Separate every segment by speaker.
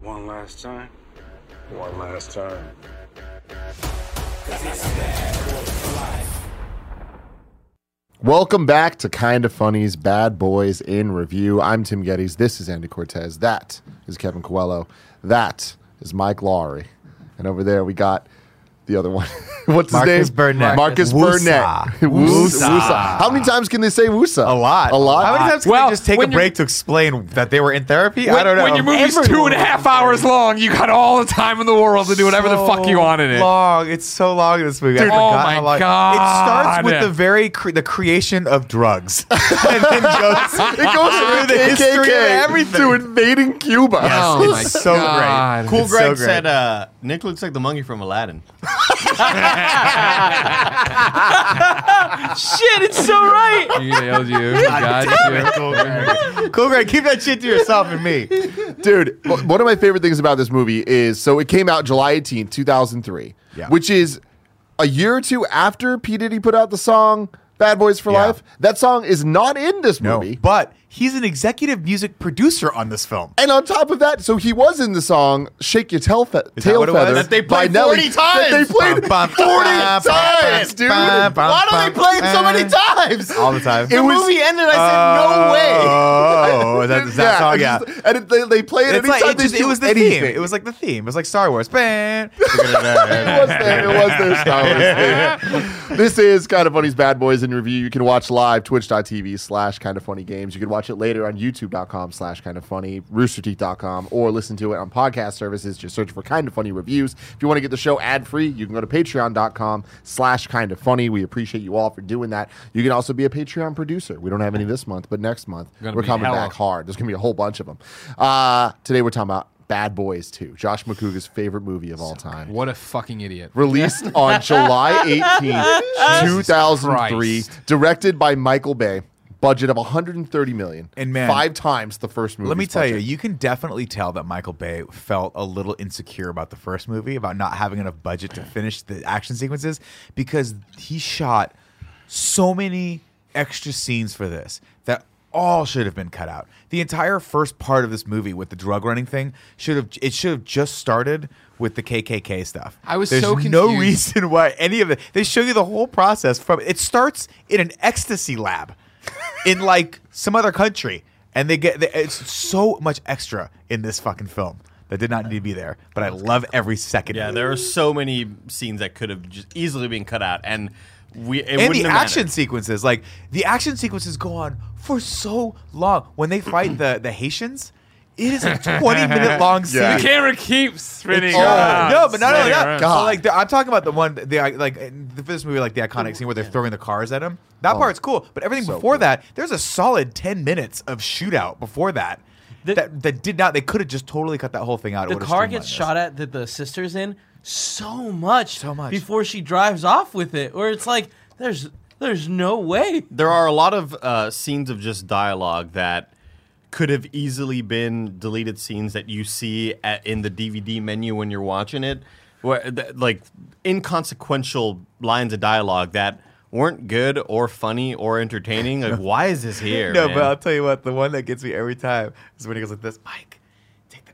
Speaker 1: One last time. One last time.
Speaker 2: Welcome back to Kind of Funny's Bad Boys in Review. I'm Tim Geddes. This is Andy Cortez. That is Kevin Coelho. That is Mike Lawry. And over there we got the other one. What's his
Speaker 3: Marcus
Speaker 2: name?
Speaker 3: Burnett.
Speaker 2: Marcus
Speaker 3: Woosa.
Speaker 2: Burnett.
Speaker 3: Woosa.
Speaker 2: Woosa. How many times can they say Woosa?
Speaker 3: A lot.
Speaker 2: A lot.
Speaker 3: How many times can
Speaker 4: Well,
Speaker 3: they just take a
Speaker 4: when you're-
Speaker 3: break to explain that they were in therapy? I don't know.
Speaker 4: When your movie's two and a half hours long, you got all the time in the world to do whatever the fuck you want in it.
Speaker 3: Long. It's so long in this movie. I
Speaker 4: Dude,
Speaker 3: forgot
Speaker 4: oh my
Speaker 3: how long. It
Speaker 4: God.
Speaker 3: starts with the very cre- the creation of drugs, and then goes
Speaker 2: it goes through
Speaker 3: the history of
Speaker 2: KKK
Speaker 3: everything.
Speaker 2: to invading Cuba.
Speaker 4: Oh my
Speaker 3: so
Speaker 4: God.
Speaker 3: great.
Speaker 5: Cool
Speaker 3: It's so
Speaker 5: Greg
Speaker 3: great.
Speaker 5: said, uh, Nick looks like the monkey from Aladdin.
Speaker 4: Shit, it's so right. you nailed you. You got you.
Speaker 3: Cool Greg, keep that shit to yourself and me.
Speaker 2: Dude, o- one of my favorite things about this movie is so it came out July 18th, 2003,
Speaker 3: Yeah.
Speaker 2: which is a year or two after P. Diddy put out the song Bad Boys for
Speaker 3: Yeah.
Speaker 2: Life. That song is not in this
Speaker 3: No,
Speaker 2: movie.
Speaker 3: but he's an executive music producer on this film.
Speaker 2: and on top of that, so he was in the song Shake Your Tail, Fe-
Speaker 3: that
Speaker 2: tail
Speaker 3: what it was?
Speaker 2: Feathers.
Speaker 3: That
Speaker 5: they
Speaker 2: by
Speaker 5: played 40
Speaker 2: Nelly. That they
Speaker 5: times.
Speaker 2: played 40 times, dude.
Speaker 5: Why don't they play it so many times?
Speaker 3: All the time.
Speaker 5: The movie ended. I said, no way.
Speaker 3: Oh, is that, is that song? Yeah.
Speaker 2: I just- And it, they, they play it
Speaker 3: It's
Speaker 2: anytime
Speaker 3: like, it,
Speaker 2: they
Speaker 3: just, it
Speaker 2: do
Speaker 3: was the
Speaker 2: anything.
Speaker 3: theme. It was like the theme. It was like Star Wars. Bam.
Speaker 2: it was there. It was there. Star Wars thing. This is Kind of Funny's Bad Boys in Review. You can watch live twitch.tv slash kind of funny games. You can watch it later on youtube.com slash kind of funny, roosterteeth.com, or listen to it on podcast services. Just search for kind of funny reviews. If you want to get the show ad free, you can go to patreon.com slash kind of funny. We appreciate you all for doing that. You can also be a Patreon producer. We don't have any this month, but next month
Speaker 4: Gonna
Speaker 2: we're
Speaker 4: be
Speaker 2: coming
Speaker 4: hella.
Speaker 2: back hard. There's going to be a whole bunch of them. Uh, today we're talking about. Bad Boys 2, Josh McCouga's favorite movie of all time
Speaker 4: What a fucking idiot.
Speaker 2: released on July 18th, 2003,
Speaker 4: Christ.
Speaker 2: directed by Michael Bay. Budget of 130 million,
Speaker 3: And man-
Speaker 2: five times the first movie.
Speaker 3: Let me tell you, you can definitely tell that Michael Bay felt a little insecure about the first movie, about not having enough budget to finish the action sequences, because he shot so many extra scenes for this that all should have been cut out. The entire first part of this movie with the drug running thing should have it should have just started with the KKK stuff.
Speaker 4: I was
Speaker 3: There's
Speaker 4: so
Speaker 3: no
Speaker 4: confused.
Speaker 3: reason why any of it. They show you the whole process from it starts in an ecstasy lab in like some other country, and they get they, it's so much extra in this fucking film that did not need to be there. But I love every second.
Speaker 5: Yeah,
Speaker 3: of it.
Speaker 5: there are so many scenes that could have just easily been cut out, and we it
Speaker 3: and
Speaker 5: wouldn't
Speaker 3: the
Speaker 5: have
Speaker 3: action
Speaker 5: mattered.
Speaker 3: sequences, like the action sequences go on for so long. When they fight the the Haitians, it is a twenty minute long scene.
Speaker 2: Yeah.
Speaker 4: The camera keeps spinning.
Speaker 2: Oh,
Speaker 4: around,
Speaker 3: no, but not only
Speaker 4: spinning
Speaker 3: that.
Speaker 4: around.
Speaker 3: So
Speaker 2: God.
Speaker 3: like, the, I'm talking about the one, the I- like in the- for this movie, like the iconic scene where they're throwing the cars at him. That
Speaker 2: Oh.
Speaker 3: part's cool, but everything before that, there's a solid ten minutes of shootout before that. that, that did not. They could have just totally cut that whole thing out. It
Speaker 6: the
Speaker 3: would've
Speaker 6: car
Speaker 3: streamlined
Speaker 6: gets
Speaker 3: this.
Speaker 6: shot at that the sister's in so much,
Speaker 3: So much.
Speaker 6: before she drives off with it, where it's like there's there's no way.
Speaker 5: There are a lot of uh, scenes of just dialogue that could have easily been deleted scenes that you see at, in the DVD menu when you're watching it, where, th- like inconsequential lines of dialogue that weren't good or funny or entertaining. Like, why is this here?
Speaker 3: No,
Speaker 5: man?
Speaker 3: but I'll tell you what. The one that gets me every time is when he goes like this, Mike.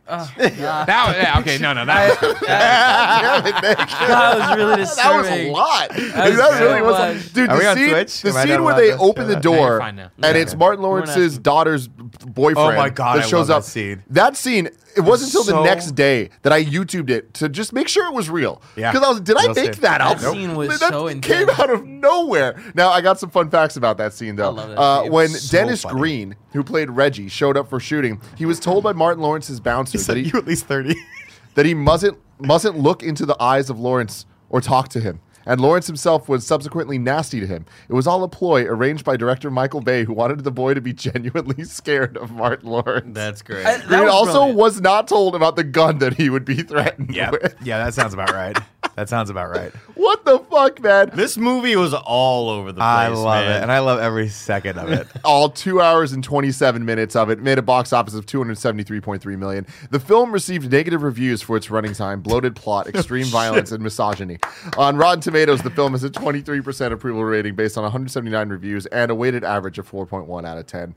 Speaker 4: That was, yeah, okay, no, no, that was,
Speaker 6: That was really
Speaker 2: That was
Speaker 6: disturbing.
Speaker 2: a lot. That,
Speaker 6: was so
Speaker 2: really was,
Speaker 6: much.
Speaker 2: dude.
Speaker 3: Are we
Speaker 2: The
Speaker 3: on
Speaker 2: scene,
Speaker 3: Twitch?
Speaker 2: the
Speaker 3: Am I
Speaker 2: scene
Speaker 3: not
Speaker 2: where
Speaker 3: allowed
Speaker 2: they
Speaker 3: to
Speaker 2: open
Speaker 3: show
Speaker 2: the
Speaker 3: that?
Speaker 4: No, you're
Speaker 2: door
Speaker 4: fine now.
Speaker 2: and it's Martin Lawrence's
Speaker 6: asking.
Speaker 2: daughter's boyfriend.
Speaker 3: Oh my God,
Speaker 2: that
Speaker 3: I
Speaker 2: shows
Speaker 3: love
Speaker 2: up.
Speaker 3: that scene.
Speaker 2: That scene. It wasn't until the
Speaker 3: so-
Speaker 2: next day that I YouTubed it to just make sure it was real.
Speaker 3: Yeah.
Speaker 2: because I was, did I
Speaker 3: Real
Speaker 2: make
Speaker 3: scene.
Speaker 2: that up?
Speaker 6: That scene was
Speaker 2: that
Speaker 6: so
Speaker 2: came
Speaker 6: intense.
Speaker 2: out of nowhere. Now I got some fun facts about that scene though.
Speaker 6: I love that
Speaker 2: Uh,
Speaker 6: scene.
Speaker 2: when
Speaker 3: So
Speaker 2: Dennis
Speaker 3: funny.
Speaker 2: Green, who played Reggie, showed up for shooting, he was told by Martin Lawrence's bouncer that he
Speaker 3: you at least thirty.
Speaker 2: that he mustn't mustn't look into the eyes of Lawrence or talk to him. And Lawrence himself was subsequently nasty to him. It was all a ploy arranged by director Michael Bay, who wanted the boy to be genuinely scared of Martin Lawrence.
Speaker 5: that's great.
Speaker 6: I- that
Speaker 2: Green
Speaker 6: was
Speaker 2: also
Speaker 6: brilliant.
Speaker 2: was not told about the gun that he would be threatened
Speaker 3: yeah,
Speaker 2: with.
Speaker 3: yeah, that sounds about right. That sounds about right.
Speaker 2: What the fuck, man?
Speaker 5: This movie was all over the place.
Speaker 3: I love
Speaker 5: man.
Speaker 3: it, and I love every second of it.
Speaker 2: All two hours and 27 minutes of it made a box office of 273.3 million. The film received negative reviews for its running time, bloated plot, extreme violence, and misogyny. On Rotten Tomatoes, the film has a 23% approval rating based on 179 reviews and a weighted average of 4.1 out of 10.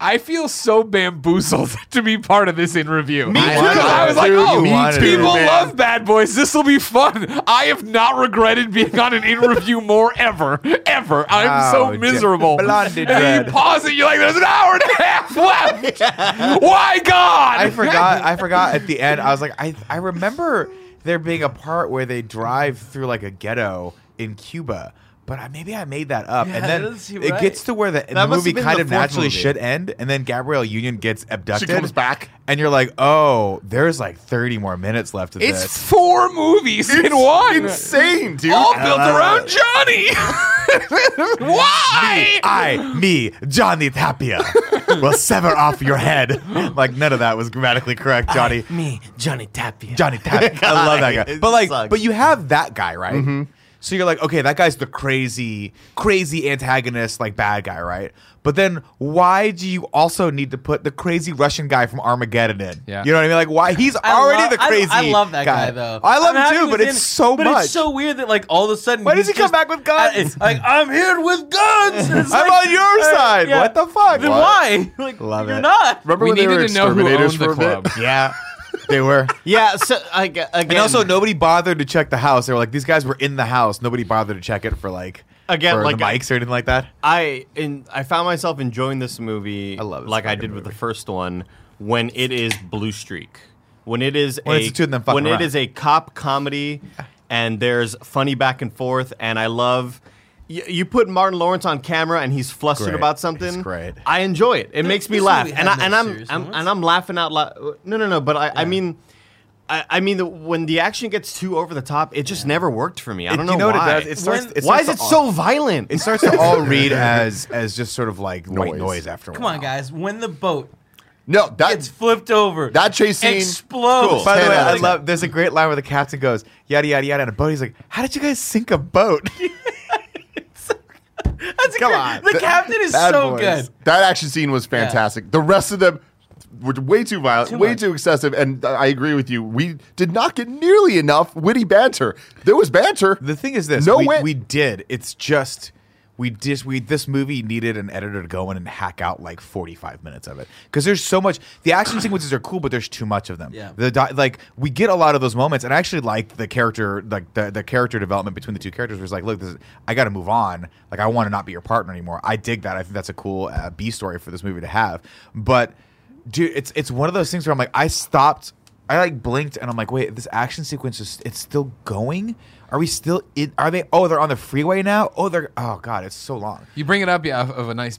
Speaker 4: I feel so bamboozled to be part of this in review. Me
Speaker 3: too.
Speaker 4: I was like,
Speaker 2: Dude,
Speaker 4: oh,
Speaker 2: me
Speaker 4: people
Speaker 2: too, man.
Speaker 4: love Bad Boys. This will be fun. I have not regretted being on an in review more ever, ever.
Speaker 3: Oh,
Speaker 4: I'm so
Speaker 3: dear.
Speaker 4: miserable.
Speaker 3: Blondie
Speaker 4: and
Speaker 3: dread.
Speaker 4: you pause it. You're like, there's an hour and a half left. Why God?
Speaker 3: I forgot. I forgot at the end. I was like, I I remember there being a part where they drive through like a ghetto in Cuba. But I, maybe I made that up,
Speaker 6: Yeah,
Speaker 3: and
Speaker 6: that
Speaker 3: then
Speaker 6: doesn't seem
Speaker 3: it
Speaker 6: right.
Speaker 3: gets to where the, the
Speaker 5: must have
Speaker 3: movie
Speaker 5: been
Speaker 3: kind
Speaker 5: the
Speaker 3: of
Speaker 5: fourth
Speaker 3: naturally
Speaker 5: movie.
Speaker 3: should end, and then Gabrielle Union gets abducted.
Speaker 2: comes back.
Speaker 3: and you're like, "Oh, there's like 30 more minutes left of
Speaker 4: It's
Speaker 3: this."
Speaker 4: four movies in one.
Speaker 2: Insane, dude.
Speaker 4: All built around Johnny. Why?
Speaker 3: I, me, Johnny Tapia, will sever off your head. Like none of that was grammatically correct, Johnny.
Speaker 6: Me, Johnny Tapia.
Speaker 3: Johnny Tapia. I love that guy.
Speaker 5: It
Speaker 3: But like,
Speaker 5: sucks. Mm-hmm.
Speaker 3: but you have that guy, right? So you're like, okay, that guy's the crazy, crazy antagonist, like bad guy, right? But then why do you also need to put the crazy Russian guy from Armageddon in?
Speaker 4: Yeah.
Speaker 3: You know what I mean? Like, why he's
Speaker 6: I
Speaker 3: already
Speaker 6: love-
Speaker 3: the
Speaker 6: I-
Speaker 3: crazy.
Speaker 6: I, love that guy, though.
Speaker 3: I love
Speaker 6: I'm happy
Speaker 3: him too, but
Speaker 6: with him,
Speaker 3: it's so
Speaker 6: but
Speaker 3: much.
Speaker 6: It's so weird that like all of a sudden.
Speaker 3: Why does
Speaker 6: he's
Speaker 3: he come
Speaker 6: just-
Speaker 3: back with
Speaker 6: I-
Speaker 3: guns?
Speaker 6: it's like I'm here with guns. And it's
Speaker 3: I'm
Speaker 6: like,
Speaker 3: on your
Speaker 6: uh,
Speaker 3: side.
Speaker 6: yeah.
Speaker 3: What the fuck?
Speaker 6: Then
Speaker 3: What?
Speaker 6: why? Like
Speaker 3: Love
Speaker 6: you're
Speaker 3: it.
Speaker 6: not.
Speaker 2: Remember
Speaker 4: we
Speaker 2: when they were
Speaker 4: needed to know who
Speaker 2: exterminators
Speaker 4: owned
Speaker 2: for
Speaker 4: the
Speaker 2: a bit?
Speaker 4: club.
Speaker 3: Yeah, they were.
Speaker 5: Yeah. So I, again,
Speaker 3: And also, nobody bothered to check the house. They were like, these guys were in the house. Nobody bothered to check it for like
Speaker 5: Again,
Speaker 3: for
Speaker 5: like,
Speaker 3: the mics or anything like that.
Speaker 5: I in I found myself enjoying this movie.
Speaker 3: I love this
Speaker 5: like I
Speaker 3: fucking
Speaker 5: did with the
Speaker 3: movie.
Speaker 5: first one when it is Blue Streak, when it is
Speaker 3: When
Speaker 5: a
Speaker 3: it's the two of them fucking
Speaker 5: when
Speaker 3: around.
Speaker 5: it is a cop comedy, and there's funny back and forth, and I love. You, you put Martin Lawrence on camera and he's flustered
Speaker 3: Great.
Speaker 5: about something.
Speaker 3: He's great.
Speaker 5: I enjoy it. It makes me
Speaker 6: this
Speaker 5: laugh,
Speaker 6: movie
Speaker 5: and I
Speaker 6: had no
Speaker 5: and I'm,
Speaker 6: serious
Speaker 5: I'm
Speaker 6: moments.
Speaker 5: and I'm laughing out loud. No, no, no. But I, I mean. I, I mean, the, when the action gets too over the top, it just never worked for me. I don't
Speaker 3: you know
Speaker 5: know,
Speaker 3: what it
Speaker 5: why.
Speaker 3: does? It starts- it
Speaker 5: why
Speaker 3: starts
Speaker 5: is it
Speaker 3: to-
Speaker 5: so violent?
Speaker 3: It starts to all read as as just sort of like white
Speaker 2: Noise.
Speaker 3: noise after. a
Speaker 6: Come on,
Speaker 3: while.
Speaker 6: guys. When the boat
Speaker 2: No,
Speaker 6: gets
Speaker 2: that's
Speaker 6: flipped over,
Speaker 2: that chase scene.
Speaker 6: explodes.
Speaker 5: Cool.
Speaker 3: By the
Speaker 2: 10
Speaker 3: way,
Speaker 2: out
Speaker 3: I
Speaker 2: of
Speaker 3: love. There's a great line where the captain goes yada yada yada, and a boat. He's like, "How did you guys sink a boat?"
Speaker 6: That's a
Speaker 3: Come
Speaker 6: great-
Speaker 3: on.
Speaker 6: The captain is
Speaker 3: Bad
Speaker 6: so
Speaker 3: boys.
Speaker 6: good.
Speaker 2: That action scene was fantastic. The rest of them were way too violent, way
Speaker 6: much.
Speaker 2: too excessive, and I agree with you. We did not get nearly enough witty banter. There was banter.
Speaker 3: The thing is this:
Speaker 2: No
Speaker 3: we,
Speaker 2: way.
Speaker 3: we did. It's just we just we this movie needed an editor to go in and hack out like forty five minutes of it because there's so much. The action sequences are cool, but there's too much of them.
Speaker 6: Yeah.
Speaker 3: The di- like we get a lot of those moments, and I actually liked the character like the, the character development between the two characters. Was like, look, this is, I got to move on. Like I want to not be your partner anymore. I dig that. I think that's a cool uh, B story for this movie to have, but. Dude, it's it's one of those things where I'm like, I stopped I like blinked and I'm like, wait, this action sequence is it's still going? Are we still in are they oh they're on the freeway now? Oh they're oh god, it's so long.
Speaker 4: You bring it up, yeah, of- of a nice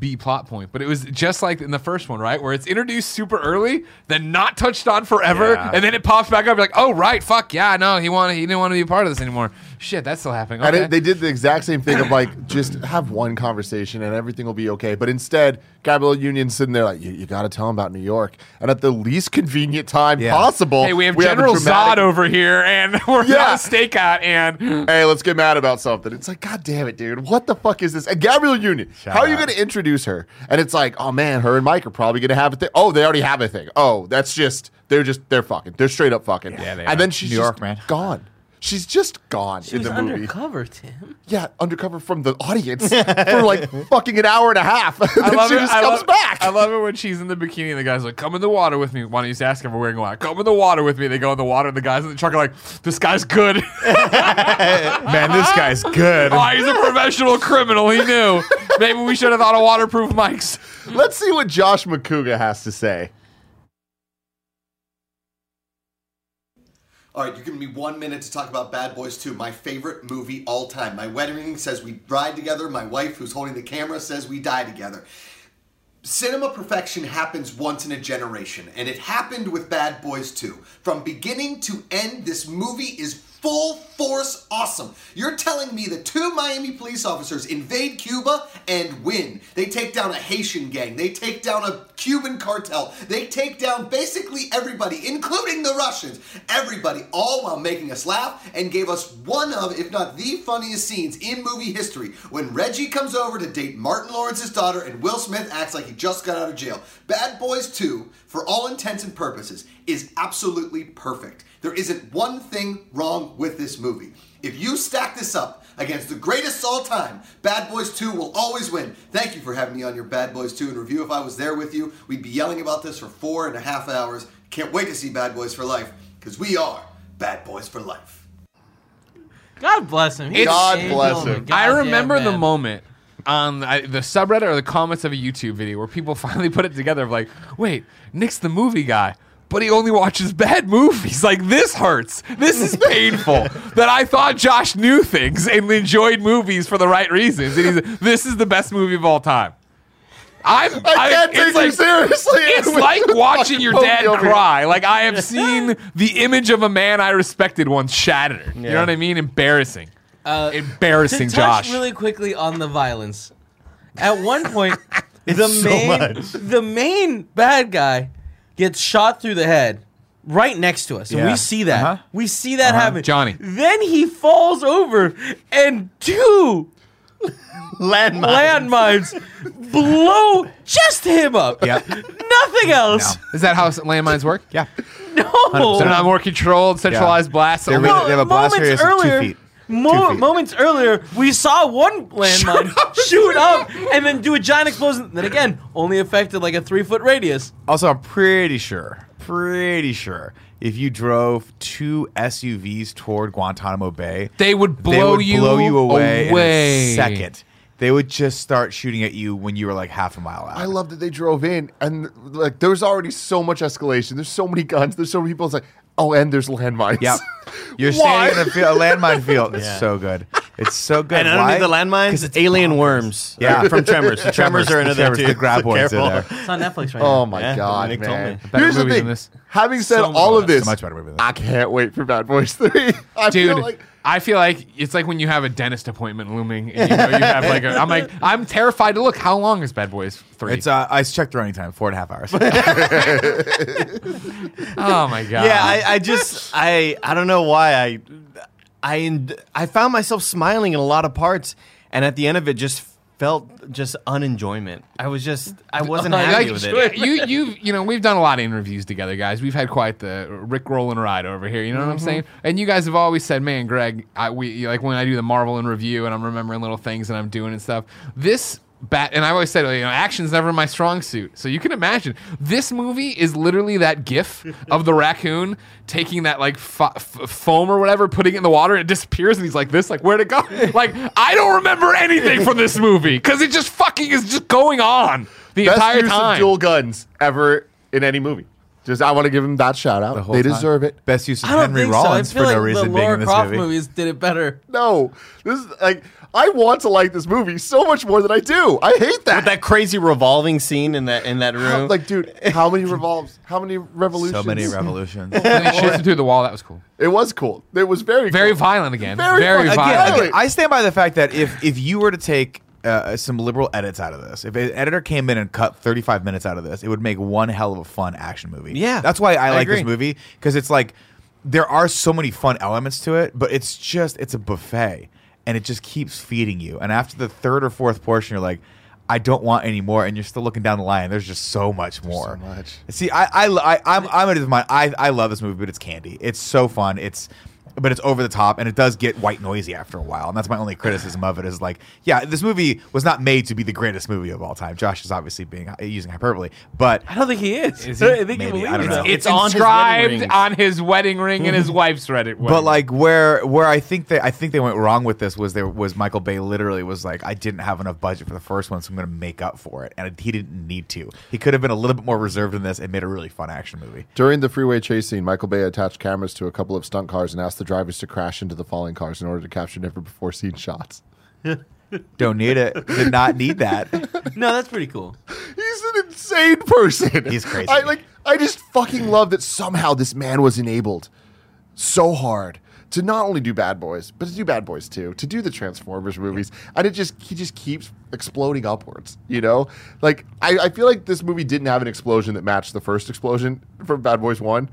Speaker 4: B plot point, but it was just like in the first one, right? Where it's introduced super early, then not touched on forever,
Speaker 3: Yeah.
Speaker 4: and then it pops back up. You're like, oh right, fuck yeah, no, he wanted, he didn't want to be a part of this anymore. Shit, that's still happening.
Speaker 2: And
Speaker 4: Okay.
Speaker 2: it, they did the exact same thing of like just have one conversation and everything will be okay. But instead, Gabriel Union sitting there like you, you got to tell him about New York, and at the least convenient time
Speaker 3: Yeah.
Speaker 2: possible.
Speaker 4: hey, we have
Speaker 2: a
Speaker 4: General
Speaker 2: dramatic-
Speaker 4: Zod over here, and we're
Speaker 2: Yeah.
Speaker 4: at a stakeout, and
Speaker 2: hey, let's get mad about something. It's like, God damn it, dude. What the fuck is this? And Gabrielle Union, how are you
Speaker 3: out.
Speaker 2: going to introduce her? And it's like, oh man, her and Mike are probably going to have a thing. Oh, they already have a thing. Oh, that's just, they're just, they're fucking. They're straight up fucking.
Speaker 3: Yeah, they
Speaker 2: and
Speaker 3: are.
Speaker 2: then she's
Speaker 3: New
Speaker 2: just
Speaker 3: York, man.
Speaker 2: gone. She's just gone
Speaker 6: She
Speaker 2: in
Speaker 6: was
Speaker 2: the movie.
Speaker 6: undercover, Tim.
Speaker 2: Yeah, undercover from the audience for like fucking an hour and a half. then she just comes
Speaker 4: love,
Speaker 2: back.
Speaker 4: I love it when she's in the bikini and the guy's like, come in the water with me. Why don't you just ask him if we're going out? Come in the water with me. They go in the water and the guys in the truck are like, this guy's good.
Speaker 3: Man, this guy's good.
Speaker 4: oh, he's a professional criminal. He knew. Maybe we should have thought of waterproof mics.
Speaker 2: Let's see what Josh McCouga has to say.
Speaker 7: All right, you're giving me one minute to talk about Bad Boys 2, my favorite movie all time. My wedding ring says we ride together. My wife, who's holding the camera, says we die together. Cinema perfection happens once in a generation, and it happened with Bad Boys 2. From beginning to end, this movie is full force awesome. You're telling me that two Miami police officers invade Cuba and win. They take down a Haitian gang, they take down a Cuban cartel, they take down basically everybody, including the Russians. Everybody, all while making us laugh and gave us one of, if not the funniest scenes in movie history when Reggie comes over to date Martin Lawrence's daughter and Will Smith acts like he just got out of jail. Bad Boys 2, for all intents and purposes, is absolutely perfect. There isn't one thing wrong with this movie. If you stack this up against the greatest all time, Bad Boys 2 will always win. Thank you for having me on your Bad Boys 2 and review. If I was there with you, we'd be yelling about this for four and a half hours. Can't wait to see Bad Boys for Life, because we are Bad Boys for Life.
Speaker 6: God bless him. He
Speaker 2: God
Speaker 6: saved
Speaker 2: bless
Speaker 6: the
Speaker 2: him.
Speaker 6: goddamn
Speaker 4: I remember the
Speaker 6: man.
Speaker 4: moment on I, the subreddit or the comments of a YouTube video where people finally put it together of like, wait, Nick's the movie guy. But he only watches bad movies. Like this hurts. This is painful. that I thought Josh knew things and enjoyed movies for the right reasons. And he's like, this is the best movie of all time. I'm,
Speaker 2: I can't
Speaker 4: it's
Speaker 2: take you
Speaker 4: like-
Speaker 2: seriously.
Speaker 4: It's like watching your
Speaker 2: Fucking poke
Speaker 4: dad
Speaker 2: me over
Speaker 4: cry. Like I have seen the image of a man I respected once shattered. You know
Speaker 5: Yeah.
Speaker 4: what I mean? Embarrassing.
Speaker 6: Uh, to
Speaker 4: Embarrassing,
Speaker 6: touch
Speaker 4: Josh.
Speaker 6: really quickly on the violence. At one point, the
Speaker 5: so
Speaker 6: main
Speaker 5: much.
Speaker 6: the main bad guy gets shot through the head right next to us, and
Speaker 3: Yeah.
Speaker 6: we see that.
Speaker 3: Uh-huh.
Speaker 6: We see that happen.
Speaker 4: Johnny.
Speaker 6: Then he falls over, and two
Speaker 5: Landmine.
Speaker 6: landmines blow just him up.
Speaker 3: Yeah.
Speaker 6: Nothing else.
Speaker 4: Is that how s- landmines work?
Speaker 3: Yeah.
Speaker 6: No.
Speaker 4: They're not more controlled, centralized
Speaker 3: Yeah.
Speaker 4: blasts.
Speaker 3: They're
Speaker 4: only-
Speaker 3: really- They have a blast radius of two feet.
Speaker 6: mo-
Speaker 3: feet.
Speaker 6: Moments earlier, we saw one landmine shoot, up, and then do a giant explosion. Then again, only affected like a three foot radius.
Speaker 3: Also, I'm pretty sure, pretty sure, if you drove two SUVs toward Guantanamo Bay,
Speaker 4: They would blow
Speaker 3: would
Speaker 4: you
Speaker 3: blow you away, in
Speaker 4: away.
Speaker 3: a second. They would just start shooting at you when you were like half a mile out.
Speaker 2: I love that they drove in and like there was already so much escalation. There's so many guns. There's so many people. It's like, oh, and there's landmines.
Speaker 3: Yep. You're
Speaker 2: Why?
Speaker 3: standing in a, field, a landmine field. It's
Speaker 5: Yeah.
Speaker 3: so good. It's so good.
Speaker 5: And underneath the
Speaker 3: Why?
Speaker 5: landmines, it's alien worms.
Speaker 3: Yeah.
Speaker 5: Uh, from Tremors. The Tremors are in
Speaker 3: The
Speaker 5: there
Speaker 3: Tremors,
Speaker 5: too.
Speaker 3: the graboids
Speaker 5: Careful.
Speaker 3: are there.
Speaker 6: It's on Netflix right
Speaker 2: Oh
Speaker 6: now.
Speaker 2: my
Speaker 5: Yeah,
Speaker 2: god,
Speaker 5: Nick told
Speaker 2: man!
Speaker 5: me.
Speaker 4: Better
Speaker 2: Here's the
Speaker 4: movie
Speaker 2: thing.
Speaker 4: than this.
Speaker 2: Having said
Speaker 6: So
Speaker 2: all
Speaker 6: much-
Speaker 2: of this,
Speaker 3: so much better movie than
Speaker 2: I can't wait for Bad Boys Three. I
Speaker 4: Dude,
Speaker 2: feel like
Speaker 4: I feel like it's like when you have a dentist appointment looming, and you know you have like a, I'm like I'm terrified to look. How long is Bad Boys Three?
Speaker 3: It's uh, I checked the running time, four and a half hours. yeah,
Speaker 4: oh my god!
Speaker 5: Yeah, I, I just I I don't know why I I en- I found myself smiling in a lot of parts, and at the end of it, just felt just unenjoyment. I was just I wasn't happy
Speaker 4: Like,
Speaker 5: with it.
Speaker 4: You you you know we've done a lot of interviews together, guys. We've had quite the Rick rolling ride over here. You know
Speaker 5: Mm-hmm.
Speaker 4: what I'm saying? And you guys have always said, "Man, Greg, I, we like when I do the Marvel in review and I'm remembering little things and I'm doing and stuff." This bat, and I have always said, you know, action's never my strong suit. So you can imagine this movie is literally that GIF of the raccoon taking that like fo- f- foam or whatever, putting it in the water, it disappears, and he's like, "This, like, where to go?" like, I don't remember anything from this movie because it just fucking is just going on. The
Speaker 2: best
Speaker 4: entire
Speaker 2: use
Speaker 4: time.
Speaker 2: of dual guns ever in any movie. Just I want to give them that shout out. They deserve it.
Speaker 3: Best use of
Speaker 6: I don't
Speaker 3: Henry
Speaker 6: think
Speaker 3: Rollins
Speaker 6: so. I feel
Speaker 3: for
Speaker 6: like
Speaker 3: no reason
Speaker 6: the
Speaker 3: being
Speaker 6: Laura
Speaker 3: in this
Speaker 6: Croft
Speaker 3: movie.
Speaker 6: movies did it better.
Speaker 2: No, this is like I want to like this movie so much more than I do. I hate that.
Speaker 5: That crazy revolving scene in that in that room.
Speaker 2: like, dude, how many revolves? How many revolutions?
Speaker 3: So many revolutions.
Speaker 4: When he shoots him through the wall. That was cool.
Speaker 2: It was cool. It was very
Speaker 4: Very
Speaker 2: cool.
Speaker 4: violent again.
Speaker 2: Very
Speaker 4: Very,
Speaker 2: fucking-
Speaker 4: violent.
Speaker 2: Again,
Speaker 3: Again, I stand by the fact that if if you were to take uh, some liberal edits out of this, if an editor came in and cut 35 minutes out of this, it would make one hell of a fun action movie.
Speaker 5: Yeah,
Speaker 3: that's why I,
Speaker 5: I
Speaker 3: like this
Speaker 5: agree.
Speaker 3: movie because it's like there are so many fun elements to it, but it's just it's a buffet and it just keeps feeding you. And after the third or fourth portion, you're like. I don't want any more, and you're still looking down the line. There's just so much more.
Speaker 2: so much.
Speaker 3: See, I, I, I I'm, I'm of mind. I, I love this movie, but it's candy. It's so fun. It's, but it's over the top, and it does get white noisy after a while. And that's my only criticism of it is like, yeah, this movie was not made to be the greatest movie of all time. Josh is obviously being using hyperbole, but
Speaker 6: I don't think he is.
Speaker 4: Is he?
Speaker 6: I think
Speaker 3: Maybe.
Speaker 6: he believes
Speaker 3: I don't know.
Speaker 6: that.
Speaker 4: it's
Speaker 5: It's on his wedding
Speaker 4: inscribed
Speaker 5: ring.
Speaker 4: on his wedding ring and his wife's Reddit. Wedding.
Speaker 3: But like where where I think they I think they went wrong with this was there was Michael Bay literally was like I didn't have enough budget for the first one so I'm going to make up for it and he didn't need to. He could have been a little bit more reserved in this and made a really fun action movie.
Speaker 2: During the freeway chase scene, Michael Bay attached cameras to a couple of stunt cars and asked the drivers to crash into the falling cars in order to capture never before seen shots.
Speaker 3: Don't need it. Did not need that.
Speaker 6: no, that's pretty cool.
Speaker 2: He's an insane person.
Speaker 3: He's crazy.
Speaker 2: I like I just fucking love that somehow this man was enabled so hard to not only do Bad Boys, but to do Bad Boys 2, to do the Transformers movies. And it just he just keeps exploding upwards, you know? Like I, I feel like this movie didn't have an explosion that matched the first explosion from Bad Boys 1.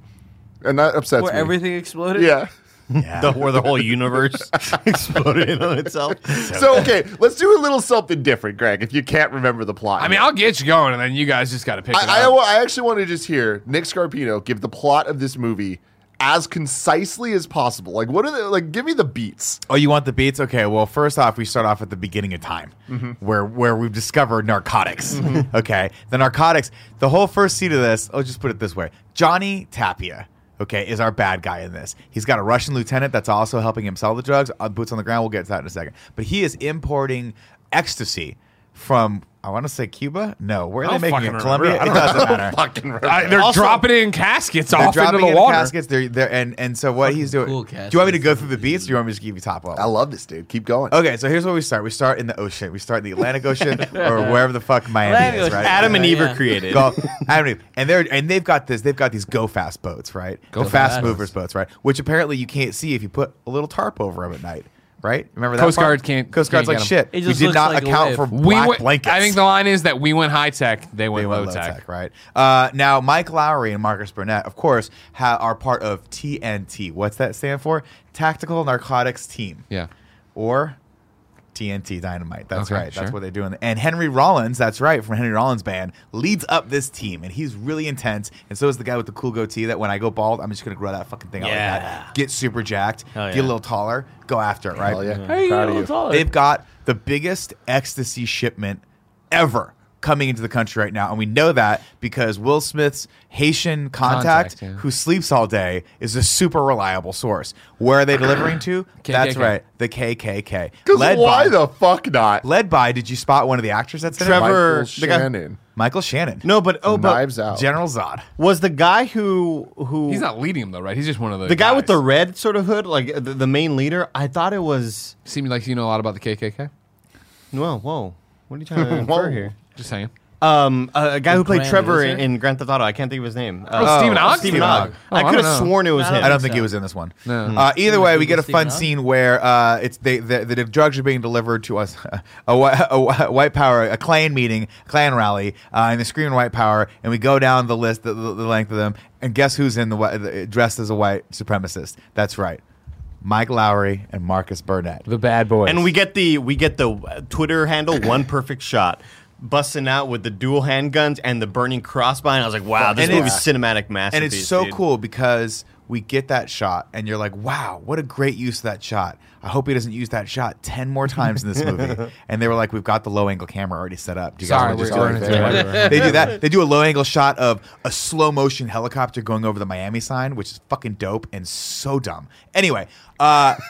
Speaker 2: And that upsets
Speaker 6: Where
Speaker 2: me.
Speaker 6: everything exploded?
Speaker 2: yeah.
Speaker 5: The, where the whole universe exploded in on itself.
Speaker 2: So okay, let's do a little something different, Greg, if you can't remember the plot.
Speaker 4: I mean, I'll get you going, and then you guys just got to pick it
Speaker 2: I, I,
Speaker 4: up.
Speaker 2: wa- I actually want to just hear Nick Scarpino give the plot of this movie as concisely as possible. Like, what are the like? Give me the beats.
Speaker 3: Oh, you want the beats? Okay. Well, first off, we start off at the beginning of time, where where we've discovered narcotics. Okay, the narcotics. The whole first scene of this. I'll just put it this way: Johnny Tapia. Okay, is our bad guy in this? He's got a Russian lieutenant that's also helping him sell the drugs. Uh, boots on the ground. We'll get to that in a second. But he is importing ecstasy from I want to say Cuba. No, where are
Speaker 4: I
Speaker 3: they
Speaker 4: don't
Speaker 3: making
Speaker 4: fucking
Speaker 3: it? Colombia. It
Speaker 4: remember.
Speaker 3: doesn't matter.
Speaker 4: I- they're
Speaker 3: Also-
Speaker 4: dropping it in caskets
Speaker 3: They're
Speaker 4: off into
Speaker 3: dropping
Speaker 4: the
Speaker 3: it in
Speaker 4: water.
Speaker 3: caskets. They're, they're, and and so what he's doing?
Speaker 6: cool
Speaker 3: do you want me to
Speaker 6: caskets.
Speaker 3: go through the beats? Or do you want me to just give you top level?
Speaker 2: I love this dude. Keep going.
Speaker 3: Okay, so here's where we start. We start in the ocean. We start in the Atlantic Ocean or wherever the fuck Miami
Speaker 6: Atlantic
Speaker 3: is,
Speaker 6: Ocean.
Speaker 3: right?
Speaker 5: Adam and
Speaker 6: Yeah,
Speaker 5: Eve are
Speaker 6: yeah.
Speaker 5: created.
Speaker 3: Go, Adam and Eve, and they're and they've got this. They've got these go fast boats, right? Go the fast,
Speaker 6: fast.
Speaker 3: movers boats, right? Which apparently you can't see if you put a little tarp over them at night, right? Remember that?
Speaker 4: Coast
Speaker 3: part?
Speaker 4: Guard can't-
Speaker 3: Coast Guard's
Speaker 4: can't
Speaker 3: like
Speaker 4: get
Speaker 3: shit.
Speaker 4: 'em.
Speaker 6: It
Speaker 3: We
Speaker 6: just
Speaker 3: did
Speaker 6: looks
Speaker 3: not
Speaker 6: like a
Speaker 3: account
Speaker 6: wave.
Speaker 3: for
Speaker 4: We
Speaker 3: black
Speaker 4: went,
Speaker 3: blankets.
Speaker 4: I think the line is that we went high tech, they went,
Speaker 3: They went
Speaker 4: low, tech.
Speaker 3: right? Uh, now, Mike Lowry and Marcus Burnett, of course, ha- are part of TNT. What's that stand for? Tactical Narcotics Team.
Speaker 4: Yeah.
Speaker 3: Or TNT Dynamite. That's
Speaker 4: Okay,
Speaker 3: right.
Speaker 4: sure.
Speaker 3: That's what they do. And- And Henry Rollins, that's right, from Henry Rollins Band, leads up this team, and he's really intense. And so is the guy with the cool goatee that when I go bald, I'm just gonna grow that fucking thing out like
Speaker 5: Yeah.
Speaker 3: that. Get super jacked,
Speaker 5: Hell
Speaker 3: get a
Speaker 5: yeah.
Speaker 3: little taller, go after it, right?
Speaker 2: Hell yeah.
Speaker 6: Hey,
Speaker 2: Proud of
Speaker 6: you
Speaker 2: you.
Speaker 6: taller.
Speaker 3: They've got the biggest ecstasy shipment ever coming into the country right now. And we know that because Will Smith's Haitian contact,
Speaker 4: Contact, yeah.
Speaker 3: who sleeps all day, is a super reliable source. Where are they delivering to? That's
Speaker 4: KKK.
Speaker 3: right, the KKK.
Speaker 2: Because why
Speaker 3: by,
Speaker 2: the fuck not?
Speaker 3: Led by, did you spot one of the actors that's in it?
Speaker 5: Trevor-
Speaker 2: Michael
Speaker 5: the guy-
Speaker 2: Shannon.
Speaker 3: Michael Shannon.
Speaker 5: no, but oh, but
Speaker 2: Knives out.
Speaker 3: General Zod.
Speaker 5: was the guy who who
Speaker 4: He's not leading them though, right? He's just one of the
Speaker 5: the guy with the
Speaker 4: guys.
Speaker 5: red sort of hood, like the, the main leader? I thought it was.
Speaker 4: seemed like you know a lot about the KKK.
Speaker 5: Whoa, whoa! What are you trying to infer here?
Speaker 4: Just saying.
Speaker 5: Um, a, a guy who played
Speaker 6: Grand
Speaker 5: Trevor in,
Speaker 6: Loser?
Speaker 5: in Grand Theft Auto. I can't think of his name. Uh,
Speaker 4: Oh, Stephen Ogg?
Speaker 5: Stephen
Speaker 4: Stephen
Speaker 5: Ogg.
Speaker 4: Ogg. Oh, I
Speaker 5: I could
Speaker 4: don't
Speaker 5: have
Speaker 4: know.
Speaker 5: sworn it was
Speaker 6: I
Speaker 5: him.
Speaker 6: don't
Speaker 3: I don't think
Speaker 6: so.
Speaker 3: he was in this one.
Speaker 4: No.
Speaker 3: Uh, either way, we get a
Speaker 6: Steven
Speaker 3: fun
Speaker 6: Ogg?
Speaker 3: scene where uh, it's they, the, the drugs are being delivered to us. A, whi- a whi- white power, a clan meeting, clan rally, uh, and they scream white power, and we go down the list, the, the, the length of them, and guess who's in the whi- the- dressed as a white supremacist? That's right, Mike Lowry and Marcus Burnett.
Speaker 4: The bad boys.
Speaker 5: And we get the we get the uh, Twitter handle one perfect shot. Busting out with the dual handguns and the burning crossbine, I was like, "Wow, this
Speaker 3: And it's-
Speaker 5: movie's cinematic masterpiece."
Speaker 3: and it's so
Speaker 5: dude.
Speaker 3: cool because we get that shot and you're like wow what a great use of that shot i hope he doesn't use that shot 10 more times in this movie and they were like we've got the low angle camera already set up do you guys
Speaker 4: Sorry,
Speaker 3: wanna just do
Speaker 4: we're going
Speaker 3: it?"
Speaker 4: into it everywhere.
Speaker 3: they do that they do a low angle shot of a slow motion helicopter going over the miami sign which is fucking dope and so dumb anyway uh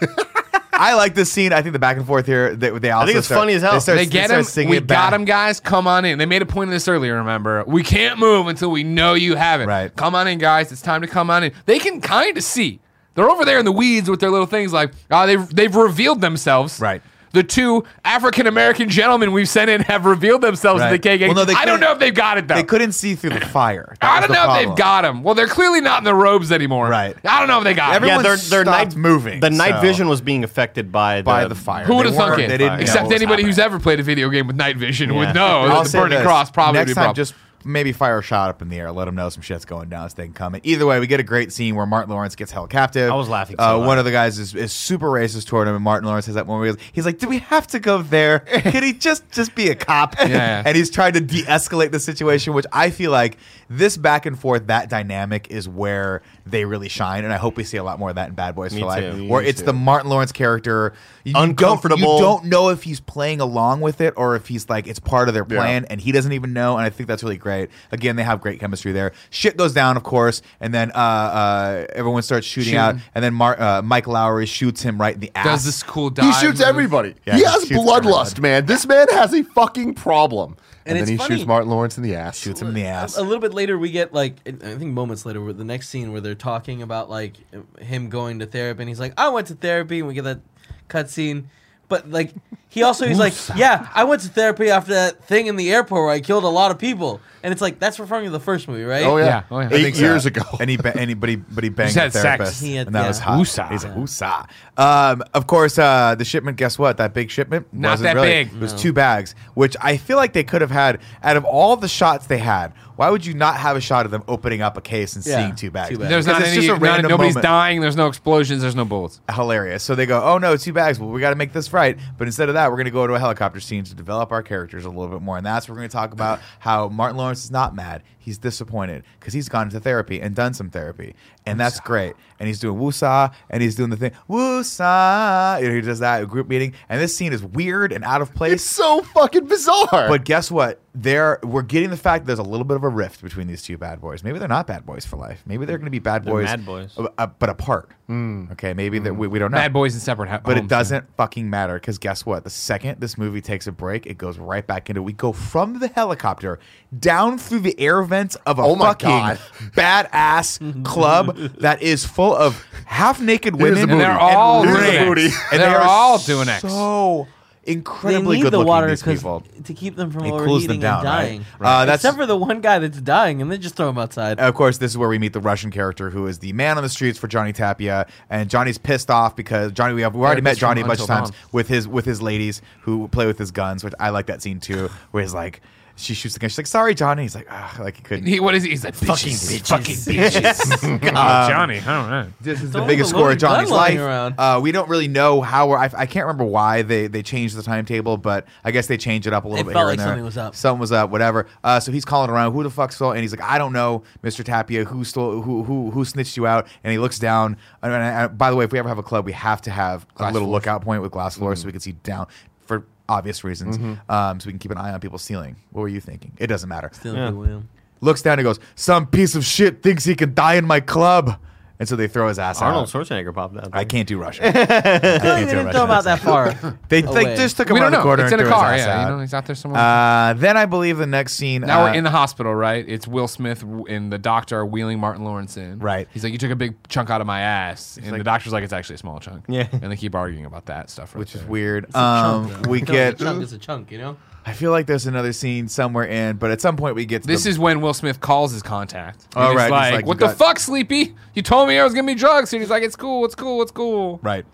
Speaker 3: I like this scene. I think the back and forth here. They, they also
Speaker 5: it's
Speaker 3: start-
Speaker 5: funny as hell.
Speaker 3: start-
Speaker 4: they get
Speaker 3: start
Speaker 4: him.
Speaker 3: singing
Speaker 4: We
Speaker 3: it back.
Speaker 4: got him, guys. Come on in. They made a point of this earlier. Remember, we can't move until we know you have it.
Speaker 3: Right.
Speaker 4: Come on in, guys. It's time to come on in. They can kind of see. They're over there in the weeds with their little things. Like ah, they've they've revealed themselves.
Speaker 3: Right.
Speaker 4: The two African American gentlemen we've sent in have revealed themselves
Speaker 3: Right.
Speaker 4: to the KKK.
Speaker 3: Well, no, they
Speaker 4: I don't
Speaker 3: couldn't-
Speaker 4: know if they've got it though.
Speaker 3: They couldn't see through the fire. That
Speaker 4: I
Speaker 3: was
Speaker 4: don't
Speaker 3: the
Speaker 4: know if
Speaker 3: problem.
Speaker 4: they've got them. Well, they're clearly not in the robes anymore.
Speaker 3: Right.
Speaker 4: I don't know if they got 'em.
Speaker 3: Everyone
Speaker 5: yeah, their, their
Speaker 3: stopped
Speaker 5: night
Speaker 3: moving,
Speaker 5: The night
Speaker 3: so-
Speaker 5: vision was being affected by
Speaker 3: by
Speaker 5: the,
Speaker 3: the fire.
Speaker 4: Who
Speaker 3: They
Speaker 4: would have thunk
Speaker 3: weren't-
Speaker 4: it?
Speaker 3: They didn't know
Speaker 4: Except
Speaker 3: what was
Speaker 4: anybody who's
Speaker 3: happening.
Speaker 4: ever played a video game with night vision
Speaker 5: Yeah.
Speaker 4: would know
Speaker 3: I'll
Speaker 4: that the
Speaker 3: say
Speaker 4: burning
Speaker 3: this.
Speaker 4: cross probably
Speaker 3: Next
Speaker 4: be a
Speaker 3: time,
Speaker 4: problem.
Speaker 3: just maybe fire a shot up in the air. Let them know some shit's going down so they can come in. Either way, we get a great scene where Martin Lawrence gets held captive.
Speaker 5: I was laughing so
Speaker 3: uh,
Speaker 5: hard.
Speaker 3: one of the guys is, is super racist toward him, and Martin Lawrence has that moment where he goes- he's like, "Do we have to go there? Could he just just be a cop?"
Speaker 4: yeah.
Speaker 3: and he's trying to de-escalate the situation, which I feel like this back and forth, that dynamic is where they really shine, and I hope we see a lot more of that in Bad Boys
Speaker 5: Me
Speaker 3: for
Speaker 5: too.
Speaker 3: Life, where it's the Martin Lawrence character you don't-
Speaker 5: Uncomfortable.
Speaker 3: you don't know if he's playing along with it or if he's like it's part of their plan and he doesn't even know. And I think that's really great. Again, they have great chemistry there. Shit goes down, of course, and then uh, uh, everyone starts shooting,
Speaker 4: Shooting.
Speaker 3: out, and then Mar- uh, Mike Lowry shoots him right in the ass.
Speaker 4: does this cool dive.
Speaker 2: He shoots
Speaker 4: move.
Speaker 2: everybody.
Speaker 3: Yeah,
Speaker 2: he
Speaker 3: he
Speaker 2: has
Speaker 3: shoots
Speaker 2: bloodlust,
Speaker 3: everybody.
Speaker 2: man. This man has a fucking problem. And,
Speaker 6: And
Speaker 2: then
Speaker 6: it's
Speaker 2: he
Speaker 6: funny-
Speaker 2: shoots Martin Lawrence in the ass.
Speaker 3: shoots him in the ass?
Speaker 6: A, a little bit later, we get like I think moments later, where the next scene where they're talking about like him going to therapy, and he's like, "I went to therapy," and we get that cut scene But like, he also he's like, yeah, I went to therapy after that thing in the airport where I killed a lot of people, and it's like that's referring to the first movie, right?
Speaker 2: Oh yeah,
Speaker 4: Yeah, oh, yeah. I
Speaker 2: eight
Speaker 4: think
Speaker 3: so.
Speaker 2: years ago.
Speaker 3: And he, ba- and he- but he, but he banged
Speaker 4: He's had
Speaker 3: the
Speaker 4: sex.
Speaker 3: therapist,
Speaker 6: He had-
Speaker 3: and that
Speaker 6: yeah.
Speaker 3: was hot.
Speaker 4: Woosah.
Speaker 3: He's a woosah. Um, of course, uh, the shipment. Guess what? That big shipment
Speaker 4: Not
Speaker 3: wasn't
Speaker 4: that
Speaker 3: really-
Speaker 4: big.
Speaker 3: It was two bags, which I feel like they could have had. Out of all the shots they had, why would you not have a shot of them opening up a case and
Speaker 6: Yeah,
Speaker 3: seeing two bags?
Speaker 6: two bags.
Speaker 4: There's
Speaker 3: Because
Speaker 4: not
Speaker 3: it's
Speaker 4: any.
Speaker 3: just a
Speaker 4: not-
Speaker 3: random
Speaker 4: nobody's
Speaker 3: moment.
Speaker 4: dying. There's no explosions. There's no bullets.
Speaker 3: hilarious. So they go, oh no, two bags. Well, we got to make this right. But instead of that, we're going to go to a helicopter scene to develop our characters a little bit more. And that's where we're going to talk about how Martin Lawrence is not mad. He's disappointed because he's gone into therapy and done some therapy. And that's great. And he's doing woosah and he's doing the thing, woosah. You know, he does that at a group meeting. And this scene is weird and out of place.
Speaker 2: It's so fucking bizarre.
Speaker 3: But guess what? There, we're getting the fact that there's a little bit of a rift between these two bad boys. Maybe they're not bad boys for life. Maybe they're going to be bad boys,
Speaker 5: mad boys.
Speaker 3: uh, uh, but apart. Okay, maybe that we, we don't know.
Speaker 4: Hmm. Bad boys in separate hou- homes.
Speaker 3: But it doesn't fucking matter because guess what? The second this movie takes a break, it goes right back into. We go from the helicopter down through the air vents of a
Speaker 2: Oh my
Speaker 3: fucking
Speaker 2: God.
Speaker 3: badass club that is full of half naked
Speaker 2: Here's
Speaker 3: women,
Speaker 2: the
Speaker 4: And they're all
Speaker 2: Here's the
Speaker 4: doing
Speaker 2: booty.
Speaker 4: X.
Speaker 3: and
Speaker 4: They're
Speaker 3: are
Speaker 4: all doing X.
Speaker 3: So
Speaker 6: They
Speaker 3: incredibly
Speaker 6: need
Speaker 3: good
Speaker 6: the
Speaker 3: looking.
Speaker 6: water
Speaker 3: These
Speaker 6: 'cause-
Speaker 3: people.
Speaker 6: to keep them from
Speaker 3: It cools them
Speaker 6: overheating
Speaker 3: down,
Speaker 6: and
Speaker 3: right?
Speaker 6: dying.
Speaker 3: Right. Uh, that's- Oh,
Speaker 6: Except for the one guy that's dying, and they just throw him outside.
Speaker 3: of course, this is where we meet the Russian character who is the man on the streets for Johnny Tapia, and Johnny's pissed off because Johnny. We have we already met
Speaker 4: Therapist
Speaker 3: Johnny a
Speaker 4: from
Speaker 3: bunch of
Speaker 4: Until
Speaker 3: times
Speaker 4: Dawn.
Speaker 3: with his with his ladies who play with his guns, which I like that scene too, where he's like. She shoots the gun. She's like, "Sorry, Johnny." He's like, "Ah, like he couldn't."
Speaker 4: He, what is he? He's like fucking bitches. Fucking
Speaker 3: Um,
Speaker 4: bitches. God, Johnny, I don't know.
Speaker 3: This is the
Speaker 6: Don't
Speaker 3: biggest
Speaker 6: have a
Speaker 3: score of
Speaker 6: loaded gun
Speaker 3: Johnny's life.
Speaker 6: lying around.
Speaker 3: Uh, we don't really know how. Or I, I can't remember why they they changed the timetable, but I guess they changed it up a little
Speaker 6: It
Speaker 3: bit.
Speaker 6: felt
Speaker 3: here and
Speaker 6: like
Speaker 3: there.
Speaker 6: something was up.
Speaker 3: Something was up. Whatever. Uh, so he's calling around. Who the fuck stole? And he's like, I don't know, Mr. Tapia. Who stole? Who who who snitched you out? And he looks down. And, and- and- by the way, if we ever have a club, we have to have a little lookout point with glass floors so
Speaker 6: Mm-hmm.
Speaker 3: we can see down for obvious reasons. Um, so we can keep an eye on people stealing. What were you thinking? It doesn't matter
Speaker 6: Stealing from William.
Speaker 3: looks down and goes, "Some piece of shit thinks he can die in my club," and so they throw his ass
Speaker 5: Arnold
Speaker 3: out.
Speaker 5: Schwarzenegger popped out.
Speaker 3: I can't do Russian. I can't
Speaker 6: They
Speaker 3: do
Speaker 6: didn't throw him out that far.
Speaker 3: They, they
Speaker 6: Away.
Speaker 3: just took him
Speaker 4: We
Speaker 3: around
Speaker 4: don't
Speaker 3: the
Speaker 4: know.
Speaker 3: corner
Speaker 4: It's in
Speaker 3: and
Speaker 4: a
Speaker 3: threw his
Speaker 4: car.
Speaker 3: ass
Speaker 4: Yeah,
Speaker 3: out.
Speaker 4: you know, he's out there somewhere.
Speaker 3: uh, then I believe the next scene.
Speaker 4: Now
Speaker 3: uh,
Speaker 4: we're in the hospital, right? It's Will Smith w- and the doctor are wheeling Martin Lawrence in.
Speaker 3: Right.
Speaker 4: He's like, "You took a big chunk out of my ass," and the doctor's like, "It's actually a small chunk."
Speaker 5: Yeah.
Speaker 4: And they keep arguing about that stuff, right
Speaker 3: which is
Speaker 4: there.
Speaker 3: weird. Um, we get.
Speaker 6: a chunk is a chunk, you know.
Speaker 3: I feel like there's another scene somewhere in, but at some point we get to
Speaker 4: This
Speaker 3: the,
Speaker 4: is when Will Smith calls his contact.
Speaker 3: Oh,
Speaker 4: And he's
Speaker 3: right. He's
Speaker 4: Like,
Speaker 3: like,
Speaker 4: "What
Speaker 3: you
Speaker 4: the
Speaker 3: got-
Speaker 4: fuck, Sleepy? You told me there was gonna be drugs." And he's like, "It's cool. It's cool. It's cool."
Speaker 3: Right.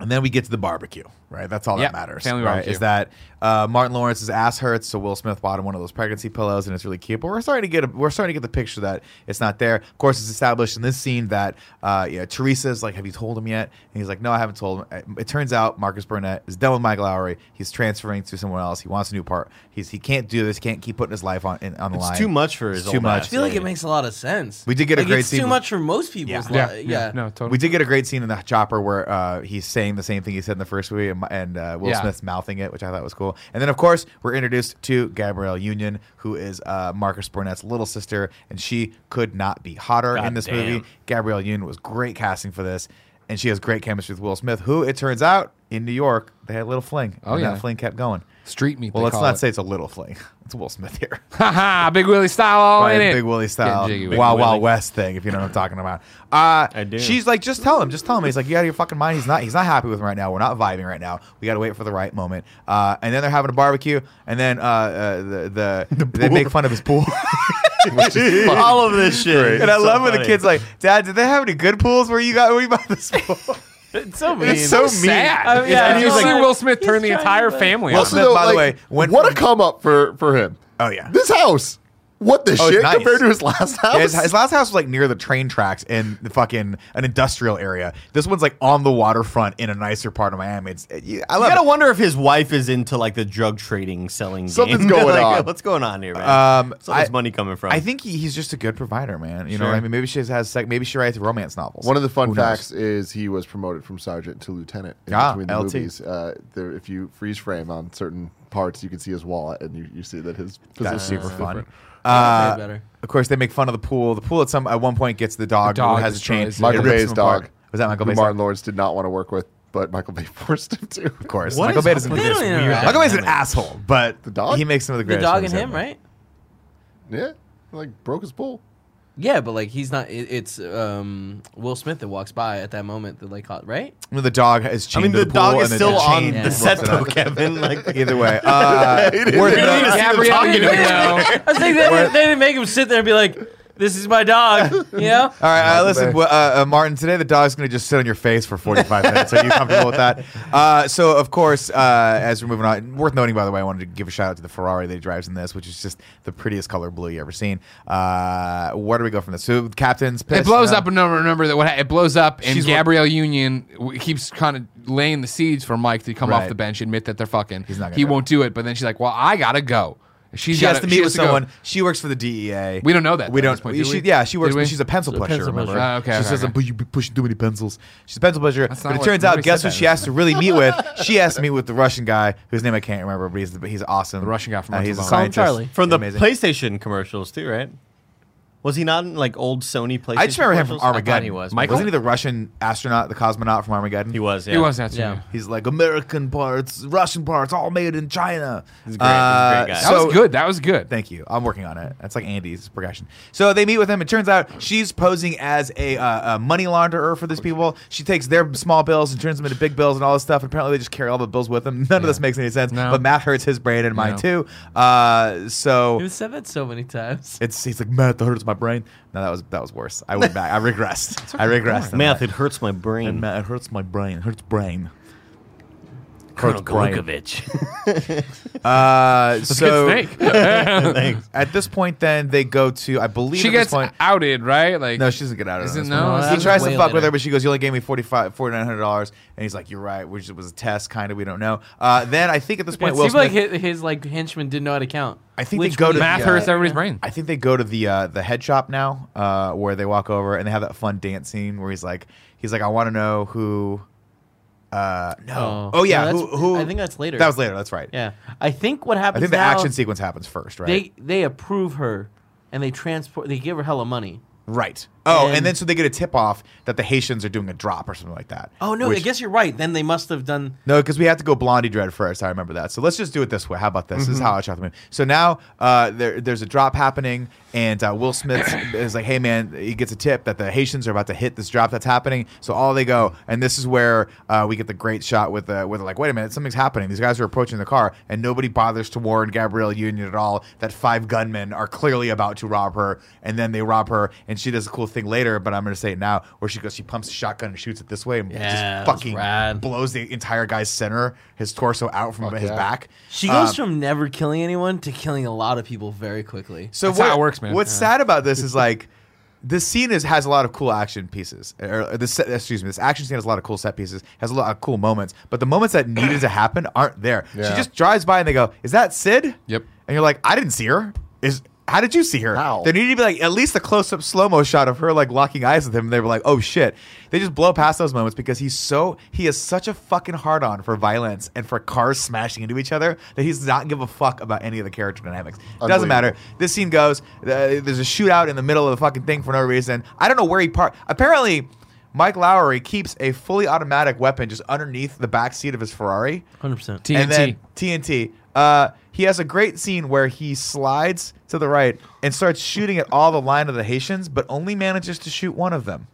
Speaker 3: And then we get to the barbecue, right? That's all
Speaker 4: Yep,
Speaker 3: that matters.
Speaker 4: family
Speaker 3: right?
Speaker 4: barbecue.
Speaker 3: Is that uh, Martin Lawrence's ass hurts, so Will Smith bought him one of those pregnancy pillows, and it's really cute. But we're starting to get a, we're starting to get the picture that it's not there. Of course, it's established in this scene that uh, yeah, Teresa's like, "Have you told him yet?" And he's like, "No, I haven't told him." Uh, It turns out Marcus Burnett is done with Mike Lowry. He's transferring to someone else. He wants a new part. He's he can't do this. Can't keep putting his life on in, on the
Speaker 5: It's
Speaker 3: line.
Speaker 5: too much for his
Speaker 3: It's
Speaker 5: old
Speaker 3: too much.
Speaker 6: I feel like it makes a lot of sense.
Speaker 3: We did get a
Speaker 6: Like,
Speaker 3: great
Speaker 6: it's
Speaker 3: scene
Speaker 6: Too
Speaker 3: with-
Speaker 6: much for most people's. li-
Speaker 4: Yeah.
Speaker 6: Yeah,
Speaker 4: No. Totally.
Speaker 3: We did get a great scene in the chopper where uh, he's saying the same thing he said in the first movie, and, and uh, Will
Speaker 4: Yeah.
Speaker 3: Smith's mouthing it, which I thought was cool. And then, of course, we're introduced to Gabrielle Union, who is uh, Marcus Burnett's little sister, and she could not be hotter in this movie. Gabrielle Union was great casting for this, and she has great chemistry with Will Smith, who it turns out in New York they had a little fling,
Speaker 4: Oh,
Speaker 3: and
Speaker 4: yeah.
Speaker 3: that fling kept going.
Speaker 4: Street meat.
Speaker 3: Well,
Speaker 4: they
Speaker 3: let's
Speaker 4: call
Speaker 3: not
Speaker 4: it.
Speaker 3: say it's a little fling; it's Will Smith here.
Speaker 4: "Ha ha, Big Willie style, all in
Speaker 3: Brian
Speaker 4: it."
Speaker 3: Big Willie style,
Speaker 4: jiggy with it.
Speaker 3: Wild
Speaker 5: Big
Speaker 3: Wild
Speaker 5: Willie.
Speaker 3: West thing. If you know what I'm talking about, uh,
Speaker 5: I do.
Speaker 3: She's like, just tell him, just tell him. He's like, you out of your fucking mind. He's not. He's not happy with him right now. We're not vibing right now. We got to wait for the right moment. Uh, and then they're having a barbecue, and then uh, uh, the, the, they make fun of his pool.
Speaker 5: All of this shit.
Speaker 3: and I love when the kids like, Dad, did they have any good pools where you got where you bought this pool?
Speaker 6: It's so mean.
Speaker 3: it's so mean.
Speaker 4: Sad.
Speaker 6: I mean, yeah,
Speaker 4: and you
Speaker 6: he's
Speaker 4: see
Speaker 6: like-
Speaker 4: Will Smith turn
Speaker 6: he's
Speaker 4: the
Speaker 6: trying
Speaker 4: entire
Speaker 6: to-
Speaker 4: family.
Speaker 3: Will
Speaker 4: out.
Speaker 3: Smith, by the way, went
Speaker 2: what a
Speaker 3: from-
Speaker 2: come up for for him.
Speaker 3: Oh, yeah.
Speaker 2: this house. What the
Speaker 3: Oh, it's
Speaker 2: shit
Speaker 3: nice.
Speaker 2: compared to his last house?
Speaker 3: Yeah, his, his last house was like near the train tracks in the fucking an industrial area. This one's like on the waterfront in a nicer part of Miami. It's, it, I
Speaker 5: You
Speaker 3: love it.
Speaker 5: gotta wonder if his wife is into like the drug trading, selling.
Speaker 2: Something's
Speaker 5: game.
Speaker 2: going
Speaker 5: Like,
Speaker 2: on.
Speaker 5: What's going on here, man?
Speaker 3: Um,
Speaker 5: Where's all this
Speaker 3: I-
Speaker 5: money coming from?
Speaker 3: I think he, he's just a good provider, man. You know what I
Speaker 5: Sure.
Speaker 3: mean? Maybe she has sec- maybe she writes romance novels.
Speaker 2: One of the fun
Speaker 3: Who knows?
Speaker 2: facts is he was promoted from sergeant to lieutenant in
Speaker 3: Ah,
Speaker 2: between the
Speaker 3: LT.
Speaker 2: movies. Uh, there, if you freeze frame on certain parts, you can see his wallet, and you, you see that his position
Speaker 3: That's
Speaker 2: is
Speaker 3: super fun.
Speaker 2: different.
Speaker 6: I'll
Speaker 3: Uh,
Speaker 6: play better.
Speaker 3: of course, they make fun of the pool. The pool at some at one point gets the dog,
Speaker 4: The dog
Speaker 3: who has a chain.
Speaker 4: destroys
Speaker 3: It
Speaker 4: it.
Speaker 2: Michael
Speaker 3: rips
Speaker 2: Bay's
Speaker 3: him apart.
Speaker 2: dog.
Speaker 3: Was that Michael
Speaker 2: who
Speaker 3: Bay's?
Speaker 2: Martin
Speaker 3: dog?
Speaker 2: Lawrence did not want to work with, but Michael Bay forced him to.
Speaker 3: Of course,
Speaker 5: What
Speaker 3: Michael
Speaker 5: is
Speaker 3: Bay
Speaker 5: up
Speaker 3: doesn't do
Speaker 5: with
Speaker 3: this.
Speaker 6: this
Speaker 3: weird-
Speaker 6: interaction?
Speaker 3: Michael Bay's an asshole, but
Speaker 2: The dog?
Speaker 3: he makes some of the
Speaker 6: The
Speaker 3: greatest.
Speaker 6: dog and
Speaker 3: movies
Speaker 6: him,
Speaker 3: ever.
Speaker 6: right?
Speaker 2: Yeah, like broke his bull.
Speaker 6: Yeah, but like he's not. It, it's um, Will Smith that walks by at that moment that like caught right.
Speaker 3: When the dog is
Speaker 5: I
Speaker 3: chained
Speaker 5: mean,
Speaker 3: to
Speaker 5: the,
Speaker 3: the, pool
Speaker 5: dog
Speaker 3: and
Speaker 5: is
Speaker 3: then
Speaker 5: still
Speaker 3: the
Speaker 5: on
Speaker 3: chain
Speaker 5: the
Speaker 3: lifts
Speaker 5: set
Speaker 3: it
Speaker 5: though,
Speaker 3: up.
Speaker 5: Kevin. Like,
Speaker 3: Either way, uh, worth
Speaker 5: really
Speaker 3: it.
Speaker 5: need to see them talking to each other.
Speaker 4: though.
Speaker 6: I was like, they, didn't- they didn't make him sit there and be like, "This is my dog," you know.
Speaker 3: All right, uh, listen,
Speaker 2: Bay.
Speaker 3: well, uh, uh, Martin. Today the dog's going to just sit on your face for 45 minutes. Are you comfortable with that? Uh, so, of course, uh, as we're moving on, worth noting, by the way, I wanted to give a shout out to the Ferrari that he drives in this, which is just the prettiest color blue you ever seen. Uh, where do we go from this? So, captain's pissed.
Speaker 4: It blows
Speaker 3: no?
Speaker 4: up, and remember, remember that what ha- it blows up, and
Speaker 3: uh, She's what-
Speaker 4: Gabrielle Union w- keeps kind of laying the seeds for Mike to come
Speaker 3: Right.
Speaker 4: off the bench, admit that they're fucking.
Speaker 3: He's not gonna
Speaker 4: he
Speaker 3: do
Speaker 4: won't do it, but then she's like, "Well, I gotta go." She's
Speaker 3: She has
Speaker 4: gotta,
Speaker 3: to meet with
Speaker 4: to go.
Speaker 3: someone. She works for the DEA.
Speaker 4: We don't know that,
Speaker 3: We
Speaker 4: though, at
Speaker 3: don't.
Speaker 4: this point, do
Speaker 3: she-
Speaker 4: we?
Speaker 3: Yeah, she works.
Speaker 4: Do we?
Speaker 3: She's a pencil
Speaker 6: She's a
Speaker 3: pusher.
Speaker 6: pencil
Speaker 3: remember?
Speaker 4: pusher. Oh, okay,
Speaker 3: she
Speaker 4: okay,
Speaker 3: says,
Speaker 4: okay.
Speaker 3: "But you be pushing too many pencils." She's a pencil pusher.
Speaker 4: That's
Speaker 3: But
Speaker 4: not
Speaker 3: it
Speaker 4: what-
Speaker 3: turns out,
Speaker 4: nobody
Speaker 3: guess
Speaker 4: said
Speaker 3: who
Speaker 4: that.
Speaker 3: she has to really meet with? She has to meet with the Russian guy whose name I can't remember, but he's but he's awesome. The
Speaker 4: Russian guy from
Speaker 3: he's a
Speaker 4: Montalban. Call
Speaker 6: him
Speaker 3: scientist.
Speaker 6: Charlie.
Speaker 5: from the
Speaker 3: Amazing.
Speaker 5: PlayStation commercials too, right? Was he not in like old Sony PlayStation?
Speaker 3: I just remember him from
Speaker 5: commercials?
Speaker 3: Armageddon.
Speaker 6: he was.
Speaker 4: Michael?
Speaker 3: Wasn't he the Russian astronaut, the cosmonaut from Armageddon?
Speaker 5: He was. Yeah.
Speaker 4: He was answering.
Speaker 6: Yeah.
Speaker 4: Yeah.
Speaker 3: He's like American parts, Russian parts, all made in China. Uh, He's
Speaker 5: great. He's a great guy.
Speaker 4: That was good. That was good.
Speaker 3: Thank you. I'm working on it. That's like Andy's progression. So they meet with him. It turns out she's posing as a, uh, a money launderer for these people. She takes their small bills and turns them into big bills and all this stuff. And apparently they just carry all the bills with them. None of this makes any sense.
Speaker 4: No.
Speaker 3: But Matt hurts his brain and mine
Speaker 4: No.
Speaker 3: too. Uh, so
Speaker 6: He said that so many times.
Speaker 3: it's he's like Matt, that hurts my brain. No, that was that was worse. I went back. I regressed. I regressed. on
Speaker 5: Math,
Speaker 3: that.
Speaker 5: it hurts my brain.
Speaker 3: Matt, it hurts my brain. It hurts brain.
Speaker 5: Colonel
Speaker 3: hurts brain.
Speaker 5: Golukovich.
Speaker 3: Uh, so
Speaker 4: Good snake.
Speaker 5: Thanks.
Speaker 3: at this point, then they go to I believe
Speaker 4: she
Speaker 3: at this
Speaker 4: gets
Speaker 3: point.
Speaker 4: outed, right? Like
Speaker 3: No, she doesn't get out of
Speaker 4: Is
Speaker 3: it.
Speaker 4: it
Speaker 3: on this
Speaker 4: no?
Speaker 3: one.
Speaker 4: Is
Speaker 3: He
Speaker 4: it
Speaker 3: tries
Speaker 6: way
Speaker 3: to fuck with
Speaker 6: later?
Speaker 3: her, but she goes, "You only gave me forty five, forty nine hundred dollars," and he's like, "You're right," which was a test, kind of. We don't know. Uh, then I think at this point,
Speaker 6: it
Speaker 3: Will
Speaker 6: seemed like
Speaker 3: Smith-
Speaker 6: his, his like henchmen didn't know how to count.
Speaker 3: I think
Speaker 6: Which
Speaker 3: they go to
Speaker 4: math
Speaker 3: the, uh,
Speaker 4: hurts everybody's brain.
Speaker 3: I think they go to the uh, the head shop now, uh, where they walk over and they have that fun dance scene where he's like, he's like, "I want to know who." Uh, no.
Speaker 6: Oh.
Speaker 3: Oh, yeah.
Speaker 6: No,
Speaker 3: who,
Speaker 6: that's-
Speaker 3: who?
Speaker 6: I think that's later.
Speaker 3: That was later. That's right.
Speaker 6: Yeah, I think what
Speaker 3: I
Speaker 6: happens.
Speaker 3: think the
Speaker 6: now,
Speaker 3: action sequence happens first, right?
Speaker 6: They they approve her, and they transport. They give her hella money.
Speaker 3: Right. Oh, and,
Speaker 6: And-
Speaker 3: then so they get a tip off that the Haitians are doing a drop or something like that.
Speaker 6: Oh no, I
Speaker 3: which-
Speaker 6: guess you're right. Then they must have done.
Speaker 3: No, because we have to go Blondie Dread first. I remember that. So let's just do it this way. How about this? This is
Speaker 6: Mm-hmm.
Speaker 3: how I shot the movie. So now uh, there, there's a drop happening, and uh, Will Smith is like, "Hey man," he gets a tip that the Haitians are about to hit this drop that's happening. So all they go, and this is where uh, we get the great shot with uh, with like, "Wait a minute, something's happening." These guys are approaching the car, and nobody bothers to warn Gabrielle Union at all that five gunmen are clearly about to rob her, and then they rob her, and she does a cool thing later, but I'm gonna say it now, where she goes, she pumps a shotgun and shoots it this way, and
Speaker 6: Yeah,
Speaker 3: just fucking
Speaker 6: that's rad.
Speaker 3: blows the entire guy's center, his torso out from his
Speaker 2: yeah.
Speaker 3: back.
Speaker 6: She
Speaker 3: Um,
Speaker 6: goes from never killing anyone to killing a lot of people very quickly.
Speaker 3: so
Speaker 4: That's
Speaker 3: what,
Speaker 4: how it works, man.
Speaker 3: What's
Speaker 4: Yeah.
Speaker 3: sad about this is like this scene is has a lot of cool action pieces. Or this set, excuse me, this action scene has a lot of cool set pieces, has a lot of cool moments, but the moments that needed to happen aren't there. She
Speaker 2: Yeah.
Speaker 3: just drives by and they go, "Is that Sid?"
Speaker 4: Yep.
Speaker 3: And you're like, "I didn't see her." Is how did you see her?
Speaker 2: How?
Speaker 3: There needed to be like at least a close up slow mo shot of her like locking eyes with him. And they were like, "Oh shit!" They just blow past those moments because he's so he is such a fucking hard on for violence and for cars smashing into each other that he's not give a fuck about any of the character dynamics. It doesn't
Speaker 2: Unbelievable.
Speaker 3: matter. This scene goes. Uh, there's a shootout in the middle of the fucking thing for no reason. I don't know where he parked. Apparently, Mike Lowry keeps a fully automatic weapon just underneath the back seat of his Ferrari.
Speaker 6: Hundred percent.
Speaker 4: TNT.
Speaker 3: And then TNT. Uh, he has a great scene where he slides to the right and starts shooting at all the line of the Haitians, but only manages to shoot one of them.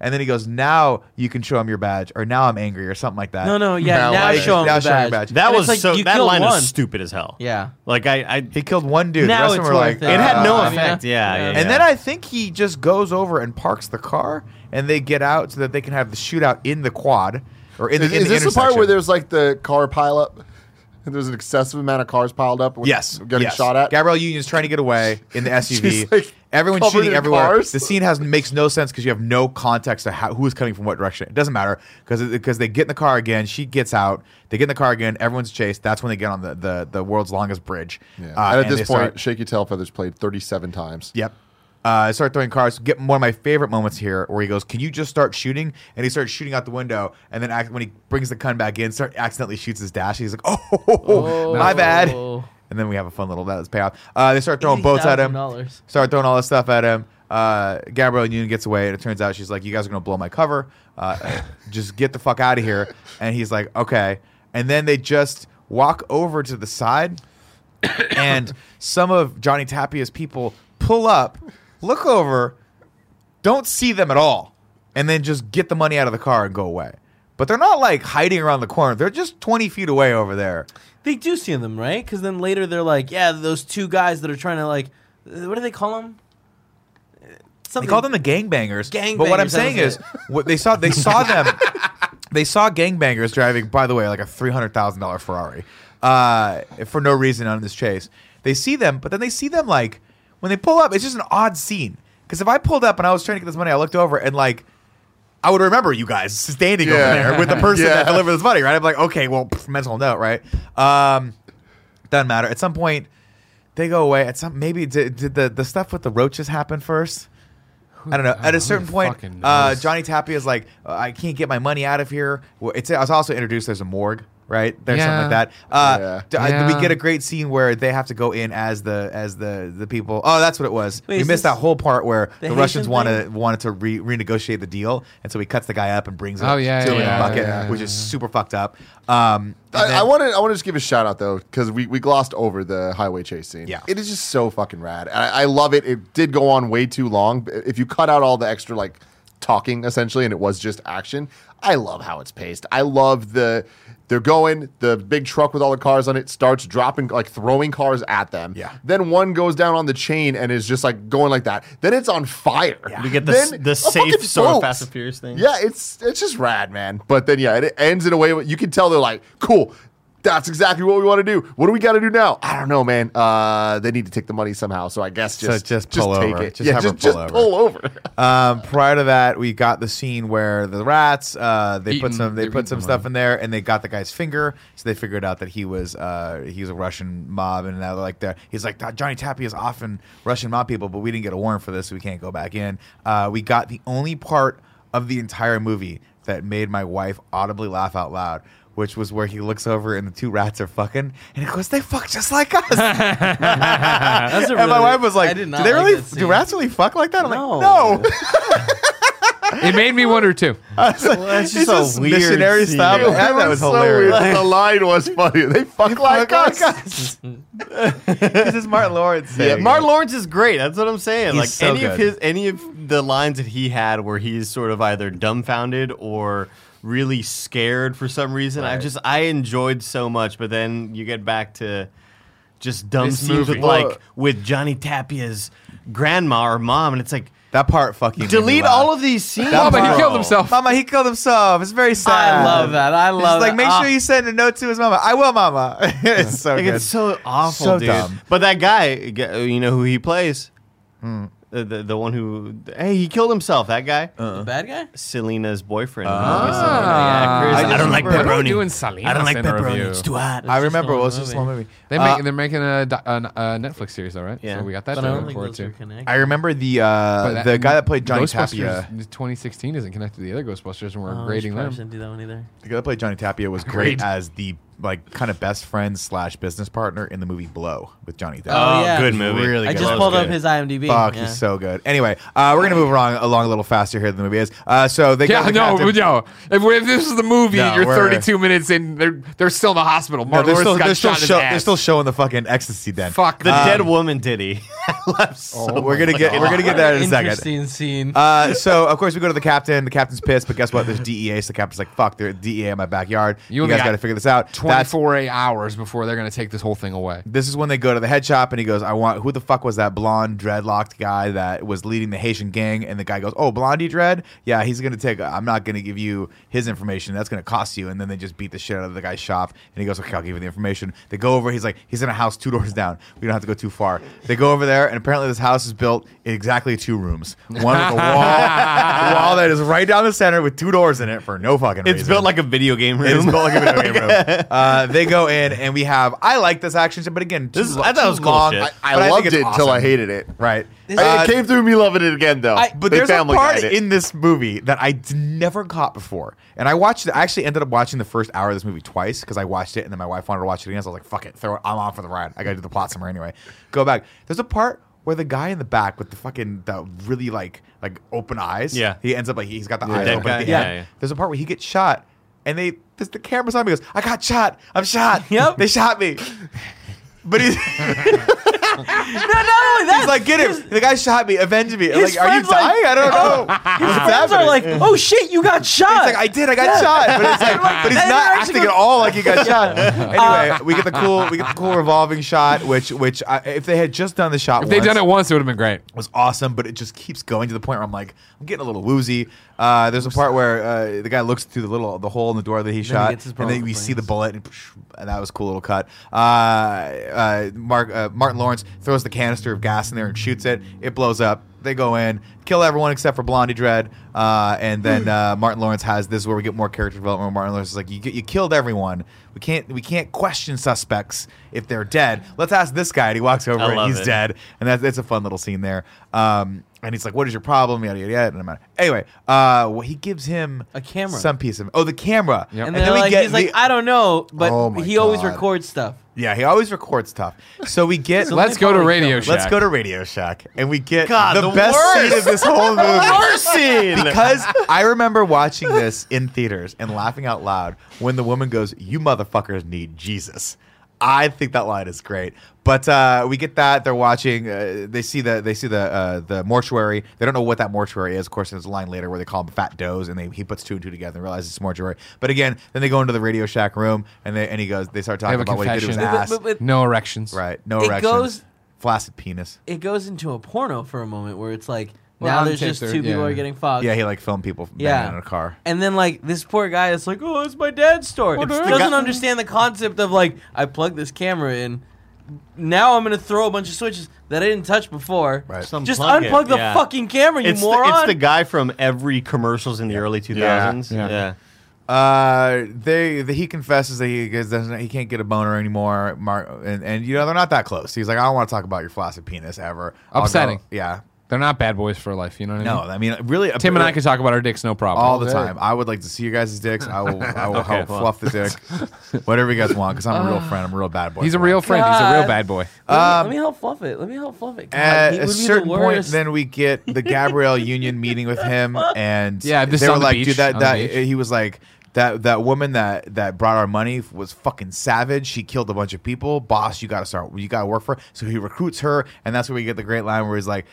Speaker 3: And then he goes, "Now you can show him your badge," or "Now I'm angry," or something like that.
Speaker 6: No, no, yeah. Now,
Speaker 3: Now I-
Speaker 6: show him
Speaker 3: now
Speaker 6: the
Speaker 3: show him your
Speaker 6: badge.
Speaker 3: badge.
Speaker 5: That
Speaker 6: And it's
Speaker 5: was
Speaker 6: like,
Speaker 5: so.
Speaker 6: you
Speaker 5: That
Speaker 6: killed
Speaker 5: line
Speaker 6: one.
Speaker 5: is stupid as hell.
Speaker 6: Yeah.
Speaker 5: Like I, I
Speaker 3: He killed one dude.
Speaker 6: Now
Speaker 3: the rest of
Speaker 6: it's
Speaker 3: them were like,
Speaker 6: worth it.
Speaker 5: it had no
Speaker 6: Uh,
Speaker 5: effect. Yeah. yeah,
Speaker 3: And
Speaker 5: yeah.
Speaker 3: then I think he just goes over and parks the car, and they get out so that they can have the shootout in the quad or in the.
Speaker 2: Is,
Speaker 3: in
Speaker 2: is
Speaker 3: the
Speaker 2: this the part where
Speaker 3: intersection.
Speaker 2: there's like the car pileup? And there's an excessive amount of cars piled up. When
Speaker 3: Yes,
Speaker 2: getting
Speaker 3: yes.
Speaker 2: shot at.
Speaker 3: Gabrielle Union's trying to get away in the SUV.
Speaker 2: She's, like,
Speaker 3: Everyone's
Speaker 2: covered
Speaker 3: shooting
Speaker 2: in
Speaker 3: everywhere.
Speaker 2: cars.
Speaker 3: The scene has makes no sense because you have no context of how, who is coming from what direction. It doesn't matter because because they get in the car again. She gets out. They get in the car again. Everyone's chased. That's when they get on the the, the world's longest bridge.
Speaker 2: Yeah.
Speaker 3: Uh,
Speaker 2: and at
Speaker 3: and
Speaker 2: this
Speaker 3: they
Speaker 2: point,
Speaker 3: start-
Speaker 2: Shake Your Tail Feathers played 37 times.
Speaker 3: Yep. Uh, I start throwing cars. Get one of my favorite moments here, where he goes, "Can you just start shooting?" And he starts shooting out the window. And then ac- when he brings the gun back in, start accidentally shoots his dash. He's like, "Oh, my bad." And then we have a fun little that's payoff. Uh, they start throwing boats at him.
Speaker 6: $80,000.
Speaker 3: Start throwing all this stuff at him. Uh, Gabrielle Union gets away, and it turns out she's like, "You guys are gonna blow my cover. Uh, just get the fuck out of here." And he's like, "Okay." And then they just walk over to the side and some of Johnny Tapia's people pull up, look over, Don't see them at all, and then just get the money out of the car and go away. But they're not like hiding around the corner. They're just twenty feet away over there.
Speaker 6: They do see them, right? Because then later they're like, yeah, those two guys that are trying to like, uh, what do they call them?
Speaker 3: They
Speaker 6: Something.
Speaker 3: call them the gangbangers.
Speaker 6: Gangbangers,
Speaker 3: But what I'm
Speaker 6: that
Speaker 3: saying
Speaker 6: was
Speaker 3: is, what they saw they saw them. They saw gangbangers driving. By the way, like a three hundred thousand dollar Ferrari, uh, for no reason on this chase. They see them, but then they see them like when they pull up. It's just an odd scene. Because if I pulled up and I was trying to get this money, I looked over and like. I would remember you guys standing over
Speaker 2: Yeah.
Speaker 3: there with the person
Speaker 2: Yeah.
Speaker 3: that delivered this money, right? I'm like, okay, well, pff, mental note, right? Um, doesn't matter. At some point, they go away. At some, maybe did, did the the stuff with the roaches happen first? I don't know. At a certain point,
Speaker 4: fucking
Speaker 3: uh,
Speaker 4: knows?
Speaker 3: Johnny Tapia is like, uh, I can't get my money out of here. Well, it's, I was also introduced there's a morgue, right? There's something
Speaker 4: Yeah.
Speaker 3: like that. Uh,
Speaker 2: Yeah.
Speaker 3: d- I-
Speaker 4: Yeah.
Speaker 3: we get a great scene where they have to go in as the as the the people. Oh, that's what it was.
Speaker 6: Wait,
Speaker 3: we
Speaker 6: is
Speaker 3: missed
Speaker 6: this
Speaker 3: that whole part where the,
Speaker 6: the Haitian
Speaker 3: Russians want to
Speaker 6: thing?
Speaker 3: wanted to re- renegotiate the deal, and so he cuts the guy up and brings him
Speaker 4: Oh, yeah,
Speaker 3: to him in
Speaker 4: yeah,
Speaker 3: a bucket,
Speaker 4: yeah, yeah,
Speaker 3: which is super fucked up. Um, and
Speaker 2: I,
Speaker 3: then-
Speaker 2: I want to. I want to just give a shout out though, because we, we glossed over the highway chase scene.
Speaker 3: Yeah.
Speaker 2: it is just so fucking rad. And I, I love it. It did go on way too long. but If you cut out all the extra like talking essentially, and it was just action, I love how it's paced. I love the they're going. The big truck with all the cars on it starts dropping like throwing cars at them.
Speaker 3: Yeah.
Speaker 2: Then one goes down on the chain and is just like going like that. Then it's on fire.
Speaker 5: We get the s-
Speaker 2: Then
Speaker 5: the
Speaker 2: a
Speaker 5: safe
Speaker 2: fucking
Speaker 5: sort of
Speaker 2: boat.
Speaker 5: Fast and Furious thing.
Speaker 2: Yeah, it's it's just rad, man. But then yeah, it ends in a way where you can tell they're like, cool. That's exactly what we want to do. What do we got to do now? I don't know, man. Uh, they need to take the money somehow. So I guess
Speaker 3: So
Speaker 2: just
Speaker 3: just pull
Speaker 2: take
Speaker 3: over.
Speaker 2: it.
Speaker 3: Just
Speaker 2: yeah,
Speaker 3: have her
Speaker 2: just, just
Speaker 3: pull over.
Speaker 2: pull over.
Speaker 3: Um, prior to that, we got the scene where the rats uh, they
Speaker 4: Eating-
Speaker 3: put some they
Speaker 4: they're
Speaker 3: put
Speaker 4: eating
Speaker 3: some
Speaker 4: the
Speaker 3: stuff in there, and they got the guy's finger. So they figured out that he was uh, he was a Russian mob, and now they're like there. He's like "Ah, Johnny Tappy is often Russian mob people, but we didn't get a warrant for this, so we can't go back in. Uh, we got the only part of the entire movie that made my wife audibly laugh out loud. Which was where he looks over and the two rats are fucking, and of course they fuck just like us.
Speaker 6: That's
Speaker 3: and
Speaker 6: a
Speaker 3: my
Speaker 6: really-
Speaker 3: wife was like,
Speaker 6: I did not
Speaker 3: "Do they
Speaker 6: like
Speaker 3: really?
Speaker 6: that
Speaker 3: Do
Speaker 6: scene."
Speaker 3: rats really fuck like that?" I'm
Speaker 6: No.
Speaker 3: like, "No."
Speaker 4: It made me wonder too.
Speaker 5: that's
Speaker 3: It's just missionary style.
Speaker 2: It
Speaker 3: Yeah, that was
Speaker 2: so
Speaker 3: hilarious.
Speaker 2: weird. the line was funny. They fuck like us.
Speaker 3: this is Martin Lawrence.
Speaker 5: Yeah,
Speaker 3: saying it.
Speaker 5: Martin Lawrence is great. That's what I'm saying.
Speaker 3: He's
Speaker 5: like
Speaker 3: so
Speaker 5: any of
Speaker 3: good.
Speaker 5: his any of the lines that he had where he's sort of either dumbfounded or really scared for some reason. I just I enjoyed so much, but then you get back to just dumb
Speaker 4: This
Speaker 5: scenes
Speaker 4: movie.
Speaker 5: with like with Johnny Tapia's grandma or mom, and it's like
Speaker 3: That part fucking.
Speaker 5: delete all of these scenes.
Speaker 4: Oh, but
Speaker 5: bro.
Speaker 4: he killed himself.
Speaker 3: Mama, he killed himself. It's very sad.
Speaker 6: I love that. I
Speaker 3: He's
Speaker 6: love.
Speaker 3: like,
Speaker 6: that.
Speaker 3: make
Speaker 6: Ah.
Speaker 3: sure you send a note to his mama. I will, mama. it's so
Speaker 5: Like,
Speaker 3: good.
Speaker 5: it's so awful,
Speaker 3: So
Speaker 5: dude.
Speaker 3: dumb.
Speaker 5: But that guy, g- you know who he plays? The, the the one who hey he killed himself. That guy.
Speaker 6: The bad guy.
Speaker 5: Selena's boyfriend.
Speaker 3: Ah.
Speaker 4: Ah.
Speaker 5: I, don't like
Speaker 4: What are we
Speaker 5: pepperoni.
Speaker 4: doing Salinas
Speaker 5: I don't like
Speaker 4: in a
Speaker 5: pepperoni.
Speaker 4: review?
Speaker 5: It's too hot.
Speaker 3: I remember. It
Speaker 6: just a
Speaker 3: was just one
Speaker 6: movie.
Speaker 3: movie.
Speaker 4: They
Speaker 3: Uh,
Speaker 4: make, they're making a, do- an- a Netflix series, all right.
Speaker 5: Yeah.
Speaker 4: So we got that
Speaker 6: But
Speaker 4: to
Speaker 6: I don't
Speaker 4: look
Speaker 6: think
Speaker 4: forward
Speaker 6: those are
Speaker 4: to.
Speaker 6: connected.
Speaker 3: I remember the uh,
Speaker 4: But
Speaker 3: the guy that played Johnny
Speaker 4: Ghostbusters
Speaker 3: Tapia.
Speaker 4: 2016 isn't connected to the other Ghostbusters, and we're
Speaker 6: Oh,
Speaker 4: grading
Speaker 6: probably
Speaker 4: them.
Speaker 6: shouldn't do that one either.
Speaker 3: The guy that played Johnny Tapia was great
Speaker 4: Great.
Speaker 3: as the like kind of best friend slash business partner in the movie Blow with Johnny Depp.
Speaker 6: Oh, yeah.
Speaker 5: good movie.
Speaker 3: Really
Speaker 6: I
Speaker 3: good.
Speaker 6: just
Speaker 3: That was
Speaker 6: pulled up
Speaker 5: good.
Speaker 6: his IMDb.
Speaker 3: Fuck,
Speaker 6: yeah.
Speaker 3: he's so good. Anyway, uh, we're gonna move along, along a little faster here than the movie is. Uh, so they
Speaker 4: Yeah,
Speaker 3: go to the
Speaker 4: no,
Speaker 3: captain-
Speaker 4: no. If, we- if this is the movie,
Speaker 3: No,
Speaker 4: you're
Speaker 3: we're-
Speaker 4: 32 minutes in. They're they're still in the hospital.
Speaker 3: No,
Speaker 4: Martin
Speaker 3: they're still,
Speaker 4: Lawrence got
Speaker 3: they're, still
Speaker 4: shot in
Speaker 3: show-
Speaker 4: his
Speaker 3: they're
Speaker 4: ass.
Speaker 3: still showing the fucking ecstasy den.
Speaker 4: Fuck
Speaker 5: The
Speaker 4: that.
Speaker 3: Um,
Speaker 5: dead woman titty. I love so
Speaker 3: We're gonna get we're gonna get that in a second.
Speaker 6: Interesting scene.
Speaker 3: Uh, so of course we go to the captain. The captain's pissed, but guess what? There's DEA. So the captain's like, "Fuck, there's DEA in my backyard.
Speaker 4: You
Speaker 3: You,
Speaker 4: only
Speaker 3: guys
Speaker 4: got
Speaker 3: got to figure this out." That's-
Speaker 4: 24 hours before they're going to take this whole thing away.
Speaker 3: this is when they go to the head shop and he goes, I want who the fuck was that blonde dreadlocked guy that was leading the Haitian gang? And the guy goes, Oh, Blondie Dread? Yeah, he's gonna take I'm not gonna give you his information. That's gonna cost you. And then they just beat the shit out of the guy's shop and he goes, Okay, I'll give you the information. They go over, he's like, he's in a house two doors down. We don't have to go too far. They go over there and apparently this house is built in exactly two rooms. One with a wall, a wall that is right down the center with two doors in it for no fucking reason.
Speaker 5: It's built like a video game room.
Speaker 3: It is built like a video game room. Uh, they go in and we have. I like this action, but again, too
Speaker 5: This is-
Speaker 3: lo-
Speaker 5: I thought it
Speaker 3: too
Speaker 5: was cool
Speaker 3: long.
Speaker 5: shit.
Speaker 2: I
Speaker 3: but
Speaker 2: loved
Speaker 3: think
Speaker 2: it
Speaker 3: it's
Speaker 2: until
Speaker 3: awesome.
Speaker 2: I hated it.
Speaker 3: Right. Uh,
Speaker 2: I- it came through me loving it again though.
Speaker 3: But
Speaker 2: They
Speaker 3: there's a
Speaker 2: family
Speaker 3: part
Speaker 2: guided it.
Speaker 3: in this movie that I d- never caught before, and I watched. it. I actually ended up watching the first hour of this movie twice because I watched it, and then my wife wanted to watch it again. So I was like, "Fuck it, throw it. I'm on for the ride. I got to do the plot somewhere anyway." Go back. There's a part where the guy in the back with the fucking the really like like open eyes.
Speaker 5: Yeah.
Speaker 3: He ends up like he's got the eyes
Speaker 5: dead
Speaker 3: open. at
Speaker 5: guy?
Speaker 3: the
Speaker 5: Yeah,
Speaker 3: end.
Speaker 5: yeah.
Speaker 3: There's a part where he gets shot, and they. This, the camera's on me. He Goes, I got shot. I'm shot.
Speaker 6: Yep.
Speaker 3: They shot me. But he's,
Speaker 6: No, not only that,
Speaker 3: he's like, get him. The guy shot me. Avenge me. I'm
Speaker 6: his
Speaker 3: like, are you
Speaker 6: friend's like- oh,
Speaker 3: dying? I don't know.
Speaker 6: his
Speaker 3: What's
Speaker 6: friends are
Speaker 3: happening?
Speaker 6: like, oh shit, you got shot.
Speaker 3: It's like I did, I got shot, but it's like, but he's
Speaker 6: That
Speaker 3: not
Speaker 6: interaction
Speaker 3: acting
Speaker 6: was-
Speaker 3: at all like he got shot. Uh, Anyway, we get the cool, we get the cool revolving shot, which, which I, if they had just done the shot,
Speaker 4: If they'd done
Speaker 3: once,
Speaker 4: it once, it would have been great.
Speaker 3: was awesome, but it just keeps going to the point where I'm like, I'm getting a little woozy. Uh, there's a part where uh, the guy looks through the little the hole in the door that he shot,
Speaker 6: gets his
Speaker 3: and then
Speaker 6: bronco
Speaker 3: we see the
Speaker 6: planes.
Speaker 3: bullet, and, psh, and that was a cool little cut. Uh, uh, Mark uh, Martin Lawrence throws the canister of gas in there and shoots it. It blows up. They go in, kill everyone except for Blondie Dread, uh, and
Speaker 5: Hmm.
Speaker 3: then uh, Martin Lawrence has this is where we get more character development. Where Martin Lawrence is like, you, you killed everyone. We can't we can't question suspects if they're dead. Let's ask this guy." And he walks over
Speaker 5: I
Speaker 3: and
Speaker 5: love
Speaker 3: he's
Speaker 5: it.
Speaker 3: dead head. and that's it's a fun little scene there. Um, and he's like, "What is your problem?" Yada yada yada. And I'm anyway, uh, well, he gives him
Speaker 6: A camera.
Speaker 3: some piece of oh the camera,
Speaker 4: Yep.
Speaker 6: and, then like, he's like,
Speaker 3: the-
Speaker 6: I don't know, but
Speaker 3: Oh my
Speaker 6: he always
Speaker 3: God.
Speaker 6: records stuff.
Speaker 3: yeah, he always records stuff. So we get
Speaker 6: So
Speaker 4: Let's
Speaker 6: they
Speaker 4: go to
Speaker 6: probably
Speaker 4: Radio
Speaker 6: filmed it.
Speaker 4: Shack.
Speaker 3: let's go to Radio Shack, and we get
Speaker 5: God,
Speaker 3: the,
Speaker 5: the
Speaker 3: best scene of
Speaker 5: worst.
Speaker 3: this whole movie.
Speaker 5: First scene.
Speaker 3: Because I remember watching this in theaters and laughing out loud when the woman goes, "You motherfuckers need Jesus." I think that line is great. But uh, we get that they're watching. Uh, they see the they see the uh, the mortuary. They don't know what that mortuary is. Of course, there's a line later where they call them fat does, and they, he puts two and two together and realizes it's mortuary. But again, then they go into the Radio Shack room, and they and he goes. They start talking
Speaker 4: have a
Speaker 3: about what he did to his
Speaker 4: confession.
Speaker 3: ass.
Speaker 6: But- but- but-
Speaker 4: No erections.
Speaker 3: right? No
Speaker 6: It
Speaker 3: erections.
Speaker 6: goes-
Speaker 3: Flaccid penis.
Speaker 6: It goes into a porno for a moment where it's like
Speaker 4: Well,
Speaker 6: now
Speaker 4: on
Speaker 6: there's
Speaker 4: tape
Speaker 6: just
Speaker 4: there,
Speaker 6: two people
Speaker 4: yeah.
Speaker 6: are getting
Speaker 4: Uh,
Speaker 6: fucked.
Speaker 3: Yeah, he like filmed people
Speaker 6: Yeah.
Speaker 3: banging in a car.
Speaker 6: And then like this poor guy is like, oh, it's my dad's story.
Speaker 4: It's the
Speaker 6: doesn't
Speaker 3: guy-
Speaker 6: understand the concept of like I plugged this camera in. Now I'm gonna throw a bunch of switches that I didn't touch before.
Speaker 3: Right.
Speaker 5: Just
Speaker 6: Just
Speaker 5: unplug it,
Speaker 6: unplug the
Speaker 5: yeah.
Speaker 6: fucking camera, you
Speaker 5: it's, the,
Speaker 6: moron.
Speaker 5: it's the guy from every commercials in the early 2000s.
Speaker 4: Yeah.
Speaker 5: Yeah.
Speaker 3: Uh, they the, he confesses that he gets- doesn't he can't get a boner anymore. Mar- and and you know they're not that close. He's like, I don't want to talk about your flaccid penis ever. I'll go-
Speaker 4: Upsetting.
Speaker 3: yeah.
Speaker 4: They're not bad boys for life. You know what I
Speaker 3: No,
Speaker 4: mean?
Speaker 3: I mean really.
Speaker 4: Tim and I Oh, could talk about our dicks, no problem.
Speaker 3: all the time. I would like to see you guys' dicks. I will. I will help
Speaker 5: well.
Speaker 3: fluff the dick, whatever you guys want. Because I'm a real friend. I'm a real bad boy.
Speaker 4: He's a
Speaker 3: for
Speaker 4: real
Speaker 3: life.
Speaker 4: friend. He's a real
Speaker 6: God.
Speaker 4: bad boy.
Speaker 6: let, me, let
Speaker 3: Um,
Speaker 6: me help fluff it. Let me help fluff it. God,
Speaker 3: At
Speaker 6: he
Speaker 3: a
Speaker 6: would be the
Speaker 3: certain point,
Speaker 6: worst.
Speaker 3: then we get the Gabrielle Union meeting with him, and
Speaker 4: Yeah, this
Speaker 3: they
Speaker 4: is
Speaker 3: were
Speaker 4: on the
Speaker 3: like,
Speaker 4: beach,
Speaker 3: dude, that
Speaker 4: on the
Speaker 3: that
Speaker 4: beach.
Speaker 3: he was like that that woman that that brought our money was fucking savage. She killed a bunch of people. Boss, you got to start. You got to work for. Her. So he recruits her, and that's where we get the great line where he's like,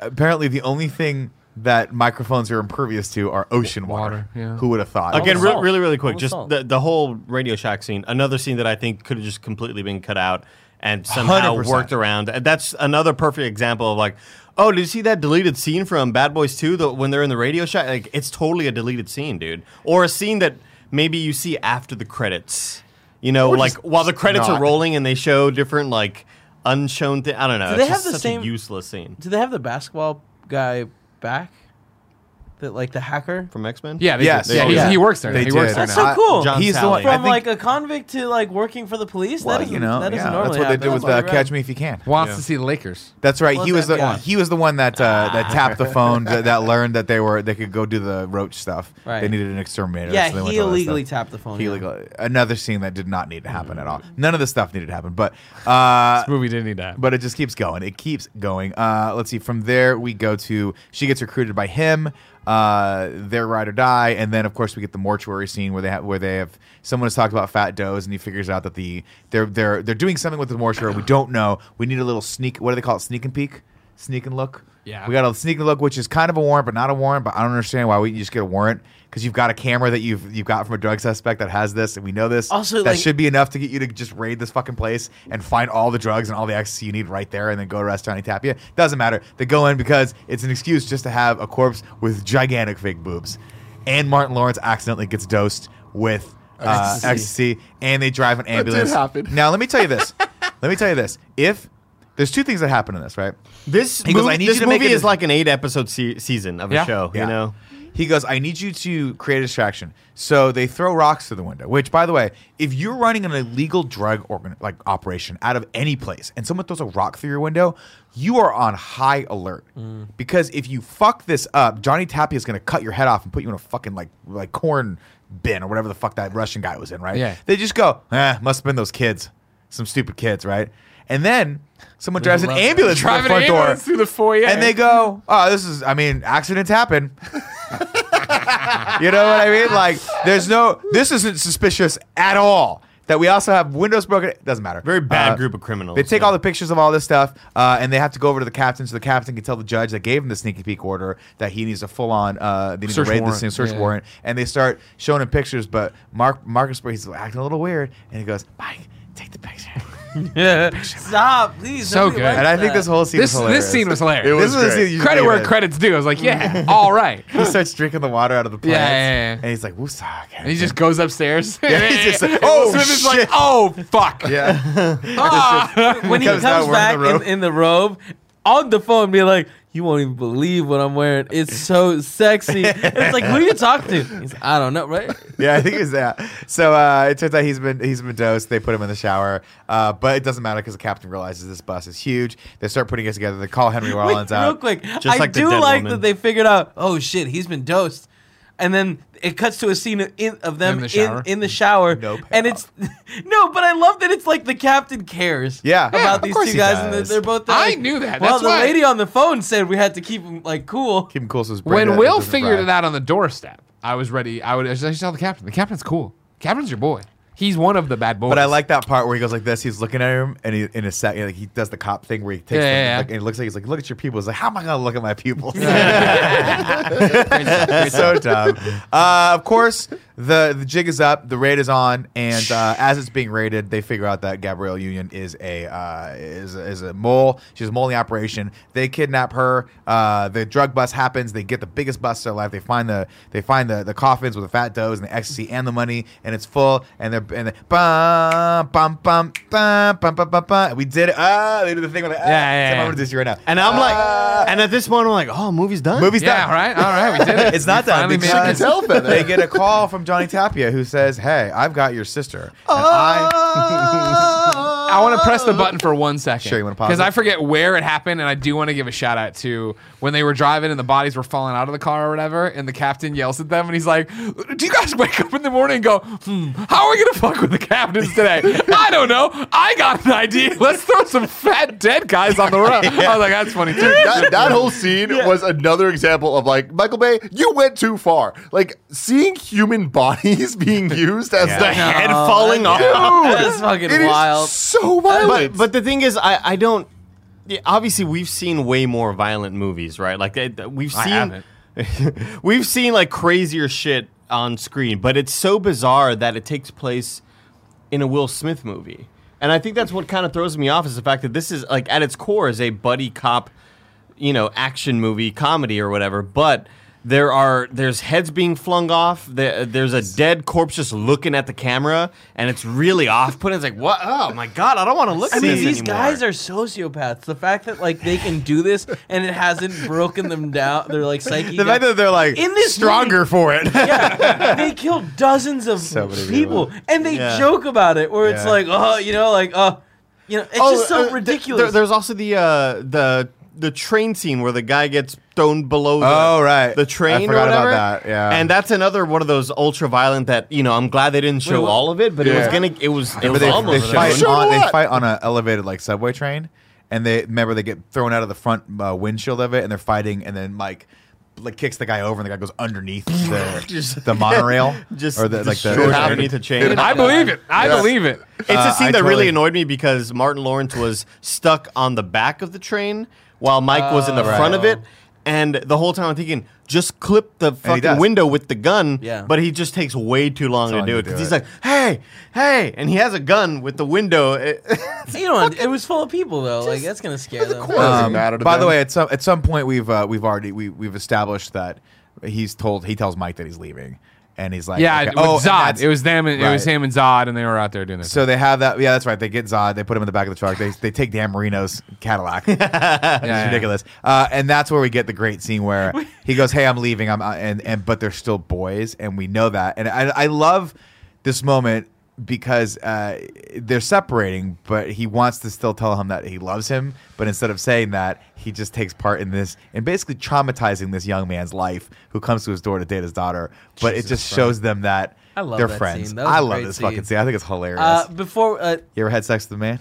Speaker 3: apparently the only thing. That microphones are impervious to are ocean water.
Speaker 4: Water, yeah.
Speaker 3: Who would have thought?
Speaker 5: Again,
Speaker 6: the
Speaker 5: re-
Speaker 6: salt.
Speaker 5: really, really quick.
Speaker 6: All the
Speaker 5: just
Speaker 6: salt.
Speaker 5: the, the whole Radio Shack scene. Another scene that I think could have just completely been cut out and somehow
Speaker 3: 100%.
Speaker 5: worked around. And That's another perfect example of like, oh, did you see that deleted scene from Bad Boys 2 the, when they're in the Radio Shack? Like, it's totally a deleted scene, dude. Or a scene that maybe you see after the credits. You know, like
Speaker 3: just-
Speaker 5: while the
Speaker 3: just
Speaker 5: credits
Speaker 3: not.
Speaker 5: are rolling and they show different like unshown things. I don't know.
Speaker 6: Do they
Speaker 5: it's
Speaker 6: have
Speaker 5: just
Speaker 6: the
Speaker 5: such
Speaker 6: same-
Speaker 5: a useless scene
Speaker 6: Do they have the basketball guy back? That like the hacker?
Speaker 5: from X Men.
Speaker 4: Yeah, they
Speaker 3: Yes. Oh,
Speaker 4: did. yeah.
Speaker 5: They
Speaker 4: he's-
Speaker 5: did.
Speaker 4: He works there.
Speaker 3: They
Speaker 4: He works
Speaker 3: did.
Speaker 4: there
Speaker 6: That's
Speaker 4: now.
Speaker 6: so cool.
Speaker 5: John
Speaker 3: He's the one-
Speaker 5: Sally.
Speaker 3: I
Speaker 6: From
Speaker 3: think-
Speaker 6: like a convict to like working for the police.
Speaker 3: well,
Speaker 6: that doesn't,
Speaker 3: you know,
Speaker 6: that doesn't
Speaker 3: yeah,
Speaker 6: normally
Speaker 3: that's what they
Speaker 6: happen.
Speaker 3: did with
Speaker 6: That's
Speaker 3: uh,
Speaker 6: weird.
Speaker 3: Catch Me If You Can.
Speaker 4: Wants to see the Lakers.
Speaker 3: That's right.
Speaker 6: What
Speaker 3: He
Speaker 6: was
Speaker 3: was the
Speaker 6: that guy?
Speaker 3: he was the one that uh, that tapped the phone that, that learned that they were they could go do the roach stuff.
Speaker 6: Right.
Speaker 3: They needed an exterminator.
Speaker 6: Yeah,
Speaker 3: so they went
Speaker 6: he
Speaker 3: to all that
Speaker 6: illegally
Speaker 3: stuff.
Speaker 6: tapped the phone.
Speaker 3: He
Speaker 6: yeah. Mm.
Speaker 3: illegally another scene that did not need to happen at all. None of the stuff needed to happen, but uh,
Speaker 4: This movie didn't need that.
Speaker 3: but it just keeps going. It keeps going. Uh, let's see. From there, we go to she gets recruited by him. Uh, their ride or die, and then of course we get the mortuary scene where they have where they have someone has talked about fat does, and he figures out that the they're they're they're doing something with the mortuary. We don't know. We need a little sneak. What do they call it? Sneak and peek, sneak and look.
Speaker 4: Yeah.
Speaker 3: we got a sneak and look, which is kind of a warrant, but not a warrant. But I don't understand why we just get a warrant because you've got a camera that you've you've got from a drug suspect that has this, and we know this.
Speaker 6: Also,
Speaker 3: that
Speaker 6: like-
Speaker 3: should be enough to get you to just raid this fucking place and find all the drugs and all the ecstasy you need right there, and then go to restaurant and you. Doesn't matter. They go in because it's an excuse just to have a corpse with gigantic fake boobs, and Martin Lawrence accidentally gets dosed with uh, ecstasy. and they drive an ambulance.
Speaker 2: happen.
Speaker 3: Now let me tell you this. let me tell you this. If there's two things that happen in this, right?
Speaker 5: This
Speaker 3: He goes,
Speaker 5: movie,
Speaker 3: "I need
Speaker 5: this
Speaker 3: you to make
Speaker 5: movie
Speaker 3: it
Speaker 5: is
Speaker 3: as-
Speaker 5: like an eight episode se- season of a
Speaker 4: Yeah.
Speaker 5: show,
Speaker 3: Yeah.
Speaker 5: you know?
Speaker 3: He goes, I need you to create a distraction. So they throw rocks through the window, which, by the way, if you're running an illegal drug organ- like operation out of any place and someone throws a rock through your window, you are on high alert.
Speaker 4: Mm.
Speaker 3: Because if you fuck this up, Johnny Tapia is going to cut your head off and put you in a fucking like like corn bin or whatever the fuck that Russian guy was in, right?
Speaker 4: Yeah.
Speaker 3: They just go, eh, must have been those kids, some stupid kids, right? And then someone drives an ambulance through the
Speaker 4: Driving
Speaker 3: front
Speaker 4: an
Speaker 3: door
Speaker 4: ambulance through the foyer.
Speaker 3: and they go, "Oh, this is. I mean, accidents happen." you know what I mean? Like, there's no. This isn't suspicious at all. that we also have windows broken. It doesn't matter.
Speaker 5: Very bad
Speaker 3: Uh,
Speaker 5: group of criminals.
Speaker 3: They take
Speaker 5: yeah.
Speaker 3: all the pictures of all this stuff, uh, and they have to go over to the captain, so the captain can tell the judge that gave him the sneaky peek order that he needs a full on. Uh, they need
Speaker 4: Search
Speaker 3: to raid
Speaker 4: warrant,
Speaker 3: this thing, search
Speaker 4: yeah.
Speaker 3: warrant, and they start showing him pictures. But Mark Marcus, he's acting a little weird, and he goes, "Mike, take the picture."
Speaker 6: Stop, please.
Speaker 4: So
Speaker 6: nobody
Speaker 4: good.
Speaker 6: likes
Speaker 3: and I think
Speaker 6: that.
Speaker 3: this whole scene
Speaker 4: This
Speaker 3: was hilarious.
Speaker 4: this scene was hilarious.
Speaker 2: It was
Speaker 3: This is
Speaker 2: great.
Speaker 3: the-
Speaker 4: Credit where
Speaker 3: David.
Speaker 4: credit's due. I was like, yeah, all right.
Speaker 3: He starts drinking the water out of the plants,
Speaker 4: yeah, yeah.
Speaker 3: and he's like, "Woosah!"
Speaker 4: And he just goes upstairs.
Speaker 3: he's just like, "Oh,
Speaker 4: Smith is like,
Speaker 3: shit."
Speaker 4: oh fuck.
Speaker 3: yeah.
Speaker 4: Ah.
Speaker 6: when he
Speaker 3: Comes
Speaker 6: comes,
Speaker 3: out
Speaker 6: back
Speaker 3: wearing the
Speaker 6: in,
Speaker 3: robe.
Speaker 6: in the robe on the phone, be like, "You won't even believe what I'm wearing. It's so sexy." And it's like, who are you talking to? He's, I don't know, right?
Speaker 3: yeah, I think it was that. So uh, it turns out he's been he's been dosed. They put him in the shower, uh, but it doesn't matter because the captain realizes this bus is huge. They start putting it together. They call Henry
Speaker 6: Wait,
Speaker 3: Rollins
Speaker 6: real
Speaker 3: out.
Speaker 6: quick,
Speaker 5: Just
Speaker 6: I
Speaker 5: like the
Speaker 6: do
Speaker 5: dead
Speaker 6: like
Speaker 5: woman.
Speaker 6: that they figured out. Oh shit, he's been dosed, and then it cuts to a scene of, in, of them
Speaker 4: In
Speaker 6: in
Speaker 4: the
Speaker 6: in the
Speaker 4: shower?
Speaker 6: shower,
Speaker 3: No payoff.
Speaker 6: and it's no. But I love that it's like the captain cares.
Speaker 3: Yeah. Yeah, of
Speaker 6: about these
Speaker 3: course
Speaker 6: two
Speaker 3: he
Speaker 6: guys, and they're,
Speaker 3: does.
Speaker 6: they're both.
Speaker 4: I
Speaker 6: like,
Speaker 4: knew that.
Speaker 6: Well,
Speaker 4: That's
Speaker 6: the
Speaker 4: why-
Speaker 6: lady on the phone said we had to keep him like cool.
Speaker 3: Keep him cool. So his
Speaker 4: when
Speaker 3: brain
Speaker 4: Will
Speaker 3: doesn't
Speaker 4: figured
Speaker 3: fry.
Speaker 4: it out on the doorstep, I was ready. I would. I just tell the captain. The captain's cool. Captain's your boy. He's one of the bad boys.
Speaker 3: But I like that part where he goes like this. He's looking at him, and he, in a second, like, he does the cop thing where he takes,
Speaker 4: Yeah,
Speaker 3: the-
Speaker 4: yeah, yeah.
Speaker 3: Like, and he looks like he's like, "Look at your pupils." Like, how am I gonna look at my pupils? It's so dumb. Uh, of course, the the jig is up. The raid is on, and uh, as it's being raided, they figure out that Gabrielle Union is a uh, is is a mole. She's a mole in the operation. They kidnap her. Uh, the drug bust happens. They get the biggest bust of their life. They find the they find the, the coffins with the fat doughs and the ecstasy and the money, and it's full. And they're and they, bum bum bum bum bum bum bum. bum. We did it. Ah, they do the thing with the ah.
Speaker 4: Yeah, yeah,
Speaker 3: So I'm
Speaker 4: yeah.
Speaker 3: gonna do this right now. Uh,
Speaker 5: And I'm like, and at this point, I'm like, oh, movie's done.
Speaker 3: movie's
Speaker 4: Yeah.
Speaker 3: done.
Speaker 4: All right. All right. We did it.
Speaker 3: It's not
Speaker 4: We
Speaker 3: that
Speaker 4: finally made
Speaker 3: because
Speaker 4: it.
Speaker 2: tell better.
Speaker 3: they get a call from Johnny Tapia who says, "Hey, I've got your sister." And
Speaker 2: Oh.
Speaker 3: I,
Speaker 4: I want to press the button for one second.
Speaker 3: Sure, you wanna pause
Speaker 4: Because
Speaker 3: it?
Speaker 4: I forget where it happened, and I do want to give a shout out to when they were driving and the bodies were falling out of the car or whatever, and the captain yells at them, and he's like, "Do you guys wake up in the morning and go, hmm, how are we gonna fuck with the captains today? I don't know. I got an idea. Let's throw some fat dead guys on the road." I was like, "That's funny too."
Speaker 2: that, that whole scene was another example of like Michael Bay, you went too far. Like seeing human bodies being used as
Speaker 5: the
Speaker 2: the
Speaker 5: head
Speaker 3: Oh,
Speaker 5: falling off.
Speaker 6: That's fucking
Speaker 2: It is
Speaker 6: wild.
Speaker 2: so violent.
Speaker 5: But, but the thing is, I, I don't. yeah, Obviously, we've seen way more violent movies, right? Like they, th- we've
Speaker 4: I
Speaker 5: seen, we've seen like crazier shit on screen, but it's so bizarre that it takes place in a Will Smith movie, and I think that's what kind of throws me off is the fact that this is like at its core is a buddy cop, you know, action movie comedy or whatever, but. There are there's heads being flung off. There, there's a dead corpse just looking at the camera, and it's really off putting. It's like, what? Oh my god, I don't want to look.
Speaker 6: I
Speaker 5: at
Speaker 6: mean,
Speaker 5: this
Speaker 6: these
Speaker 5: anymore.
Speaker 6: guys are sociopaths. The fact that like they can do this and it hasn't broken them down, they're like psyche.
Speaker 3: the fact that they're like
Speaker 6: In this
Speaker 3: stronger for it.
Speaker 6: yeah, they kill dozens of
Speaker 3: So many
Speaker 6: people,
Speaker 3: people.
Speaker 6: and they
Speaker 5: Yeah.
Speaker 6: joke about it, where it's
Speaker 3: Yeah.
Speaker 6: like, oh, you know, like, oh, you know, it's just
Speaker 5: uh,
Speaker 6: so
Speaker 5: th-
Speaker 6: ridiculous.
Speaker 5: there- there's also the uh, the the train scene where the guy gets thrown below. The,
Speaker 3: Oh, right.
Speaker 5: the
Speaker 3: I
Speaker 5: train. or
Speaker 3: forgot about
Speaker 5: whatever.
Speaker 3: that, yeah.
Speaker 5: and that's another one of those ultra violent that you know. I'm glad they didn't show
Speaker 6: what?
Speaker 5: all of it, but it was
Speaker 2: Yeah.
Speaker 5: gonna. It was. It
Speaker 3: But
Speaker 5: was
Speaker 3: they,
Speaker 5: all
Speaker 3: they
Speaker 5: over
Speaker 3: fight
Speaker 5: that one.
Speaker 3: on, they
Speaker 2: what?
Speaker 3: fight on an elevated like subway train, and they remember they get thrown out of the front uh, windshield of it, and they're fighting, and then like. Like kicks the guy over and the guy goes underneath the,
Speaker 5: Just-
Speaker 3: the monorail,
Speaker 5: Just
Speaker 3: or the, like the
Speaker 5: destroyed
Speaker 2: Yeah.
Speaker 5: underneath a chain.
Speaker 4: I believe it. I
Speaker 2: Yeah.
Speaker 4: believe it.
Speaker 5: It's
Speaker 3: Uh,
Speaker 5: a scene
Speaker 3: I
Speaker 5: that
Speaker 3: totally-
Speaker 5: really annoyed me because Martin Lawrence was stuck on the back of the train while Mike was in the front of it. And the whole time I'm thinking, just clip the fucking
Speaker 3: does.
Speaker 5: window with the gun.
Speaker 6: Yeah.
Speaker 5: But he just takes way too long to
Speaker 3: long
Speaker 5: do
Speaker 3: to
Speaker 5: it
Speaker 3: do
Speaker 5: because
Speaker 3: it.
Speaker 5: he's like, hey, hey. And he has a gun with the window. It-
Speaker 6: you know, it was full of people though. like that's gonna scare them.
Speaker 2: course. Doesn't matter to
Speaker 3: Um, by the
Speaker 2: them.
Speaker 3: way, at some at some point we've uh, we've already we we've established that he's told he tells Mike that he's leaving, and he's like,
Speaker 4: Yeah,
Speaker 3: okay,
Speaker 4: with
Speaker 3: oh, and
Speaker 4: Zod.
Speaker 3: that's-
Speaker 4: It was them. And, It was
Speaker 3: Right.
Speaker 4: him and Zod, and they were out there doing this.
Speaker 3: So they have that. Yeah, that's right. They get Zod. They put him in the back of the truck. They, they take Dan Marino's Cadillac.
Speaker 4: yeah.
Speaker 3: it's ridiculous. Uh, and that's where we get the great scene where he goes, "Hey, I'm leaving." I'm uh, and and but they're still boys, and we know that. And I I love this moment because uh, they're separating, but he wants to still tell him that he loves him. But instead of saying that, he just takes part in this and basically traumatizing this young man's life who comes to his door to date his daughter. But it just shows them that.
Speaker 6: I love
Speaker 3: They're
Speaker 6: that
Speaker 3: friends.
Speaker 6: scene. That was
Speaker 3: I
Speaker 6: a
Speaker 3: love
Speaker 6: great
Speaker 3: this
Speaker 6: scene.
Speaker 3: fucking scene. I think it's hilarious.
Speaker 6: Uh, before, uh,
Speaker 3: You ever had sex with a man?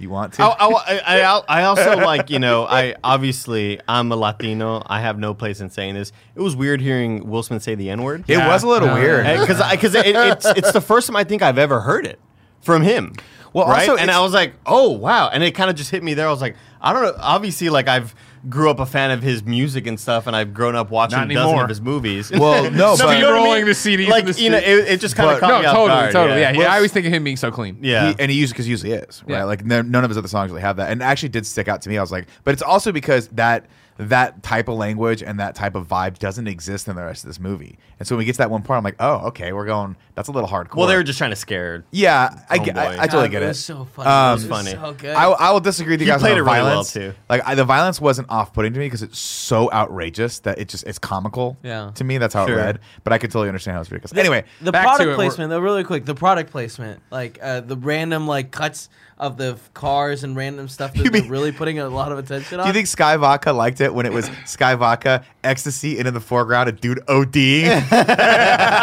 Speaker 3: You want to?
Speaker 5: I, I, I, I- I also like, you know, I obviously, I'm a Latino. I have no place in saying this. It was weird hearing Will Smith say the N word.
Speaker 3: it was a little
Speaker 4: No,
Speaker 3: weird.
Speaker 5: because because it, it's it's the first time I think I've ever heard it. from him.
Speaker 3: Well,
Speaker 5: right?
Speaker 3: also,
Speaker 5: and
Speaker 3: it's-
Speaker 5: I was like, oh wow, and it kind of just hit me there. I was like, I don't know. Obviously, like I've grew up a fan of his music and stuff, and I've grown up watching
Speaker 4: Not
Speaker 5: a dozen
Speaker 4: anymore.
Speaker 5: of his movies.
Speaker 3: Well, no, but-
Speaker 5: you know what
Speaker 4: Steamrolling
Speaker 5: I mean?
Speaker 4: the CDs in
Speaker 5: Like
Speaker 4: the
Speaker 5: you know, it,
Speaker 4: street.
Speaker 5: it just kind
Speaker 3: But-
Speaker 5: of caught
Speaker 4: No,
Speaker 5: me off
Speaker 4: totally,
Speaker 5: guard.
Speaker 4: totally. Yeah,
Speaker 5: yeah.
Speaker 4: yeah. I always think of him being so clean.
Speaker 5: Yeah.
Speaker 3: He- and he used because he usually is right.
Speaker 4: Yeah.
Speaker 3: Like no- none of his other songs really have that, and it actually did stick out to me. I was like, but it's also because that that type of language and that type of vibe doesn't exist in the rest of this movie. And so when we get to that one part, I'm like, oh, okay, we're going. That's a little hardcore.
Speaker 5: Well, they were just Oh, trying to scare.
Speaker 3: yeah, I, get-
Speaker 5: Homeboy.
Speaker 3: I, I totally
Speaker 6: God,
Speaker 3: get it.
Speaker 6: it
Speaker 3: Um,
Speaker 6: was so funny. it was
Speaker 5: funny.
Speaker 6: so good.
Speaker 3: I, I will disagree with you
Speaker 5: He
Speaker 3: guys.
Speaker 5: played
Speaker 3: on the
Speaker 5: it really well,
Speaker 3: violence.
Speaker 5: too.
Speaker 3: Like I, the violence wasn't off-putting to me because it's so outrageous that it just it's comical.
Speaker 6: Yeah.
Speaker 3: To me, that's how
Speaker 5: Sure.
Speaker 3: it read. But I could totally understand how it's ridiculous. Anyway,
Speaker 6: the
Speaker 4: back to
Speaker 6: product
Speaker 4: it, we're-
Speaker 6: placement, though, really quick. The product placement, like uh, the random like cuts of the f- cars and random stuff that
Speaker 3: You
Speaker 6: they're
Speaker 3: mean-
Speaker 6: really putting a lot of attention on.
Speaker 3: do you think Sky Vodka liked it when it was Sky Vodka, ecstasy, and in the foreground a dude ODing?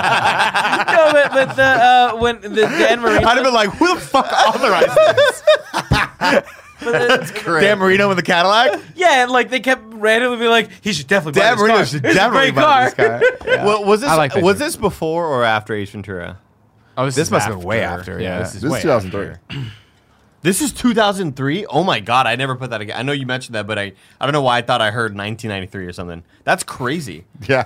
Speaker 6: no, but, but the uh, when the, the Dan Marino,
Speaker 3: I'd have been like, who the fuck authorized this?
Speaker 6: that's great.
Speaker 3: Dan Marino in the Cadillac?
Speaker 6: yeah, and like they kept randomly being like, he should definitely buy
Speaker 3: Dan
Speaker 6: this
Speaker 3: Marino
Speaker 6: car.
Speaker 3: should
Speaker 6: It's
Speaker 3: definitely
Speaker 6: a great car.
Speaker 3: buy this guy. Yeah.
Speaker 5: Well, was this
Speaker 4: I like that
Speaker 5: was
Speaker 4: joke.
Speaker 5: this before or after Ace Ventura?
Speaker 4: Oh, this
Speaker 3: This
Speaker 4: is
Speaker 3: must have been way after,
Speaker 4: Yeah,
Speaker 3: yeah.
Speaker 4: this is
Speaker 2: This
Speaker 4: way
Speaker 2: is 2003.
Speaker 4: after.
Speaker 5: This is 2003. Oh my god, I never put that again. I know you mentioned that, but I I don't know why I thought I heard 1993 or something. That's crazy.
Speaker 2: Yeah.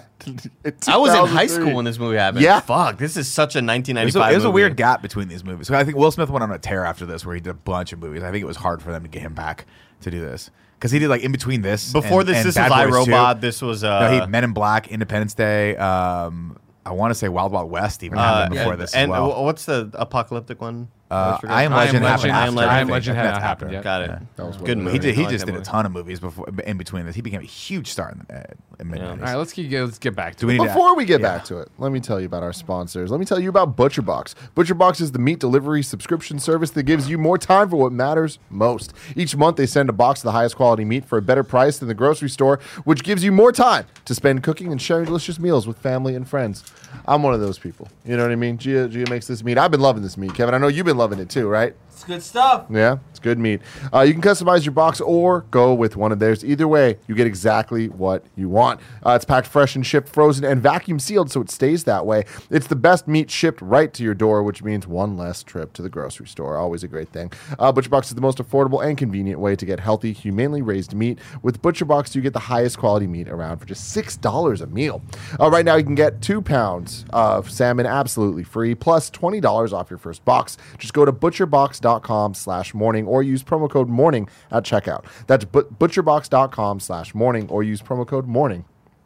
Speaker 5: I was in high school when this movie happened.
Speaker 2: Yeah.
Speaker 5: Fuck, this is such a 1995
Speaker 3: It was, a, it was a
Speaker 5: movie.
Speaker 3: weird gap between these movies. So I think Will Smith went on a tear after this, where he did a bunch of movies. I think it was hard for them to get him back to do this because he did like in between this,
Speaker 5: Before
Speaker 3: and-
Speaker 5: this,
Speaker 3: and
Speaker 5: this
Speaker 3: Bad
Speaker 5: was I
Speaker 3: Boys 2.
Speaker 5: Robot. This was uh,
Speaker 3: no, he had Men in Black, Independence Day. Um, I want to say Wild Wild West even
Speaker 5: uh,
Speaker 3: happened before this as
Speaker 5: And
Speaker 3: well.
Speaker 5: uh, what's the apocalyptic one?
Speaker 3: Uh,
Speaker 5: forgot.
Speaker 3: I Am
Speaker 4: I Am
Speaker 3: Legend happened
Speaker 4: Legend.
Speaker 3: after.
Speaker 4: I Am
Speaker 3: think.
Speaker 4: Legend
Speaker 3: I think
Speaker 4: had
Speaker 3: that's
Speaker 4: not
Speaker 3: after.
Speaker 4: happened yet.
Speaker 5: Got it.
Speaker 2: That was one of
Speaker 5: good
Speaker 2: the-
Speaker 5: movie.
Speaker 3: He did.
Speaker 5: I
Speaker 3: He
Speaker 5: like
Speaker 3: just
Speaker 5: that
Speaker 3: did a
Speaker 5: movie.
Speaker 3: ton of movies before in between this. He became a huge star in the uh, in mid
Speaker 4: All right,
Speaker 3: nineties.
Speaker 4: let's keep, let's get back to
Speaker 3: Do we
Speaker 4: it.
Speaker 3: need
Speaker 2: Before we get
Speaker 3: Yeah.
Speaker 2: back to it, let me tell you about our sponsors. Let me tell you about ButcherBox. ButcherBox is the meat delivery subscription service that gives you more time for what matters most. Each month, they send a box of the highest quality meat for a better price than the grocery store, which gives you more time to spend cooking and sharing delicious meals with family and friends. I'm one of those people. You know what I mean? Gia, Gia makes this meat. I've been loving this meat, Kevin. I know you've been loving it too, right?
Speaker 6: It's good stuff.
Speaker 2: Yeah, it's good meat. Uh, you can customize your box or go with one of theirs. Either way, you get exactly what you want. Uh, it's packed fresh and shipped frozen and vacuum sealed, so it stays that way. It's the best meat shipped right to your door, which means one less trip to the grocery store. Always a great thing. Uh, ButcherBox is the most affordable and convenient way to get healthy, humanely raised meat. With ButcherBox, you get the highest quality meat around for just $6 a meal. Uh, right now, you can get two pounds of salmon absolutely free, plus $20 off your first box. Just go to butcherbox.com slash morning or use promo code morning at checkout. That's but- butcherbox.com slash morning or use promo code morning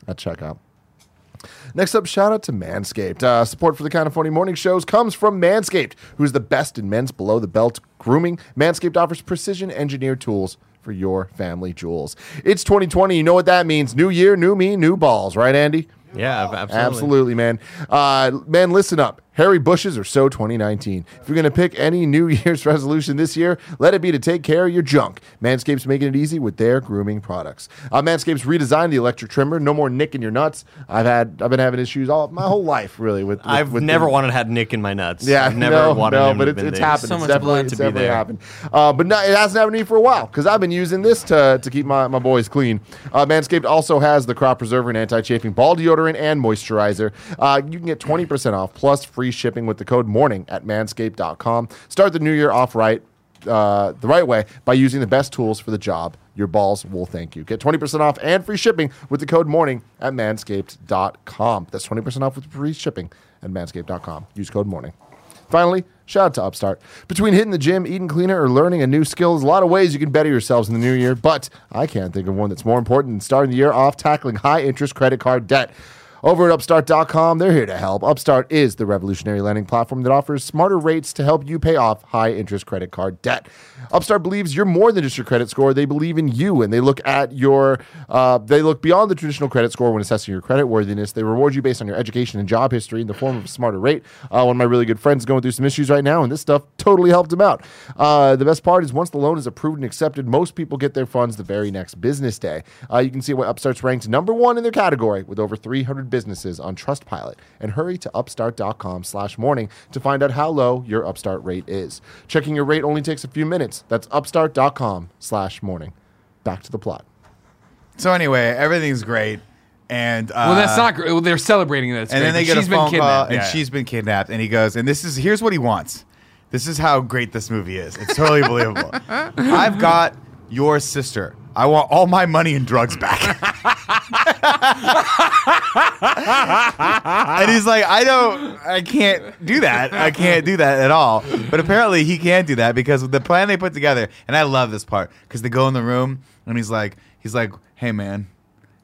Speaker 2: at checkout. Next up, shout out to Manscaped. Uh, support for the kind of funny morning shows comes from Manscaped, who's the best in men's below the belt grooming. Manscaped offers precision engineered tools for your family jewels. It's 2020. You know what that means. New year, new me, new balls, right, Andy?
Speaker 5: Yeah, ab- absolutely.
Speaker 2: Absolutely, man. Uh, man, listen up. Hairy bushes are so 2019. If you're going to pick any New Year's resolution this year, let it be to take care of your junk. Manscaped's making it easy with their grooming products. Uh, Manscaped's redesigned the electric trimmer. No more nicking your nuts. I've had I've been having issues all my whole life, really. With, with-
Speaker 5: I've
Speaker 2: with
Speaker 5: never
Speaker 2: the-
Speaker 5: wanted to have Nick in my nuts.
Speaker 2: yeah,
Speaker 5: I've never
Speaker 2: no,
Speaker 5: wanted
Speaker 2: no,
Speaker 5: him
Speaker 2: but
Speaker 5: to
Speaker 2: it's,
Speaker 5: have
Speaker 2: it's happened.
Speaker 5: been there.
Speaker 6: So
Speaker 2: it's
Speaker 6: much
Speaker 2: definitely,
Speaker 6: blood
Speaker 2: it's
Speaker 5: to be
Speaker 2: definitely
Speaker 5: there.
Speaker 2: happened. Uh, but no, it hasn't happened to me for a while because I've been using this to, to keep my, my boys clean. Uh, Manscaped also has the crop preserver and anti chafing ball deodorant and moisturizer. Uh, you can get 20% off plus free shipping with the code morning at manscaped.com. Start the new year off right. Uh, the right way by using the best tools for the job. Your balls will thank you. Get 20% off and free shipping with the code morning at manscaped.com. That's 20% off with free shipping at manscaped.com. Use code morning. Finally, shout out to Upstart. Between hitting the gym, eating cleaner, or learning a new skill, there's a lot of ways you can better yourselves in the new year, but I can't think of one that's more important than starting the year off tackling high interest credit card debt. Over at Upstart.com, they're here to help. Upstart is the revolutionary lending platform that offers smarter rates to help you pay off high interest credit card debt. Upstart believes you're more than just your credit score. They believe in you and they look at your, uh, they look beyond the traditional credit score when assessing your credit worthiness. They reward you based on your education and job history in the form of a smarter rate. Uh, one of my really good friends is going through some issues right now, and this stuff totally helped him out. Uh, the best part is once the loan is approved and accepted, most people get their funds the very next business day. Uh, you can see why Upstart's ranked number one in their category with over 300 businesses on Trustpilot. And hurry to upstart.com slash morning to find out how low your Upstart rate is. Checking your rate only takes a few minutes. That's upstart.com slash morning. Back to the plot.
Speaker 3: So anyway, everything's great, and uh,
Speaker 4: Well, that's not great. Well, they're celebrating that. It's
Speaker 3: And
Speaker 4: great,
Speaker 3: then they
Speaker 4: but
Speaker 3: get
Speaker 4: she's
Speaker 3: a
Speaker 4: been
Speaker 3: phone call,
Speaker 4: kidnapped.
Speaker 3: and
Speaker 4: Yeah, yeah.
Speaker 3: she's been kidnapped. And he goes, and this is here's what he wants. This is how great this movie is. It's totally believable. I've got your sister. I want all my money and drugs back. and he's like, I don't, I can't do that. I can't do that at all. But apparently, he can do that because the plan they put together, and I love this part because they go in the room and he's like, he's like, hey man,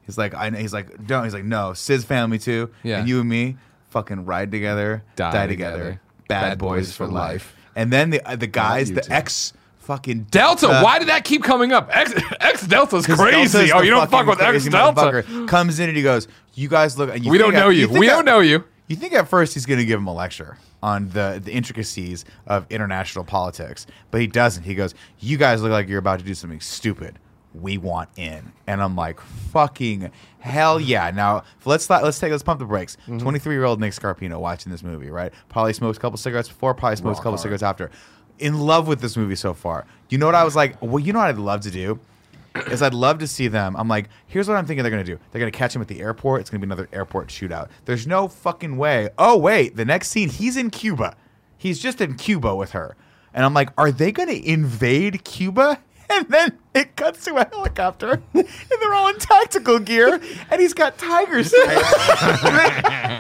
Speaker 3: he's like, I, he's like, don't, he's like, no, Sid's family too,
Speaker 4: Yeah.
Speaker 3: and you and me fucking ride together, die,
Speaker 4: Die
Speaker 3: together.
Speaker 4: together.
Speaker 3: Bad,
Speaker 4: Bad
Speaker 3: boys,
Speaker 4: boys
Speaker 3: for
Speaker 4: for
Speaker 3: life.
Speaker 4: life.
Speaker 3: And then the uh, the guys,
Speaker 2: you
Speaker 3: the
Speaker 2: too.
Speaker 3: ex fucking
Speaker 4: Delta, why did that keep coming up? X X Delta's
Speaker 3: Because
Speaker 4: crazy.
Speaker 3: Delta's
Speaker 4: oh,
Speaker 3: the
Speaker 4: you don't fuck
Speaker 3: fucking
Speaker 4: with X
Speaker 3: crazy
Speaker 4: Delta.
Speaker 3: motherfucker. Comes in and he goes, "You guys look. and You
Speaker 4: We
Speaker 3: think
Speaker 4: don't know you.
Speaker 3: think
Speaker 4: We don't know you.
Speaker 3: You think at first he's going to give him a lecture on the the intricacies of international politics, but he doesn't. He goes, "You guys look like you're about to do something stupid. We want in." And I'm like, "Fucking hell yeah!" Now let's not, let's take let's pump the brakes. 23 year old Nick Scarpino watching this movie, right? Probably smokes a couple cigarettes before, probably smokes a couple cigarettes after. In love with this movie so far. You know what I was like? Well, you know what I'd love to do is I'd love to see them. I'm like, here's what I'm thinking they're gonna do. They're gonna catch him at the airport. It's gonna be another airport shootout. There's no fucking way. Oh wait, the next scene, he's in Cuba. He's just in Cuba with her, and I'm like, are they gonna invade Cuba? And then it cuts to a helicopter, and they're all in tactical gear, and he's got tiger stripes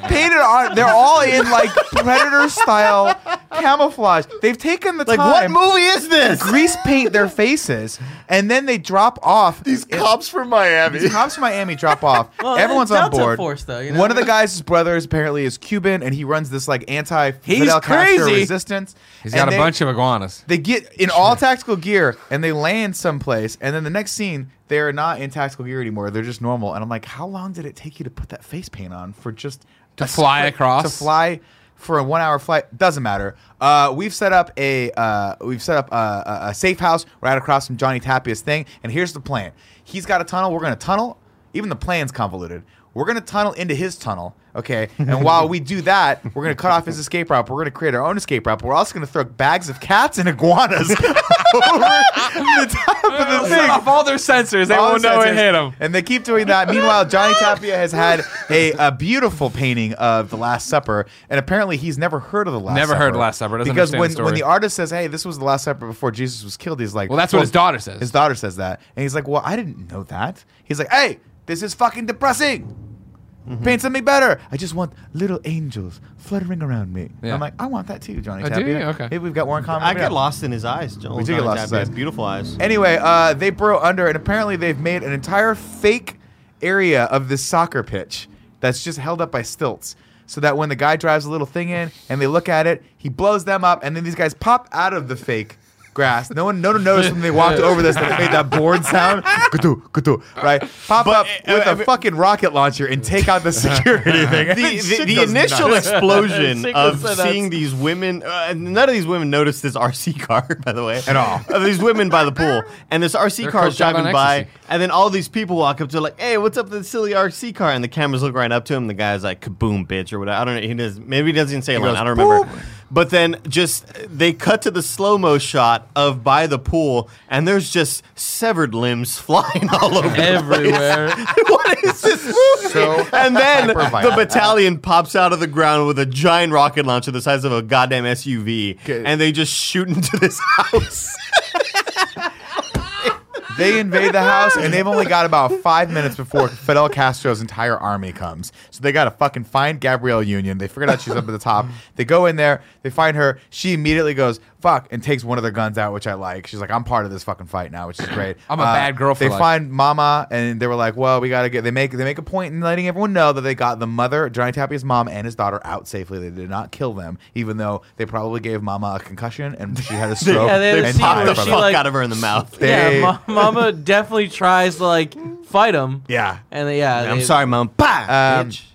Speaker 3: painted on. They're all in like predator style camouflage. They've taken the
Speaker 5: Like, what
Speaker 3: time.
Speaker 5: movie is this?
Speaker 3: Grease paint their faces, and then they drop off.
Speaker 2: These cops from Miami.
Speaker 3: These cops from Miami drop off.
Speaker 6: Well,
Speaker 3: Everyone's
Speaker 6: Delta
Speaker 3: on board.
Speaker 6: Force, though, you know?
Speaker 3: One of the guys' brothers apparently is Cuban, and he runs this like anti
Speaker 6: He's
Speaker 3: Fidel Castro
Speaker 6: crazy.
Speaker 3: resistance.
Speaker 4: He's
Speaker 3: And
Speaker 4: got a
Speaker 3: they-
Speaker 4: bunch of iguanas.
Speaker 3: They get in all tactical gear and they land someplace, and then the next scene they are not in tactical gear anymore. They're just normal, and I'm like, how long did it take you to put that face paint on for just
Speaker 4: To fly across?
Speaker 3: to fly? For a one-hour flight, doesn't matter. Uh, we've set up a uh, we've set up a, a, a safe house right across from Johnny Tapia's thing, and here's the plan. He's got a tunnel. We're gonna tunnel. Even the plan's convoluted. We're gonna tunnel into his tunnel, okay? And while we do that, we're gonna cut off his escape route. We're gonna create our own escape route. But we're also gonna throw bags of cats and iguanas over the top of the thing.
Speaker 4: off all their sensors. They
Speaker 3: All
Speaker 4: won't know
Speaker 3: senses.
Speaker 4: it hit them.
Speaker 3: And they keep doing that. Meanwhile, Johnny Tapia has had a, a beautiful painting of The Last Supper, and apparently he's never heard of The Last
Speaker 4: Never
Speaker 3: Supper.
Speaker 4: heard of The Last Supper. Doesn't
Speaker 3: Because
Speaker 4: understand
Speaker 3: when,
Speaker 4: the
Speaker 3: when
Speaker 4: story.
Speaker 3: the artist says, hey, this was The Last Supper before Jesus was killed, he's like,
Speaker 4: Well, that's what his daughter says.
Speaker 3: His daughter says that. And he's like, well, I didn't know that. He's like, hey, this is fucking depressing.
Speaker 4: Mm-hmm.
Speaker 3: Paint something better. I just want little angels fluttering around me.
Speaker 4: Yeah.
Speaker 3: I'm like, I want that too, Johnny
Speaker 4: Oh, do
Speaker 3: Tapia.
Speaker 4: you? Okay.
Speaker 3: Maybe we've got more in common.
Speaker 5: I
Speaker 3: Maybe
Speaker 5: get
Speaker 3: not.
Speaker 5: lost in his eyes, Joel.
Speaker 3: We do get lost in his eyes.
Speaker 5: Beautiful eyes.
Speaker 3: Anyway, uh, they burrow under, and apparently they've made an entire fake area of this soccer pitch that's just held up by stilts. So that when the guy drives a little thing in and they look at it, he blows them up, and then these guys pop out of the fake grass. No one, no one noticed when they walked over this that they made that board sound, Kutu, kutu, right? Pop up
Speaker 5: uh,
Speaker 3: with
Speaker 5: uh,
Speaker 3: a fucking rocket launcher and take out the security thing.
Speaker 5: the, the, the initial explosion of seeing these women uh, and none of these women noticed this rc car by the way
Speaker 3: At all.
Speaker 5: of these women by the pool and this rc
Speaker 4: They're
Speaker 5: car is
Speaker 4: coked out
Speaker 5: driving
Speaker 4: on
Speaker 5: by
Speaker 4: ecstasy.
Speaker 5: and then all these people walk up to like hey what's up with this silly rc car and the cameras look right up to him the guy's like kaboom bitch or whatever i don't know he does maybe he doesn't even say a line
Speaker 3: goes,
Speaker 5: i don't remember
Speaker 3: "Boop."
Speaker 5: but then just uh, they cut to the slow mo shot of by the pool and there's just severed limbs flying all over the
Speaker 4: Everywhere.
Speaker 5: what is this movie?
Speaker 3: So
Speaker 5: and then the
Speaker 3: hyper-violent.
Speaker 5: battalion pops out of the ground with a giant rocket launcher the size of a goddamn SUV,
Speaker 2: Okay.
Speaker 5: and they just shoot into this house.
Speaker 3: They invade the house, and they've only got about five minutes before Fidel Castro's entire army comes. So they got to fucking find Gabrielle Union. They figured out she's up at the top. They go in there, they find her. She immediately goes, fuck, and takes one of their guns out, which I like. She's like, I'm part of this fucking fight now, which is great. Uh,
Speaker 4: I'm a bad girl for
Speaker 3: They
Speaker 4: life.
Speaker 3: find Mama, and they were like, well, we got to get, they make, they make a point in letting everyone know that they got the mother, Johnny Tapia's mom, and his daughter out safely. They did not kill them, even though they probably gave Mama a concussion and she had a stroke.
Speaker 6: Yeah, they had a
Speaker 3: and
Speaker 6: scene
Speaker 5: Pop
Speaker 3: died
Speaker 5: the
Speaker 6: she
Speaker 3: from
Speaker 5: fuck
Speaker 3: it.
Speaker 6: like-
Speaker 5: out of her in the mouth.
Speaker 3: They-
Speaker 6: yeah, Ma- Mama definitely tries to like fight him.
Speaker 3: Yeah.
Speaker 6: and they, yeah,
Speaker 5: I'm
Speaker 6: they- Uh,
Speaker 5: sorry, mom. Pa,
Speaker 3: Um,
Speaker 5: bitch.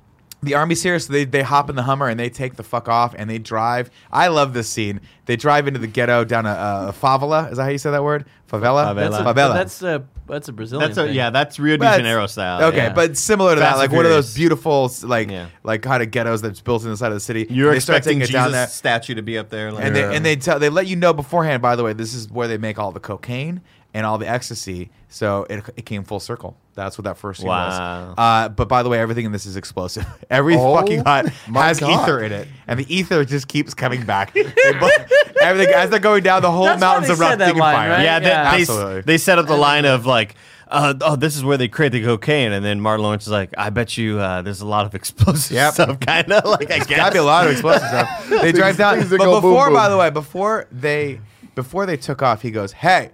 Speaker 3: the army's here, so they, they hop in the Hummer and they take the fuck off and they drive. I love this scene. They drive into the ghetto down a, a favela. Is that how you say that word? Favela.
Speaker 5: Favela.
Speaker 6: That's a,
Speaker 3: favela.
Speaker 6: that's a that's a Brazilian.
Speaker 5: That's a,
Speaker 6: thing.
Speaker 5: yeah, that's Rio de
Speaker 3: That's-
Speaker 5: Janeiro style.
Speaker 3: Okay,
Speaker 5: yeah.
Speaker 3: but similar to
Speaker 5: Fast
Speaker 3: that,
Speaker 5: and
Speaker 3: like one of
Speaker 5: Furious.
Speaker 3: those beautiful, like
Speaker 5: Yeah.
Speaker 3: like kind of ghettos that's built in the side of the city.
Speaker 5: you're
Speaker 3: They start
Speaker 5: expecting
Speaker 3: taking it
Speaker 5: Jesus
Speaker 3: down there.
Speaker 5: statue to be up there, like,
Speaker 3: and they and they tell they let you know beforehand. By the way, this is where they make all the cocaine and all the ecstasy. So it, it came full circle. That's what that first scene
Speaker 5: Wow.
Speaker 3: was. Uh, but by the way, everything in this is explosive. Every
Speaker 2: Oh,
Speaker 3: fucking hut
Speaker 2: my
Speaker 3: has
Speaker 2: God.
Speaker 3: ether in it, and the ether just keeps coming back. They bu- everything as they're going down, the whole
Speaker 6: That's why
Speaker 3: mountain's
Speaker 6: they said that
Speaker 3: erupting in
Speaker 6: line,
Speaker 3: fire.
Speaker 6: right?
Speaker 5: Yeah, they,
Speaker 6: Yeah.
Speaker 5: they,
Speaker 3: Absolutely.
Speaker 5: s- they set up the line of like, uh, oh, this is where they create the cocaine, and then Martin Lawrence is like, I bet you uh, there's a lot of explosive
Speaker 3: Yep.
Speaker 5: stuff, kind of like I
Speaker 3: Gotta
Speaker 5: guess.
Speaker 3: be a lot of explosive stuff. They drive down.
Speaker 2: things
Speaker 3: But
Speaker 2: that go boom,
Speaker 3: before,
Speaker 2: boom.
Speaker 3: by the way, before they before they took off, he goes, "Hey,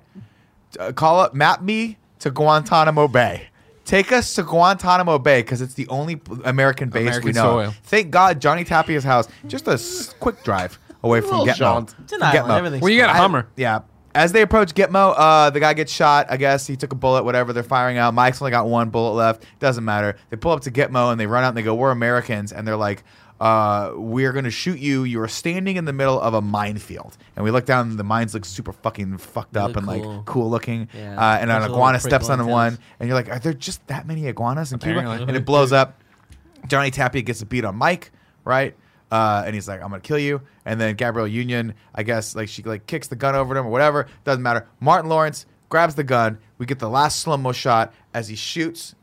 Speaker 3: uh, call up, map me to Guantanamo Bay. Take us to Guantanamo Bay because it's the only p- American base we
Speaker 4: American
Speaker 3: know.
Speaker 4: soil.
Speaker 3: Thank God, Johnny Tapia's house, just a s- quick drive away from
Speaker 2: little jaunt.
Speaker 3: Getmo.
Speaker 6: It's an
Speaker 3: From
Speaker 6: island,
Speaker 3: Getmo.
Speaker 6: everything's
Speaker 4: Well, you got a
Speaker 3: I-
Speaker 4: Hummer.
Speaker 3: yeah. As they approach Gitmo, uh, the guy gets shot. I guess he took a bullet, whatever. They're firing out. Mike's only got one bullet left. Doesn't matter. They pull up to Gitmo and they run out and they go, We're Americans. And they're like, uh, We're going to shoot you. You are standing in the middle of a minefield. And we look down and the mines look super fucking fucked up
Speaker 6: look
Speaker 3: and
Speaker 6: cool.
Speaker 3: like cool looking.
Speaker 6: Yeah.
Speaker 3: Uh, and an
Speaker 6: Bunch of little
Speaker 3: iguana
Speaker 6: prick
Speaker 3: steps on
Speaker 6: ones in
Speaker 3: one.
Speaker 6: us.
Speaker 3: And you're like, Are there just that many iguanas in Cuba?
Speaker 4: Apparently.
Speaker 3: And it blows up. Johnny Tapia gets a beat on Mike, right? Uh, and he's like, "I'm gonna kill you." And then Gabrielle Union, I guess, like she like kicks the gun over to him or whatever. Doesn't matter. Martin Lawrence grabs the gun. We get the last slow mo shot as he shoots,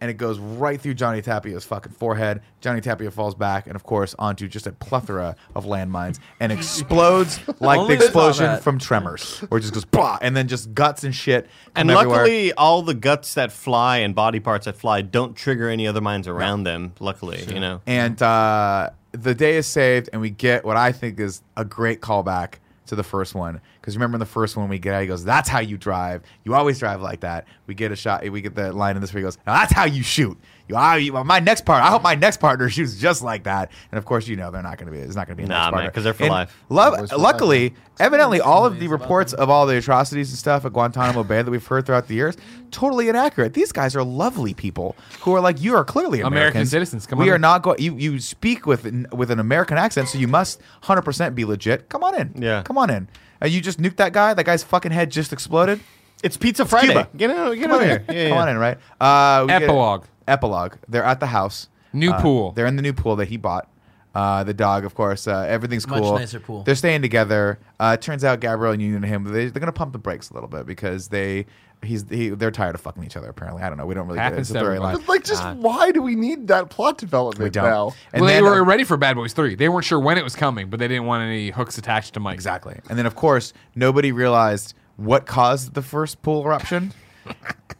Speaker 3: and it goes right through Johnny Tapia's fucking forehead. Johnny Tapia falls back, and of course, onto just a plethora of landmines and explodes like the
Speaker 6: Only they saw
Speaker 3: explosion
Speaker 6: that.
Speaker 3: from Tremors, where it just goes bah, and then just guts and shit.
Speaker 5: And
Speaker 3: come everywhere.
Speaker 5: luckily, all the guts that fly and body parts that fly don't trigger any other mines around them. Luckily, you know.
Speaker 3: And uh, the day is saved, and we get what I think is a great callback to the first one. Because remember in the first one, we get out, he goes, That's how you drive. You always drive like that. We get a shot, we get the line in this where he goes, Now that's how you shoot. You, I, you- my next part, I hope my next partner shoots just like that. And of course, you know, they're not going to be, it's not going to be a
Speaker 5: Nah,
Speaker 3: next
Speaker 5: man,
Speaker 3: partner.
Speaker 5: 'cause they're for
Speaker 3: And
Speaker 5: life.
Speaker 3: love-
Speaker 2: Always for
Speaker 3: luckily, evidently, all of the reports of all the atrocities and stuff at Guantanamo Bay that we've heard throughout the years, totally inaccurate. These guys are lovely people who are like, You are clearly
Speaker 4: American citizens, come
Speaker 3: we
Speaker 4: on
Speaker 3: are
Speaker 4: in.
Speaker 3: not going. You you speak with an- with an American accent, so you must hundred percent be legit. Come on in.
Speaker 5: Yeah.
Speaker 3: Come on in. Uh, you just nuked that guy. That guy's fucking head just exploded.
Speaker 5: It's Pizza Friday.
Speaker 3: Cuba.
Speaker 5: Get out, get
Speaker 3: Come
Speaker 5: out
Speaker 3: on
Speaker 5: here.
Speaker 3: in. Come on in. Right. Uh, we get-
Speaker 4: Epilogue.
Speaker 3: epilogue. They're at the house.
Speaker 4: New
Speaker 3: Uh,
Speaker 4: pool.
Speaker 3: They're in the new pool that he bought. Uh, the dog, of course. Uh, everything's
Speaker 6: Much
Speaker 3: cool.
Speaker 6: nicer pool.
Speaker 3: They're staying together. Uh, it turns out Gabrielle and Union and him they, they're gonna pump the brakes a little bit because they he's he, they're tired of fucking each other. Apparently, I don't know. We don't really
Speaker 4: Happens
Speaker 3: get it.
Speaker 4: to
Speaker 3: It's a throwaway
Speaker 4: everybody.
Speaker 3: line.
Speaker 2: But like, just why do we need that plot development
Speaker 3: Uh, We don't.
Speaker 2: now?
Speaker 3: And
Speaker 4: well, they
Speaker 3: then,
Speaker 4: were
Speaker 3: uh,
Speaker 4: ready for Bad Boys 3. They weren't sure when it was coming, but they didn't want any hooks attached to Mike.
Speaker 3: Exactly. And then, of course, nobody realized what caused the first pool eruption.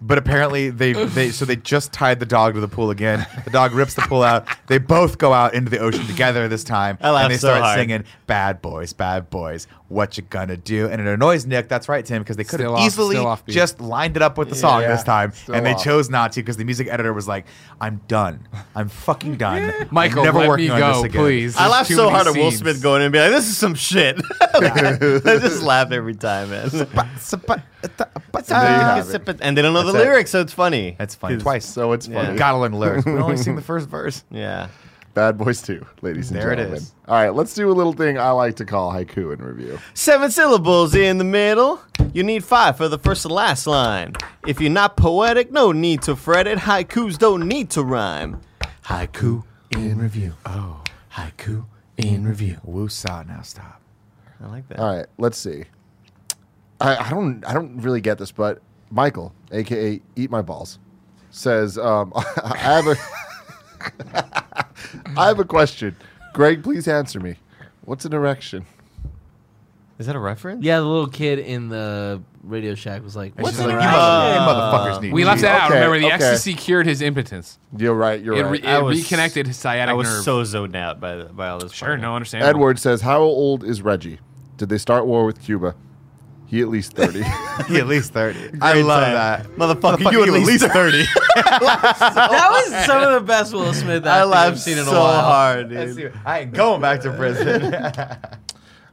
Speaker 3: But apparently, they, they so they just tied the dog to the pool again. The dog rips the pool out. They both go out into the ocean together this time,
Speaker 5: I laughed
Speaker 3: and they
Speaker 5: so
Speaker 3: start
Speaker 5: hard.
Speaker 3: singing "Bad Boys, Bad Boys, What You Gonna Do?" And it annoys Nick. That's right, Tim, because they could
Speaker 4: Still
Speaker 3: have
Speaker 4: off-
Speaker 3: easily
Speaker 4: still offbeat.
Speaker 3: just lined it up with the song
Speaker 2: Yeah.
Speaker 3: this time,
Speaker 2: Still
Speaker 3: and they
Speaker 2: off.
Speaker 3: chose not to because the music editor was like, "I'm done. I'm fucking done. I'm
Speaker 4: Michael,
Speaker 3: never
Speaker 4: let
Speaker 3: working
Speaker 4: me
Speaker 3: on
Speaker 4: go,
Speaker 3: this again."
Speaker 4: please.
Speaker 5: I
Speaker 4: There's
Speaker 5: laughed
Speaker 4: too
Speaker 5: so
Speaker 4: many
Speaker 5: hard at Will
Speaker 4: scenes.
Speaker 5: Smith going in and be like, "This is some shit." I just laugh every time, man. Ah,
Speaker 2: have it.
Speaker 5: and they don't know the
Speaker 3: That's it.
Speaker 5: lyrics, so it's funny.
Speaker 3: That's funny.
Speaker 5: 'Cause-
Speaker 3: Twice.
Speaker 2: So it's funny.
Speaker 3: Gotta learn the lyrics. We only sing the first verse.
Speaker 5: Yeah.
Speaker 2: Bad Boys 2, ladies and
Speaker 3: There it
Speaker 2: gentlemen.
Speaker 3: is.
Speaker 2: All right, let's do a little thing I like to call haiku in review.
Speaker 5: Seven syllables in the middle. You need five for the first and last line. If you're not poetic, no need to fret it. Haikus don't need to rhyme. Haiku in review. Oh, haiku in review.
Speaker 3: Woosah, now stop.
Speaker 5: I like that.
Speaker 2: All right, let's see. I, I don't I don't really get this, but Michael, aka Eat My Balls, says um, I have a I have a question. Greg, please answer me. What's an erection?
Speaker 5: Is that a reference?
Speaker 6: Yeah, the little kid in the Radio Shack was like, "What's
Speaker 3: She's
Speaker 6: in
Speaker 3: like,
Speaker 6: the
Speaker 3: you
Speaker 6: rack?"
Speaker 3: mother- you motherfuckers need
Speaker 4: We
Speaker 3: to
Speaker 4: left
Speaker 3: eat.
Speaker 4: that out.
Speaker 2: Okay,
Speaker 4: Remember, the
Speaker 2: okay.
Speaker 4: ecstasy cured his impotence.
Speaker 2: You're right. You're
Speaker 4: It,
Speaker 2: right.
Speaker 4: re-
Speaker 5: I
Speaker 4: it
Speaker 5: was-
Speaker 4: reconnected his
Speaker 5: I
Speaker 4: sciatic
Speaker 5: was
Speaker 4: nerve.
Speaker 5: so zoned out by the, by all this.
Speaker 4: sure, no, understand.
Speaker 2: Edward says, "How old is Reggie? Did they start war with Cuba? He at least thirty.
Speaker 3: at least 30. I love that.
Speaker 5: Motherfucker, you at least 30.
Speaker 6: That was some of the best Will Smith
Speaker 5: I
Speaker 6: acting I've
Speaker 5: laughed
Speaker 6: seen
Speaker 5: so
Speaker 6: in a while.
Speaker 5: hard, dude.
Speaker 3: I ain't going back to prison.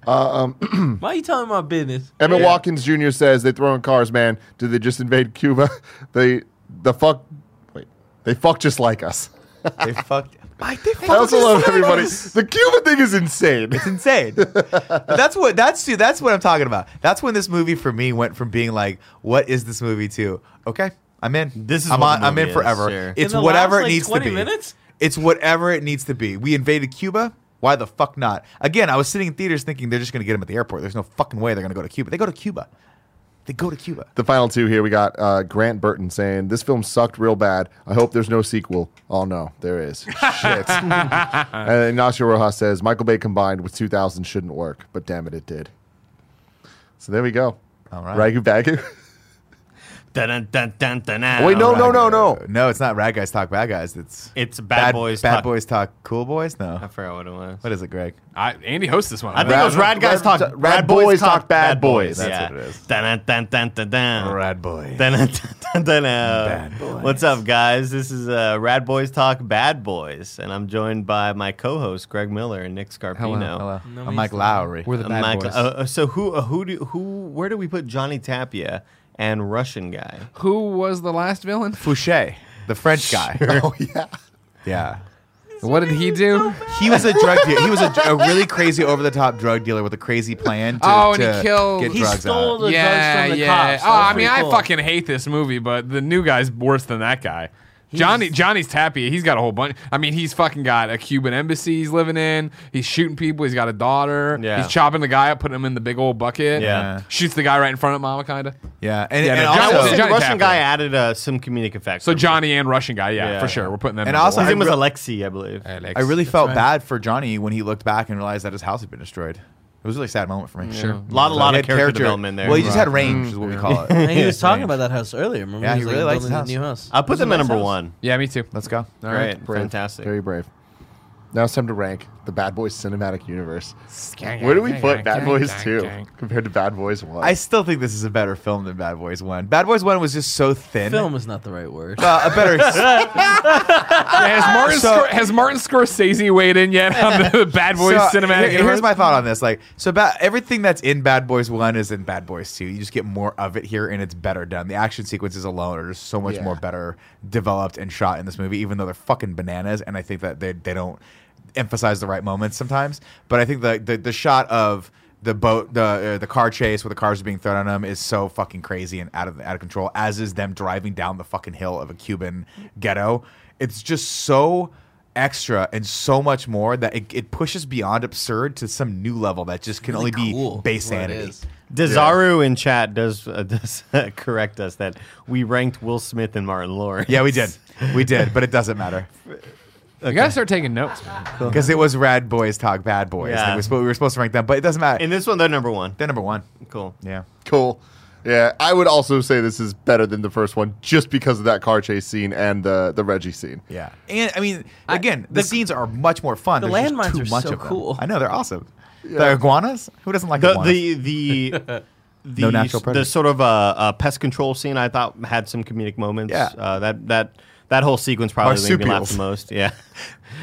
Speaker 6: Why are you telling my business?
Speaker 2: Emma Watkins Jr. says they throw in cars, man. Did they just invade Cuba? They the fuck wait. They fuck just like us.
Speaker 3: they fucked. Mike, they fucked
Speaker 2: I also
Speaker 3: us
Speaker 2: love
Speaker 3: up.
Speaker 2: everybody. The Cuba thing is insane.
Speaker 3: It's insane. But that's what that's see, that's what I'm talking about. That's when this movie for me went from being like, what is this movie to okay, I'm in.
Speaker 5: This is
Speaker 3: I'm
Speaker 5: what
Speaker 3: on,
Speaker 5: the
Speaker 3: I'm in
Speaker 5: movie is,
Speaker 3: forever.
Speaker 5: sure.
Speaker 3: It's
Speaker 6: In the
Speaker 3: whatever
Speaker 6: last,
Speaker 3: it
Speaker 6: like,
Speaker 3: needs
Speaker 6: 20
Speaker 3: to be.
Speaker 6: minutes?
Speaker 3: It's whatever it needs to be. We invaded Cuba. Why the fuck not? Again, I was sitting in theaters thinking they're just gonna get him at the airport. There's no fucking way they're gonna go to Cuba. They go to Cuba. They go to Cuba.
Speaker 2: The final two here, we got uh, Grant Burton saying, This film sucked real bad. I hope there's no sequel. Oh, no, there is. Shit. and Ignacio Rojas says, Michael Bay combined with 2000 shouldn't work, but damn it, it did. So there we go.
Speaker 3: All right.
Speaker 2: Ragu Bagu.
Speaker 5: Dun, dun, dun, dun, dun.
Speaker 2: Wait, no, no, no, no.
Speaker 3: No, it's not Rad Guys Talk Bad Guys. It's
Speaker 5: Oh. It's Bad Boys
Speaker 3: Bad
Speaker 5: Talk-
Speaker 3: Boys Talk Cool Boys. No,
Speaker 5: I forgot what it was.
Speaker 3: what is it, Greg?
Speaker 4: I, Andy hosts this one.
Speaker 5: I think it was Rad Guys Talk.
Speaker 2: Rad Boys Talk Bad Boys.
Speaker 5: That's what it is. Dun, dun, dun, dun, dun.
Speaker 3: Rad Boy.
Speaker 5: Dun, dun, dun, dun, dun.
Speaker 3: Bad boys.
Speaker 5: What's up, guys? This is uh, Rad Boys Talk Bad Boys, and I'm joined by my co-host Greg Miller and Nick Scarpino.
Speaker 4: hello, hello.
Speaker 3: I'm Mike Lowry.
Speaker 4: We're the
Speaker 5: Uh,
Speaker 4: bad
Speaker 5: Mike-
Speaker 4: boys.
Speaker 5: uh, uh, so who uh, who do who where do we put Johnny Tapia and Russian guy?
Speaker 4: Who was the last villain?
Speaker 3: Fouché, the French guy.
Speaker 2: Oh, yeah.
Speaker 3: yeah.
Speaker 4: What did he do?
Speaker 3: He was a drug dealer. He was a, a really crazy, over the top drug dealer with a crazy plan to,
Speaker 4: Oh, and he
Speaker 3: to
Speaker 4: killed-
Speaker 3: get
Speaker 4: He
Speaker 3: drugs
Speaker 6: stole
Speaker 3: out.
Speaker 6: the drugs from the cops. That
Speaker 4: Oh,
Speaker 6: was
Speaker 4: I mean,
Speaker 6: pretty
Speaker 4: I
Speaker 6: cool.
Speaker 4: fucking hate this movie, but the new guy's worse than that guy. Johnny Johnny's Tapia. He's got a whole bunch. I mean, he's fucking got a Cuban embassy he's living in. He's shooting people. He's got a daughter.
Speaker 5: Yeah.
Speaker 4: He's chopping the guy up, putting him in the big old bucket.
Speaker 5: Yeah.
Speaker 4: Shoots the guy right in front of mama, kinda.
Speaker 3: Yeah, and, and
Speaker 4: no,
Speaker 5: I will
Speaker 4: Johnny-
Speaker 5: say
Speaker 3: also,
Speaker 5: the
Speaker 4: Johnny
Speaker 5: Russian
Speaker 4: Tapia.
Speaker 5: guy added uh, some comedic effects.
Speaker 4: So Johnny and Russian guy, yeah,
Speaker 5: Yeah.
Speaker 4: for sure. We're putting them.
Speaker 3: And
Speaker 4: number
Speaker 3: also-
Speaker 4: one.
Speaker 5: his name was
Speaker 3: I re-
Speaker 5: Alexei, I believe.
Speaker 4: Alex.
Speaker 3: I really felt bad for Johnny when he looked back and realized that his house had been destroyed. It was a really sad moment for me. Sure,
Speaker 5: A lot- a lot of character development there.
Speaker 3: Well, he just
Speaker 5: Right.
Speaker 3: had range, is what we call it.
Speaker 6: And he was talking
Speaker 3: Range.
Speaker 6: about that house earlier. Remember?
Speaker 3: Yeah,
Speaker 6: he
Speaker 3: he
Speaker 6: was
Speaker 3: really likes
Speaker 6: building
Speaker 3: his
Speaker 6: the new house.
Speaker 5: I put them at
Speaker 6: nice
Speaker 5: number
Speaker 6: house.
Speaker 5: one.
Speaker 4: Yeah, me too.
Speaker 3: Let's go.
Speaker 4: All
Speaker 5: Great,
Speaker 4: right.
Speaker 2: Brave.
Speaker 5: fantastic.
Speaker 2: Very brave. Now it's time to rank the Bad Boys cinematic universe. Where do we put Bad Boys 2 compared to Bad Boys 1?
Speaker 3: I still think this is a better film than Bad Boys One. Bad Boys One was just so thin.
Speaker 6: Film is not the right word.
Speaker 3: Uh, a better.
Speaker 4: Has Martin,
Speaker 3: So-
Speaker 4: Scor- has Martin Scorsese weighed in yet on the Bad Boys
Speaker 3: So,
Speaker 4: cinematic?
Speaker 3: here-
Speaker 4: universe?
Speaker 3: here's my thought on this. Like, so about everything that's in Bad Boys One is in Bad Boys Two. You just get more of it here, and it's better done. The action sequences alone are just so much
Speaker 2: Yeah.
Speaker 3: more better developed and shot in this movie, even though they're fucking bananas. And I think that they they don't emphasize the right moments sometimes. But I think the the, the shot of the boat, the uh, the car chase where the cars are being thrown on them is so fucking crazy and out of out of control. As is them driving down the fucking hill of a Cuban ghetto. It's just so extra and so much more that it, it pushes beyond absurd to some new level that just can
Speaker 6: Really
Speaker 3: only
Speaker 6: cool
Speaker 3: be base
Speaker 6: is what it
Speaker 3: sanity.
Speaker 6: is.
Speaker 5: Dezaru in chat does uh, does correct us that we ranked Will Smith and Martin Lawrence.
Speaker 3: Yeah, we did. We did, but it doesn't matter
Speaker 4: You gotta start taking notes. man.
Speaker 3: because it was Rad Boys Talk Bad Boys. Yeah.
Speaker 5: Yeah.
Speaker 3: we, were, we were supposed to rank them, but it doesn't matter.
Speaker 5: In this one, they're number one.
Speaker 3: They're number one.
Speaker 5: Cool.
Speaker 3: Yeah.
Speaker 2: Cool. Yeah, I would also say this is better than the first one just because of that car chase scene and the the Reggie scene.
Speaker 3: Yeah. And I mean, again, the, scenes are much more fun.
Speaker 6: the
Speaker 3: There's just
Speaker 6: landmines
Speaker 3: too
Speaker 6: are
Speaker 3: much
Speaker 6: so
Speaker 3: of them.
Speaker 6: cool.
Speaker 3: I know they're awesome. The iguanas? Who doesn't like
Speaker 5: The
Speaker 3: iguanas?
Speaker 5: the the. The,
Speaker 3: No natural
Speaker 5: the
Speaker 3: predator.
Speaker 5: sort of uh, uh, pest control scene I thought had some comedic moments.
Speaker 3: Yeah.
Speaker 5: Uh, that that that whole sequence probably made me
Speaker 3: Marsupials.
Speaker 5: laugh the most. Yeah.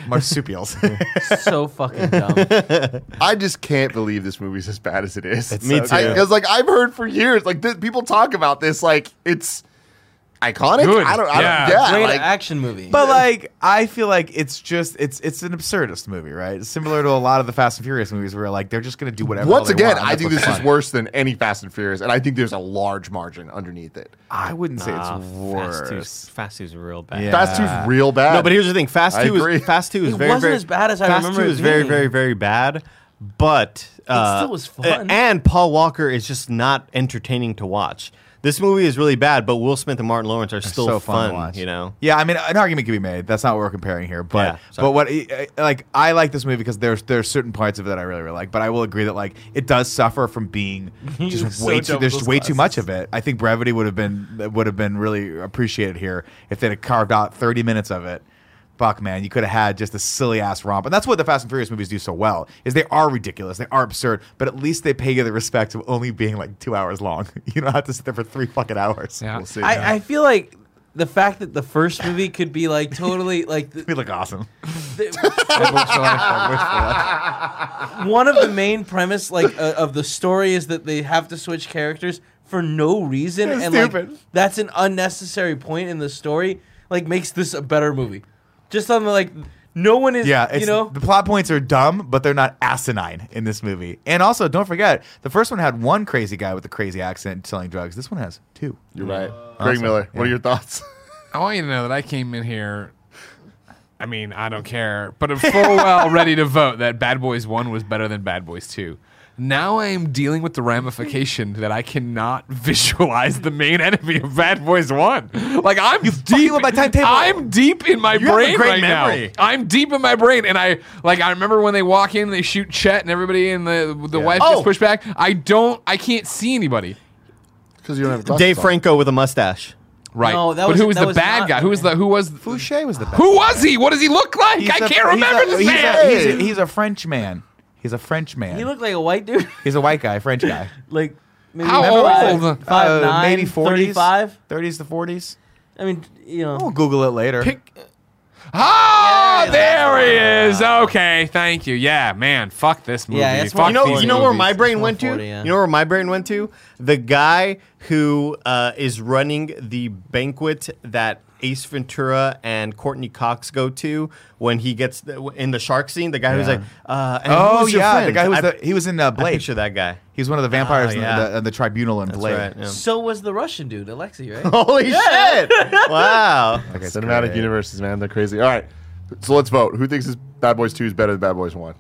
Speaker 3: marsupials.
Speaker 6: so fucking dumb.
Speaker 2: I just can't believe this movie's as bad as it is.
Speaker 5: Me so too.
Speaker 2: Because like I've heard for years, like th- people talk about this, like it's iconic.
Speaker 4: Good.
Speaker 2: I don't. I
Speaker 4: Yeah.
Speaker 2: don't, yeah
Speaker 6: Great
Speaker 2: like,
Speaker 6: action movie.
Speaker 3: But like, I feel like it's just it's it's an absurdist movie, right? It's similar to a lot of the Fast and Furious movies, where like they're just gonna do whatever. the
Speaker 2: once
Speaker 3: hell they
Speaker 2: again,
Speaker 3: want, and
Speaker 2: I
Speaker 3: that's
Speaker 2: think
Speaker 3: what's
Speaker 2: this is
Speaker 3: fun.
Speaker 2: worse than any Fast and Furious, and I think there's a large margin underneath it.
Speaker 3: I wouldn't say it's
Speaker 5: Fast
Speaker 3: worse.
Speaker 5: Two's, Fast Two's real bad.
Speaker 3: Yeah.
Speaker 2: Fast Two's real bad.
Speaker 5: No, but here's the thing. Fast
Speaker 2: I
Speaker 5: Two
Speaker 2: agree.
Speaker 5: is Fast Two is
Speaker 6: It
Speaker 5: very
Speaker 6: wasn't
Speaker 5: very-
Speaker 6: as bad as I
Speaker 5: Fast
Speaker 6: remember
Speaker 5: Two
Speaker 6: it
Speaker 5: is very
Speaker 6: being.
Speaker 5: very very bad, but uh,
Speaker 6: still was fun.
Speaker 5: a- And Paul Walker is just not entertaining to watch. This movie is really bad, but Will Smith and Martin Lawrence are still
Speaker 3: so fun
Speaker 5: fun.
Speaker 3: to watch.
Speaker 5: You know.
Speaker 3: Yeah, I mean, an argument can be made. That's not what we're comparing here, but
Speaker 5: Yeah, sorry.
Speaker 3: but what I- I- like I like this movie because there's there's certain parts of it that I really really like, but I will agree that like it does suffer from being
Speaker 6: look
Speaker 3: just
Speaker 6: so
Speaker 3: way
Speaker 6: dumb
Speaker 3: too
Speaker 6: with
Speaker 3: there's
Speaker 6: those
Speaker 3: way too much
Speaker 6: glasses.
Speaker 3: of it. I think brevity would have been would have been really appreciated here if they'd have carved out 30 minutes of it. Fuck man, you could have had just a silly ass romp, and that's what the Fast and Furious movies do so well. Is they are ridiculous, they are absurd, but at least they pay you the respect of only being like two hours long. You don't have to sit there for three fucking hours.
Speaker 4: Yeah.
Speaker 2: We'll see.
Speaker 6: I, I feel like the fact that the first movie could be like totally like
Speaker 3: We look awesome.
Speaker 6: the, one of the main premise like uh, of the story is that they have to switch characters for no reason
Speaker 3: It's
Speaker 6: and
Speaker 3: stupid.
Speaker 6: like that's an unnecessary point in the story like makes this a better movie just on the like no one is
Speaker 3: Yeah, it's,
Speaker 6: you know
Speaker 3: the plot points are dumb, but they're not asinine in this movie. And also, don't forget, the first one had one crazy guy with a crazy accent selling drugs. This one has two. Mm-hmm.
Speaker 2: You're right. Greg
Speaker 3: Awesome.
Speaker 2: Miller, what are
Speaker 3: Yeah.
Speaker 2: your thoughts?
Speaker 4: I want you to know that I came in here. I mean, I don't care, but I'm full well ready to vote that Bad Boys One was better than Bad Boys Two. Now I am dealing with the ramification that I cannot visualize the main enemy of Bad Boys One. Like I'm deep
Speaker 3: up my timetable.
Speaker 4: I'm deep in my
Speaker 3: You have a
Speaker 4: brain
Speaker 3: great
Speaker 4: right
Speaker 3: memory.
Speaker 4: now. I'm deep in my brain, and I like I remember when they walk in, they shoot Chet, and everybody, and the the wife
Speaker 5: Oh.
Speaker 4: gets pushed back. I don't, I can't see anybody.
Speaker 2: because you don't have glasses
Speaker 5: Dave
Speaker 2: on.
Speaker 5: Franco with a mustache.
Speaker 4: Right.
Speaker 6: No, that
Speaker 4: but
Speaker 6: was-
Speaker 4: who was
Speaker 6: that
Speaker 4: the
Speaker 6: was
Speaker 4: bad
Speaker 6: not-
Speaker 4: guy? Who was the who was
Speaker 3: Fouché was the best.
Speaker 4: who was he? What does he look like?
Speaker 3: He's
Speaker 4: I
Speaker 3: a-
Speaker 4: can't
Speaker 3: he's
Speaker 4: remember
Speaker 3: a,
Speaker 4: this
Speaker 3: he's
Speaker 4: man.
Speaker 3: A, he's, a, he's a French man. He's a French man.
Speaker 6: He looked like a white dude.
Speaker 3: he's a white guy, French guy.
Speaker 6: like maybe
Speaker 4: How
Speaker 6: five-
Speaker 4: old?
Speaker 6: Five,
Speaker 3: Uh,
Speaker 6: nine,
Speaker 3: maybe 40s,
Speaker 6: 35?
Speaker 3: 30s to 40s.
Speaker 6: I mean, you
Speaker 3: We'll
Speaker 6: know.
Speaker 3: Google it later.
Speaker 4: Oh, there he is. Okay, thank you. Yeah, man, fuck this movie.
Speaker 6: Yeah, that's
Speaker 4: fuck
Speaker 6: why-
Speaker 5: You know,
Speaker 4: these
Speaker 5: you know where
Speaker 4: movies.
Speaker 5: my brain
Speaker 6: It's
Speaker 5: went to.
Speaker 6: 140, yeah.
Speaker 5: You know where my brain went to. The guy who uh, is running the banquet that Ace Ventura and Courtney Cox go to when he gets in the shark scene. The guy who's
Speaker 3: Yeah.
Speaker 5: like, uh, and
Speaker 3: oh
Speaker 5: who's your
Speaker 3: yeah, the
Speaker 5: friend?
Speaker 3: guy who was
Speaker 5: I,
Speaker 3: the, he was in uh,
Speaker 5: I
Speaker 3: Blade.
Speaker 5: picture that guy.
Speaker 3: He was one of the
Speaker 6: Ah,
Speaker 3: vampires
Speaker 5: Oh,
Speaker 3: in the-
Speaker 5: yeah.
Speaker 3: the, in the tribunal in Blade.
Speaker 5: right, yeah.
Speaker 6: So was the Russian dude, Alexei, right?
Speaker 5: Holy shit! Wow.
Speaker 3: Okay, it's
Speaker 2: Cinematic
Speaker 3: great.
Speaker 2: universes, man. They're crazy. All right. So let's vote. Who thinks this Bad Boys 2 is better than Bad Boys 1?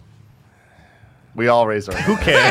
Speaker 2: We all raised our hand.
Speaker 5: Okay.
Speaker 2: Ladies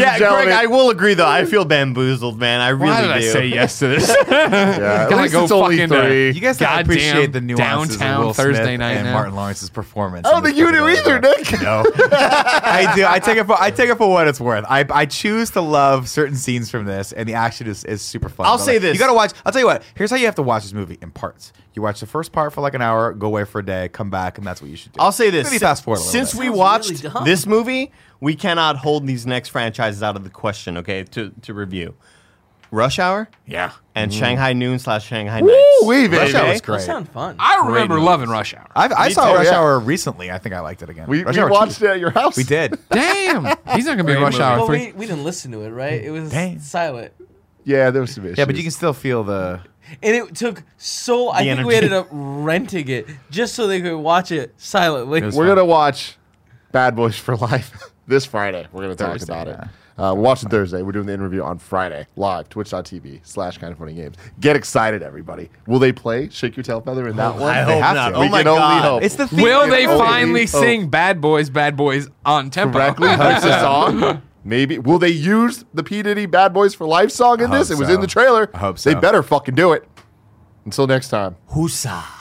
Speaker 5: yeah,
Speaker 2: and gentlemen.
Speaker 5: Greg, I will agree though. I feel bamboozled, man. I really
Speaker 4: Why did I
Speaker 5: do.
Speaker 4: say yes to this?
Speaker 2: yeah, at
Speaker 4: Gotta
Speaker 2: least
Speaker 4: go
Speaker 2: it's only
Speaker 4: fucking, uh,
Speaker 2: three.
Speaker 3: You guys don't
Speaker 4: Goddamn
Speaker 3: appreciate the nuances
Speaker 4: downtown
Speaker 3: of Will
Speaker 4: Thursday
Speaker 3: Smith
Speaker 4: night
Speaker 3: and
Speaker 4: now.
Speaker 3: Martin Lawrence's performance.
Speaker 2: I don't think you do either, Nick.
Speaker 3: No, I do. I take it for I take it for what it's worth. I, I choose to love certain scenes from this, and the action is, is super fun.
Speaker 5: I'll
Speaker 3: But,
Speaker 5: say
Speaker 3: like,
Speaker 5: this.
Speaker 3: you gotta watch. I'll tell you what. Here's how you have to watch this movie in parts. You watch the first part for like an hour, go away for a day, come back, and that's what you should do.
Speaker 5: I'll say this.
Speaker 3: Maybe fast forward a little
Speaker 5: Since
Speaker 3: bit.
Speaker 5: we
Speaker 6: Sounds
Speaker 5: watched
Speaker 6: really dumb.
Speaker 5: this movie, we cannot hold these next franchises out of the question, okay, to, to review. Rush Hour
Speaker 4: yeah.
Speaker 5: and
Speaker 3: Mm-hmm.
Speaker 5: Shanghai Noon slash Shanghai Nights.
Speaker 2: wee,
Speaker 5: Rush
Speaker 2: baby.
Speaker 5: Hour
Speaker 3: was
Speaker 5: was
Speaker 6: That
Speaker 3: great.
Speaker 6: sound fun.
Speaker 4: I remember
Speaker 5: movies.
Speaker 4: loving Rush Hour.
Speaker 3: I've, I saw
Speaker 2: too,
Speaker 3: Rush
Speaker 2: yeah.
Speaker 3: Hour recently. I think I liked it again.
Speaker 2: We,
Speaker 3: Rush
Speaker 2: we
Speaker 3: Hour
Speaker 2: watched
Speaker 3: 2.
Speaker 2: it at your house.
Speaker 3: We did.
Speaker 4: Damn, he's not gonna be in Rush
Speaker 5: movie.
Speaker 4: Hour
Speaker 6: well,
Speaker 4: three.
Speaker 6: we, we didn't listen to it, right? It was
Speaker 3: Dang.
Speaker 6: silent.
Speaker 2: Yeah, there was some issues.
Speaker 3: Yeah, but you can still feel the.
Speaker 6: And it took so. I
Speaker 5: The
Speaker 6: think we
Speaker 5: energy.
Speaker 6: ended up renting it just so they could watch it silently.
Speaker 3: was-
Speaker 2: We're going to watch Bad Boys for Life this Friday. We're going to talk
Speaker 3: Thursday,
Speaker 2: about it.
Speaker 3: yeah.
Speaker 2: Uh, we're watching Thursday. We're doing the interview on Friday live, twitch.tv slash kind of funny games. Get excited, everybody. Will they play Shake Your Tail Feather in that one?
Speaker 5: I
Speaker 3: They
Speaker 5: hope
Speaker 3: have
Speaker 5: not.
Speaker 3: to.
Speaker 5: Oh
Speaker 2: we
Speaker 5: my
Speaker 2: can only
Speaker 5: god.
Speaker 2: hope.
Speaker 3: It's the. theme
Speaker 4: Will
Speaker 3: tune.
Speaker 4: they
Speaker 2: Oh,
Speaker 4: finally
Speaker 2: oh.
Speaker 4: sing "Bad Boys, Bad Boys" on tempo?
Speaker 2: correctly hosts a song. Maybe will they use the P Diddy Bad Boys for Life song in
Speaker 3: I
Speaker 2: this? It
Speaker 3: hope
Speaker 2: was
Speaker 3: so.
Speaker 2: in the trailer.
Speaker 3: I hope
Speaker 2: They
Speaker 3: so.
Speaker 2: better fucking do it. Until next time.
Speaker 5: Husa.